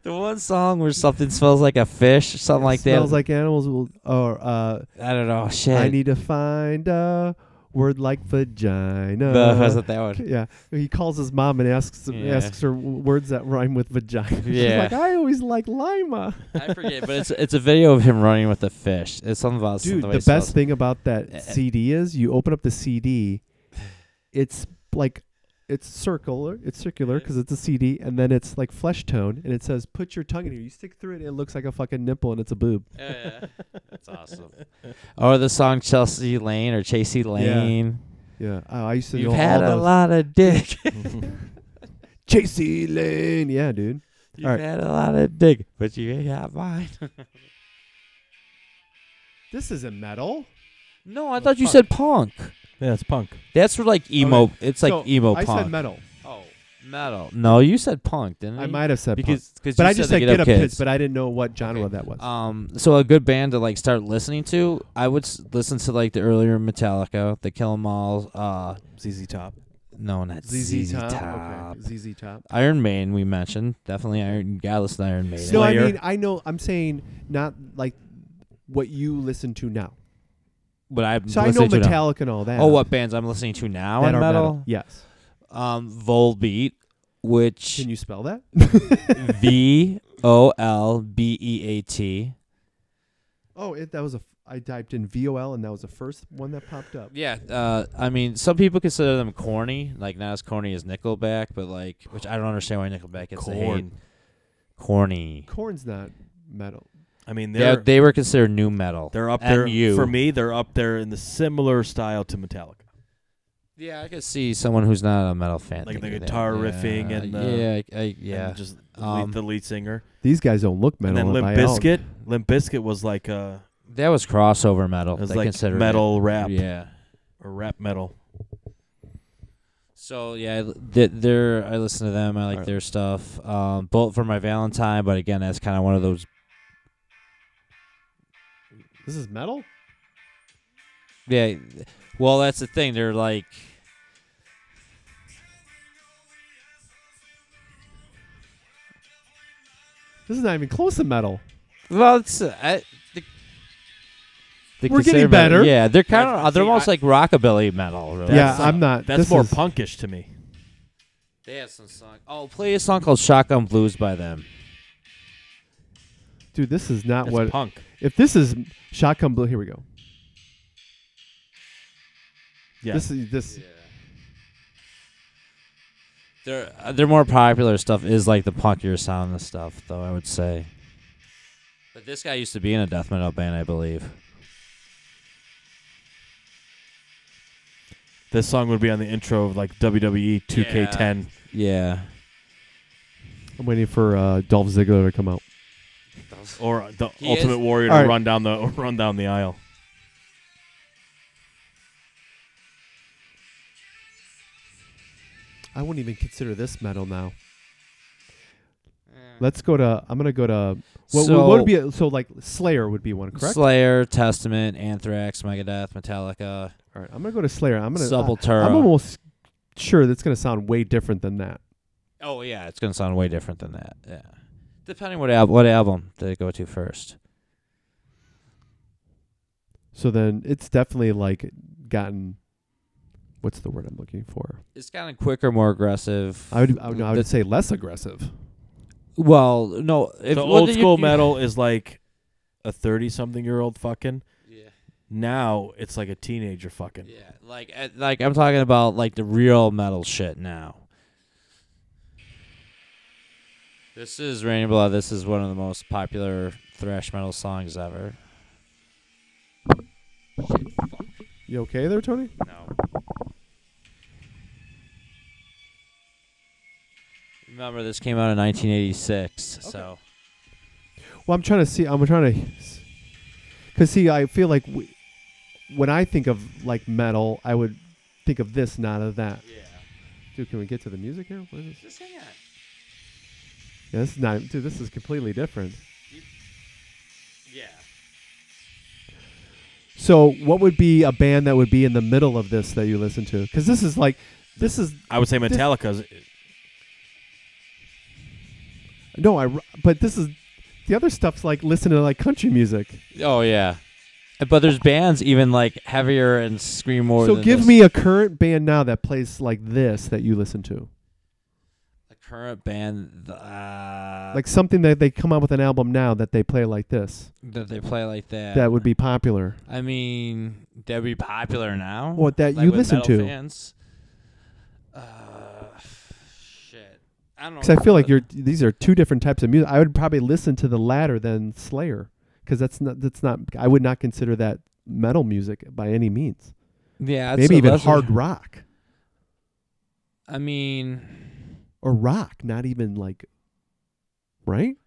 Speaker 2: the one song where something smells like a fish or something like
Speaker 1: smells Smells
Speaker 2: that.
Speaker 1: like animals will. Or uh,
Speaker 2: I don't know. Shit.
Speaker 1: I need to find a word like vagina.
Speaker 2: the, wasn't that one?
Speaker 1: Yeah, he calls his mom and asks
Speaker 2: Yeah.
Speaker 1: asks her w- words that rhyme with vagina.
Speaker 2: Yeah.
Speaker 1: She's like I always like lima.
Speaker 2: I forget, but it's it's a video of him running with a fish. It's something about
Speaker 1: Dude,
Speaker 2: the,
Speaker 1: the,
Speaker 2: way it smells.
Speaker 1: best thing about that
Speaker 2: Eh.
Speaker 1: CD is you open up the CD, it's like it's circular, it's circular because it's a CD, and then it's like flesh tone, and it says put your tongue in here. You stick through it, it looks like a fucking nipple, and it's a boob.
Speaker 2: yeah. That's awesome. Or the song Chelsea Lane or Chasey Lane.
Speaker 1: Yeah, oh, I used to
Speaker 2: You've
Speaker 1: know
Speaker 2: had
Speaker 1: all
Speaker 2: a
Speaker 1: those.
Speaker 2: lot of dick.
Speaker 1: JC Lane, yeah, dude.
Speaker 2: You've
Speaker 1: All right.
Speaker 2: had a lot of dick, but you ain't got mine.
Speaker 1: This isn't metal.
Speaker 2: no, I
Speaker 3: Well,
Speaker 2: thought you
Speaker 3: fuck.
Speaker 2: said punk.
Speaker 3: Yeah, it's punk.
Speaker 2: That's for like emo. It's like
Speaker 1: So,
Speaker 2: emo
Speaker 1: I
Speaker 2: punk.
Speaker 1: said metal.
Speaker 2: oh, metal. No, you said punk, didn't
Speaker 1: I
Speaker 2: you?
Speaker 1: might have said punk.
Speaker 2: because cause
Speaker 1: But
Speaker 2: you
Speaker 1: I just said
Speaker 2: the
Speaker 1: Get Up Kids.
Speaker 2: Kids
Speaker 1: but I didn't know what genre
Speaker 2: Okay.
Speaker 1: that was.
Speaker 2: Um, so a good band to like start listening to, I would s- listen to like the earlier Metallica, the Kill 'Em All. Uh,
Speaker 3: ZZ Top.
Speaker 2: no, not
Speaker 1: ZZ Top.
Speaker 2: Top.
Speaker 1: Okay. ZZ Top.
Speaker 2: Iron Maiden, we mentioned definitely Iron. Gotta listen to Iron Maiden.
Speaker 1: No, I
Speaker 3: Slayer.
Speaker 1: mean I know. I'm saying not like what you listen to now.
Speaker 2: but I'm
Speaker 1: So I know
Speaker 2: listening to now.
Speaker 1: Metallica and all that.
Speaker 2: Oh, what bands I'm listening to now
Speaker 1: That
Speaker 2: in
Speaker 1: are
Speaker 2: metal?
Speaker 1: Yes.
Speaker 2: Um, Volbeat, which
Speaker 1: Can you spell that?
Speaker 2: V O L B E A T.
Speaker 1: Oh, it, that was a. f- I typed in V O L and that was the first one that popped up.
Speaker 2: Yeah, uh, I mean, some people consider them corny, like not as corny as Nickelback, but like, which I don't understand why Nickelback gets the hate.
Speaker 3: Corn.
Speaker 2: Corny.
Speaker 1: Corn's not metal.
Speaker 3: I mean,
Speaker 2: Yeah,
Speaker 3: they're
Speaker 2: they were considered new metal.
Speaker 3: they're up
Speaker 2: and
Speaker 3: there
Speaker 2: you.
Speaker 3: for me. They're up there in the similar style to Metallica.
Speaker 2: Yeah, I could see someone who's not a metal fan.
Speaker 3: Like the
Speaker 2: thinking that.
Speaker 3: guitar
Speaker 2: Yeah,
Speaker 3: riffing and the-
Speaker 2: yeah, I, I,
Speaker 3: And
Speaker 2: yeah.
Speaker 3: just
Speaker 2: Um,
Speaker 3: lead, the lead singer.
Speaker 1: These guys don't look metal.
Speaker 3: And then
Speaker 1: in
Speaker 3: Limp
Speaker 1: my own.
Speaker 3: Biscuit. Limp Biscuit was like uh,
Speaker 2: That was crossover metal.
Speaker 3: it was
Speaker 2: they
Speaker 3: like
Speaker 2: considered it.
Speaker 3: metal rap
Speaker 2: Yeah.
Speaker 3: or rap metal.
Speaker 2: So yeah, I- th- they're I listen to them. I like
Speaker 1: Alright.
Speaker 2: their stuff. Um, Bolt for my Valentine, but again, that's kind of one of those.
Speaker 1: This is metal.
Speaker 2: Yeah. Well, that's the thing. They're like.
Speaker 1: This is not even close to metal.
Speaker 2: Well, it's uh, I, the, they
Speaker 1: We're getting
Speaker 2: consider-
Speaker 1: better.
Speaker 2: Yeah, they're kind
Speaker 3: That's-
Speaker 2: of they're
Speaker 3: see,
Speaker 2: almost
Speaker 3: I-
Speaker 2: like rockabilly metal. Really.
Speaker 1: yeah,
Speaker 3: That's-
Speaker 1: I'm not.
Speaker 3: That's
Speaker 1: this
Speaker 3: more
Speaker 1: is-
Speaker 3: punkish to me.
Speaker 2: They have some song. Oh, play a song called "Shotgun Blues" by them.
Speaker 1: dude. This is not
Speaker 3: That's
Speaker 1: what.
Speaker 3: punk.
Speaker 1: If this is shotgun blue, here we go.
Speaker 3: Yeah.
Speaker 1: This is this.
Speaker 2: Their uh, their more popular stuff is like the punkier sound and stuff, though I would say. But this guy used to be in a death metal band, I believe.
Speaker 3: this song would be on the intro of like E WWE 2K10.
Speaker 2: Yeah.
Speaker 1: I'm waiting for uh, Dolph Ziggler to come out.
Speaker 3: or the
Speaker 2: He
Speaker 3: Ultimate
Speaker 2: is-
Speaker 3: Warrior to
Speaker 1: All right.
Speaker 3: run down the run down the aisle.
Speaker 1: I wouldn't even consider this metal now. Let's go to. I'm gonna go to. What,
Speaker 2: so,
Speaker 1: what would be a, so like Slayer would be one, correct?
Speaker 2: Slayer, Testament, Anthrax, Megadeth, Metallica,
Speaker 1: All right, I'm gonna go to Slayer. I'm gonna. uh,
Speaker 2: Sepultura.
Speaker 1: I'm almost sure that's gonna sound way different than that.
Speaker 2: oh yeah, it's gonna sound way different than that. Yeah. Depending what album what album they go to first.
Speaker 1: So then it's definitely like gotten. What's the word I'm looking for?
Speaker 2: It's kind of quicker, more aggressive.
Speaker 1: I would. I would, I
Speaker 2: The-
Speaker 1: would say less aggressive.
Speaker 2: Well, no. If,
Speaker 3: so
Speaker 2: well,
Speaker 3: old
Speaker 2: you-
Speaker 3: school
Speaker 2: you-
Speaker 3: metal is like a 30 something year old fucking.
Speaker 2: Yeah.
Speaker 3: Now it's like a teenager fucking.
Speaker 2: Yeah, like uh, like I'm talking about like the real metal shit now. This is Rainy Blood. This is one of the most popular thrash metal songs ever. Shit, fuck.
Speaker 1: You okay there, Tony?
Speaker 2: No. Remember, this came out in 1986, so
Speaker 1: Well, I'm trying to see. I'm trying to, because see, I feel like we, when I think of like metal, I would think of this, not of that.
Speaker 2: yeah.
Speaker 1: Dude, can we get to the music here? What is this?
Speaker 2: Just hang on.
Speaker 1: Yeah, this is not. Dude, this is completely different.
Speaker 2: Yeah.
Speaker 1: So, what would be a band that would be in the middle of this that you listen to? Because this is like, this is
Speaker 3: I would say Metallica's.
Speaker 1: no, I. r- But this is the other stuff's like listening to like country music.
Speaker 2: Oh yeah. But there's bands even like heavier and scream more.
Speaker 1: so,
Speaker 2: than
Speaker 1: give
Speaker 2: this.
Speaker 1: me a current band now that plays like this that you listen to,
Speaker 2: The current band, th- uh,
Speaker 1: like something that they come out with an album now that they play like this
Speaker 2: that they play like that.
Speaker 1: that would be popular.
Speaker 2: I mean, that'd be popular now.
Speaker 1: What that
Speaker 2: like
Speaker 1: you
Speaker 2: with
Speaker 1: listen
Speaker 2: metal
Speaker 1: to.
Speaker 2: Fans. Uh, shit. I don't know.
Speaker 1: Because I feel like you're these are two different types of music. I would probably listen to the latter than Slayer, because that's not that's not. I would not consider that metal music by any means.
Speaker 2: Yeah. that's
Speaker 1: Maybe
Speaker 2: a-
Speaker 1: even
Speaker 2: that's a-
Speaker 1: hard rock
Speaker 2: I mean,
Speaker 1: or rock, not even like, right?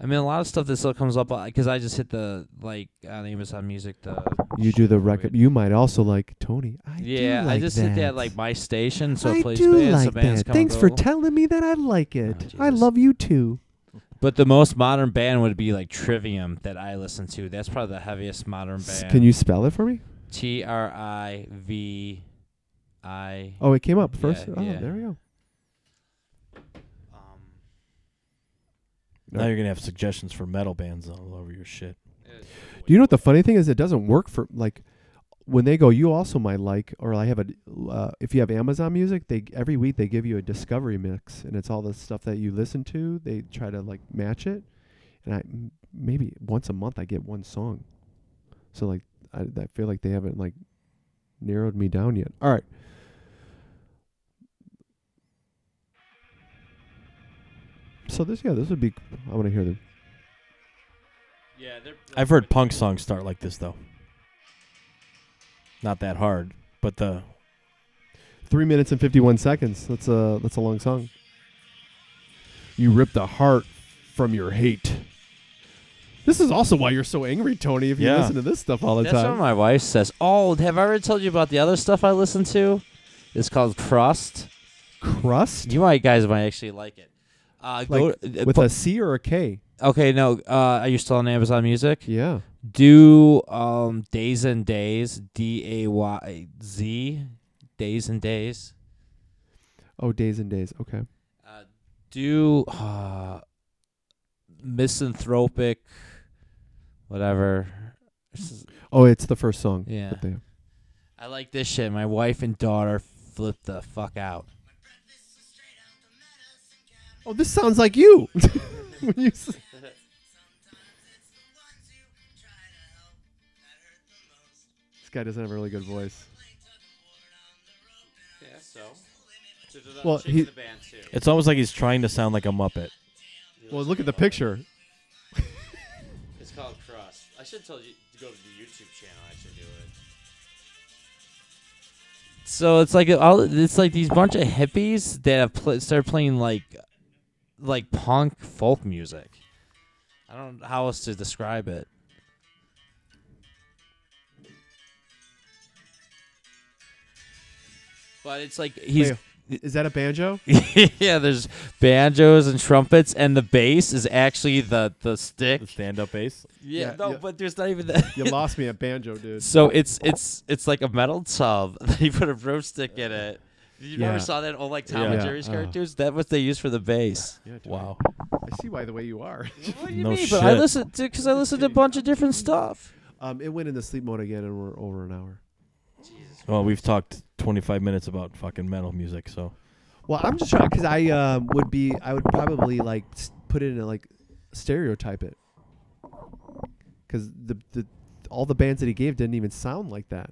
Speaker 2: I mean, a lot of stuff that still comes up because I just hit the like on Amazon Music the.
Speaker 1: You do the record. You might also like Tony. I do
Speaker 2: yeah, I
Speaker 1: like
Speaker 2: just hit that like my station, so
Speaker 1: I
Speaker 2: it plays
Speaker 1: do
Speaker 2: bands. so
Speaker 1: like
Speaker 2: bands
Speaker 1: that.
Speaker 2: come and
Speaker 1: Thanks for
Speaker 2: go. Oh,
Speaker 1: telling me that I like it. I
Speaker 2: Jesus.
Speaker 1: love you too.
Speaker 2: But the most modern band would be like Trivium that I listen to. That's probably the heaviest modern
Speaker 1: S-
Speaker 2: band.
Speaker 1: Can you spell it for me?
Speaker 2: T R I V I.
Speaker 1: Oh, it came up first.
Speaker 2: Yeah,
Speaker 1: oh,
Speaker 2: yeah.
Speaker 1: there we go.
Speaker 2: Um,
Speaker 3: Now you're gonna have suggestions for metal bands all over your shit.
Speaker 1: Do you know what the funny thing is? It doesn't work for like when they go. You also might like, or I have a. Uh, if you have Amazon Music, they every week they give you a discovery mix, and it's all the stuff that you listen to. They try to like match it, and I m- maybe once a month I get one song. So like I, I feel like they haven't like narrowed me down yet. All right. So this yeah this would be I want to hear them.
Speaker 2: yeah, they're,
Speaker 3: I've heard punk songs start like this though. Not that hard, but the
Speaker 1: Three minutes and fifty-one seconds. That's a that's a long song. You ripped a heart from your hate. This is also why you're so angry, Tony. If you
Speaker 3: Yeah.
Speaker 1: listen to this stuff all the
Speaker 2: That's what
Speaker 1: time,
Speaker 2: my wife says. Oh, have I ever told you about the other stuff I listen to? It's called Crust.
Speaker 1: crust
Speaker 2: You might guys might actually like it. Uh, go,
Speaker 1: Like,
Speaker 2: uh,
Speaker 1: with
Speaker 2: pu-
Speaker 1: a C or a K.
Speaker 2: okay, no. Uh, are you still on Amazon Music?
Speaker 1: Yeah.
Speaker 2: Do um days and days D A Y Z days and days.
Speaker 1: Oh, days and days. Okay.
Speaker 2: Uh, do uh, misanthropic, whatever. This is-
Speaker 1: Oh, it's the first song.
Speaker 2: Yeah.
Speaker 1: that they-
Speaker 2: I like this shit. My wife and daughter flipped the fuck out.
Speaker 1: Oh, this sounds like you. when you s- this guy doesn't have a really good voice.
Speaker 2: Yeah, so.
Speaker 1: Well, chicks in he- the
Speaker 2: band too.
Speaker 3: It's almost like he's trying to sound like a Muppet.
Speaker 1: Well, look at the picture.
Speaker 2: It's called Crust. I should tell you to go to the YouTube channel. I should do it. So it's like all it's like these bunch of hippies that have pl- started playing like like punk folk music. I don't know how else to describe it. But it's like he's
Speaker 1: Is that a banjo?
Speaker 2: yeah. There's banjos and trumpets, and the bass is actually the the stick.
Speaker 3: The stand-up bass.
Speaker 2: Yeah,
Speaker 1: Yeah,
Speaker 2: no,
Speaker 1: yeah.
Speaker 2: but there's not even that.
Speaker 1: You lost me at banjo, dude.
Speaker 2: so it's it's it's like a metal tub. They put a broomstick in it. You
Speaker 1: Yeah.
Speaker 2: never saw that old like Tom
Speaker 3: Yeah.
Speaker 2: and
Speaker 1: Yeah,
Speaker 2: Jerry's
Speaker 1: uh.
Speaker 2: cartoons? That was they used for the bass.
Speaker 1: Yeah, dude,
Speaker 3: Wow.
Speaker 1: I see why the way you are.
Speaker 2: What do you
Speaker 3: No
Speaker 2: mean? But I
Speaker 3: shit.
Speaker 2: listened to because I listened to a bunch of different stuff.
Speaker 1: um, it went into sleep mode again, and we're over an hour.
Speaker 3: Well, we've talked 25 minutes about fucking metal music, so
Speaker 1: Well, I'm just trying because I um, would be, I would probably like s- put it in a, like stereotype it because the the all the bands that he gave didn't even sound like that,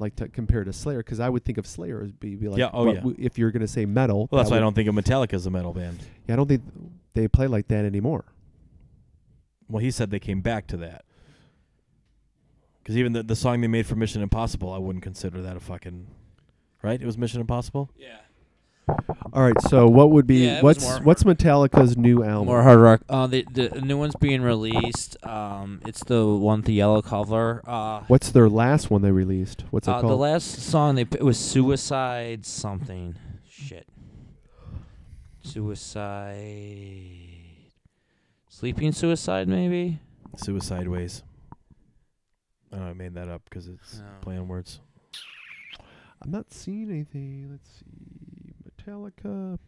Speaker 1: like to compare to Slayer. Because I would think of Slayer as be, be like,
Speaker 3: Yeah, oh,
Speaker 1: what
Speaker 3: yeah.
Speaker 1: w- if you're gonna say metal,
Speaker 3: well, that's
Speaker 1: that
Speaker 3: why I
Speaker 1: would-
Speaker 3: don't think of Metallica as a metal band.
Speaker 1: Yeah, I don't think they play like that anymore.
Speaker 3: Well, he said they came back to that. Because even the, the song they made for Mission Impossible, I wouldn't consider that a fucking. Right? It was Mission Impossible?
Speaker 2: Yeah,
Speaker 3: Oh.
Speaker 1: All right, so what would be
Speaker 2: Yeah, it was
Speaker 1: what's
Speaker 2: more-
Speaker 1: what's Metallica's new album?
Speaker 2: more hard rock. Uh, the the new one's being released. Um, it's the one with the yellow cover. Uh,
Speaker 1: what's their last one they released? What's it
Speaker 2: uh,
Speaker 1: called?
Speaker 2: the last song they put was Suicide something. Shit. Suicide. Sleeping Suicide, maybe?
Speaker 3: Suicide Ways. I don't know, I made that up because it's
Speaker 2: Oh.
Speaker 3: play on words.
Speaker 1: I'm not seeing anything. Let's see. Metallica.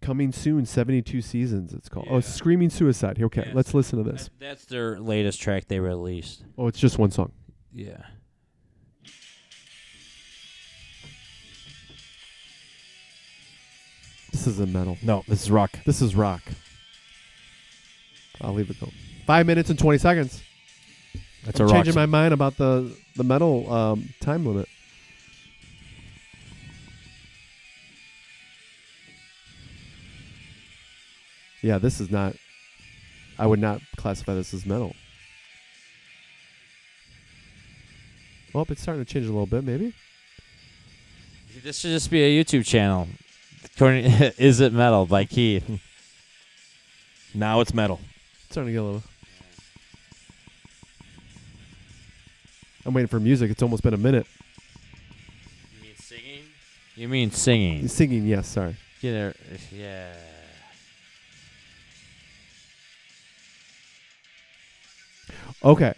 Speaker 1: Coming soon, 72 seasons, it's called. Oh,
Speaker 2: Yeah.
Speaker 1: Screaming Suicide. Okay,
Speaker 2: Yeah,
Speaker 1: let's listen to this.
Speaker 2: that's their latest track they released.
Speaker 1: Oh, it's just one song.
Speaker 2: Yeah.
Speaker 1: This isn't metal.
Speaker 3: No, this is rock.
Speaker 1: This is rock. I'll leave it go. Five minutes and 20 seconds.
Speaker 3: That's
Speaker 1: I'm
Speaker 3: a rock.
Speaker 1: changing my mind about the, the metal um, time limit. Yeah, this is not. I would not classify this as metal. Well, it's starting to change a little bit, maybe.
Speaker 2: This should just be a YouTube channel. According- Is It Metal by Keith.
Speaker 3: now it's metal.
Speaker 1: It's starting to get a little. I'm waiting for music. It's almost been a minute.
Speaker 2: You mean singing? You mean singing.
Speaker 1: Singing, yes, sorry.
Speaker 2: Get her- Yeah.
Speaker 1: Okay.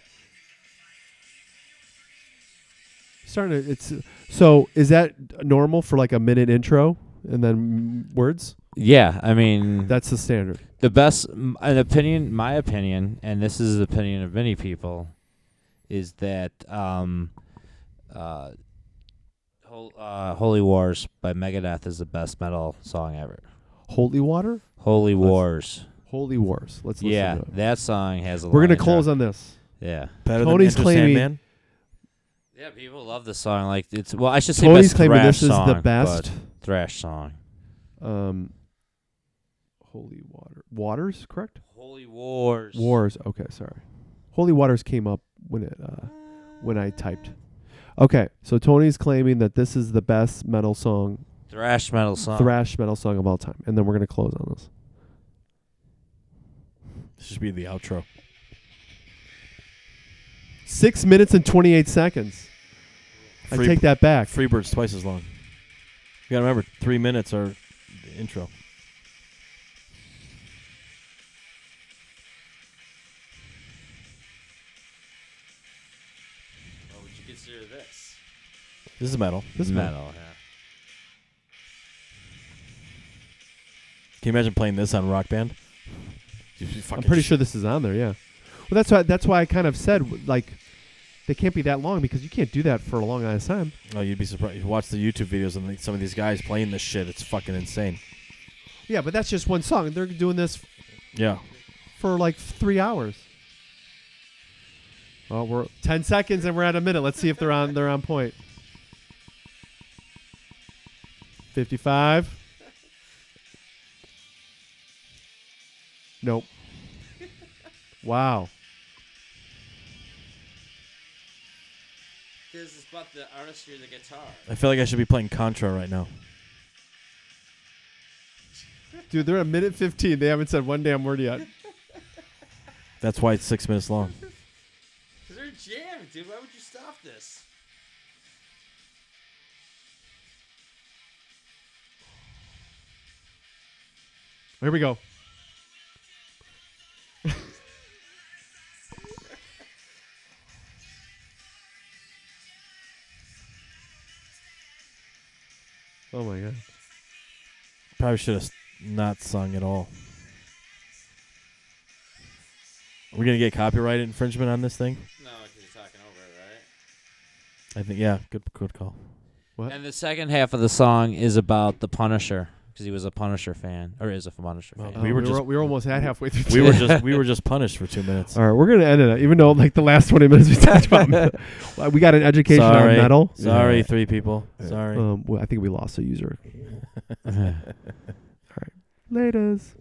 Speaker 1: Starting to, it's so is that normal for like a minute intro and then mm, words?
Speaker 2: Yeah, I mean.
Speaker 1: That's the standard.
Speaker 2: the best m- an opinion my opinion and this is the opinion of many people is that um uh Hol- uh, Holy Wars by Megadeth is the best metal song ever.
Speaker 1: Holy water,
Speaker 2: Holy Wars.
Speaker 1: holy wars. Let's listen
Speaker 2: Yeah,
Speaker 1: to it.
Speaker 2: that song has a
Speaker 1: We're
Speaker 2: going
Speaker 1: gonna
Speaker 2: to
Speaker 1: close on this.
Speaker 2: Yeah.
Speaker 3: Better
Speaker 1: Tony's
Speaker 3: than Enter
Speaker 1: claiming-
Speaker 3: Sandman.
Speaker 2: Yeah, people love the song like it's well, I should say
Speaker 1: Tony's
Speaker 2: best
Speaker 1: claiming
Speaker 2: thrash
Speaker 1: this is
Speaker 2: song,
Speaker 1: the best.
Speaker 2: but thrash song.
Speaker 1: Um, holy water, waters, correct?
Speaker 2: Holy Wars.
Speaker 1: Wars. Okay, sorry. Holy waters came up when it uh, when I typed. Okay, so Tony's claiming that this is the best metal song
Speaker 2: Thrash metal song.
Speaker 1: thrash metal song of all time, and then we're gonna close on this.
Speaker 3: This should be the outro.
Speaker 1: Six minutes and twenty eight seconds. I
Speaker 3: Free-
Speaker 1: take that back.
Speaker 3: Freebird's twice as long. You gotta remember, three minutes are the intro.
Speaker 2: What would you consider this? Oh,
Speaker 3: This is metal.
Speaker 1: This
Speaker 2: metal, yeah.
Speaker 3: Can you imagine playing this on Rock Band?
Speaker 1: I'm pretty sure this is on there. Yeah. Well, that's why. That's why I kind of said w- like, they can't be that long because you can't do that for a long ass time.
Speaker 3: No, Oh, you'd be surprised. You watch the YouTube videos and like, some of these guys playing this shit. It's fucking insane.
Speaker 1: Yeah, but that's just one song. They're doing this f-
Speaker 3: Yeah.
Speaker 1: for like three hours. Oh, we're ten seconds and we're at a minute. Let's see if they're on. They're on point. Fifty-five. Nope. Wow.
Speaker 4: This is about the artistry of the guitar.
Speaker 3: I feel like I should be playing Contra right now.
Speaker 1: Dude, they're at a minute 15. They haven't said one damn word yet.
Speaker 3: That's why it's six minutes long.
Speaker 4: Cause they're jammed, dude. Why would you stop this?
Speaker 1: Here we go. oh my god.
Speaker 3: Probably should have s- not sung at all. Are we gonna get copyright infringement on this thing?
Speaker 4: No, because you're talking over it, right?
Speaker 3: I think yeah. Good good call.
Speaker 1: What?
Speaker 2: And the second half of the song is about the Punisher because he was a Punisher fan or is a Punisher
Speaker 3: Well,
Speaker 2: fan.
Speaker 1: Oh,
Speaker 3: we were just-
Speaker 1: we were almost at halfway through.
Speaker 3: We were just we were just punished for two minutes.
Speaker 1: All right, we're gonna end it, even though like the last 20 minutes we talked about. Well, we got an education
Speaker 3: Sorry.
Speaker 1: on metal.
Speaker 3: Sorry,
Speaker 2: Yeah.
Speaker 3: three people. Sorry.
Speaker 1: Um, well, I think we lost a user. Laters.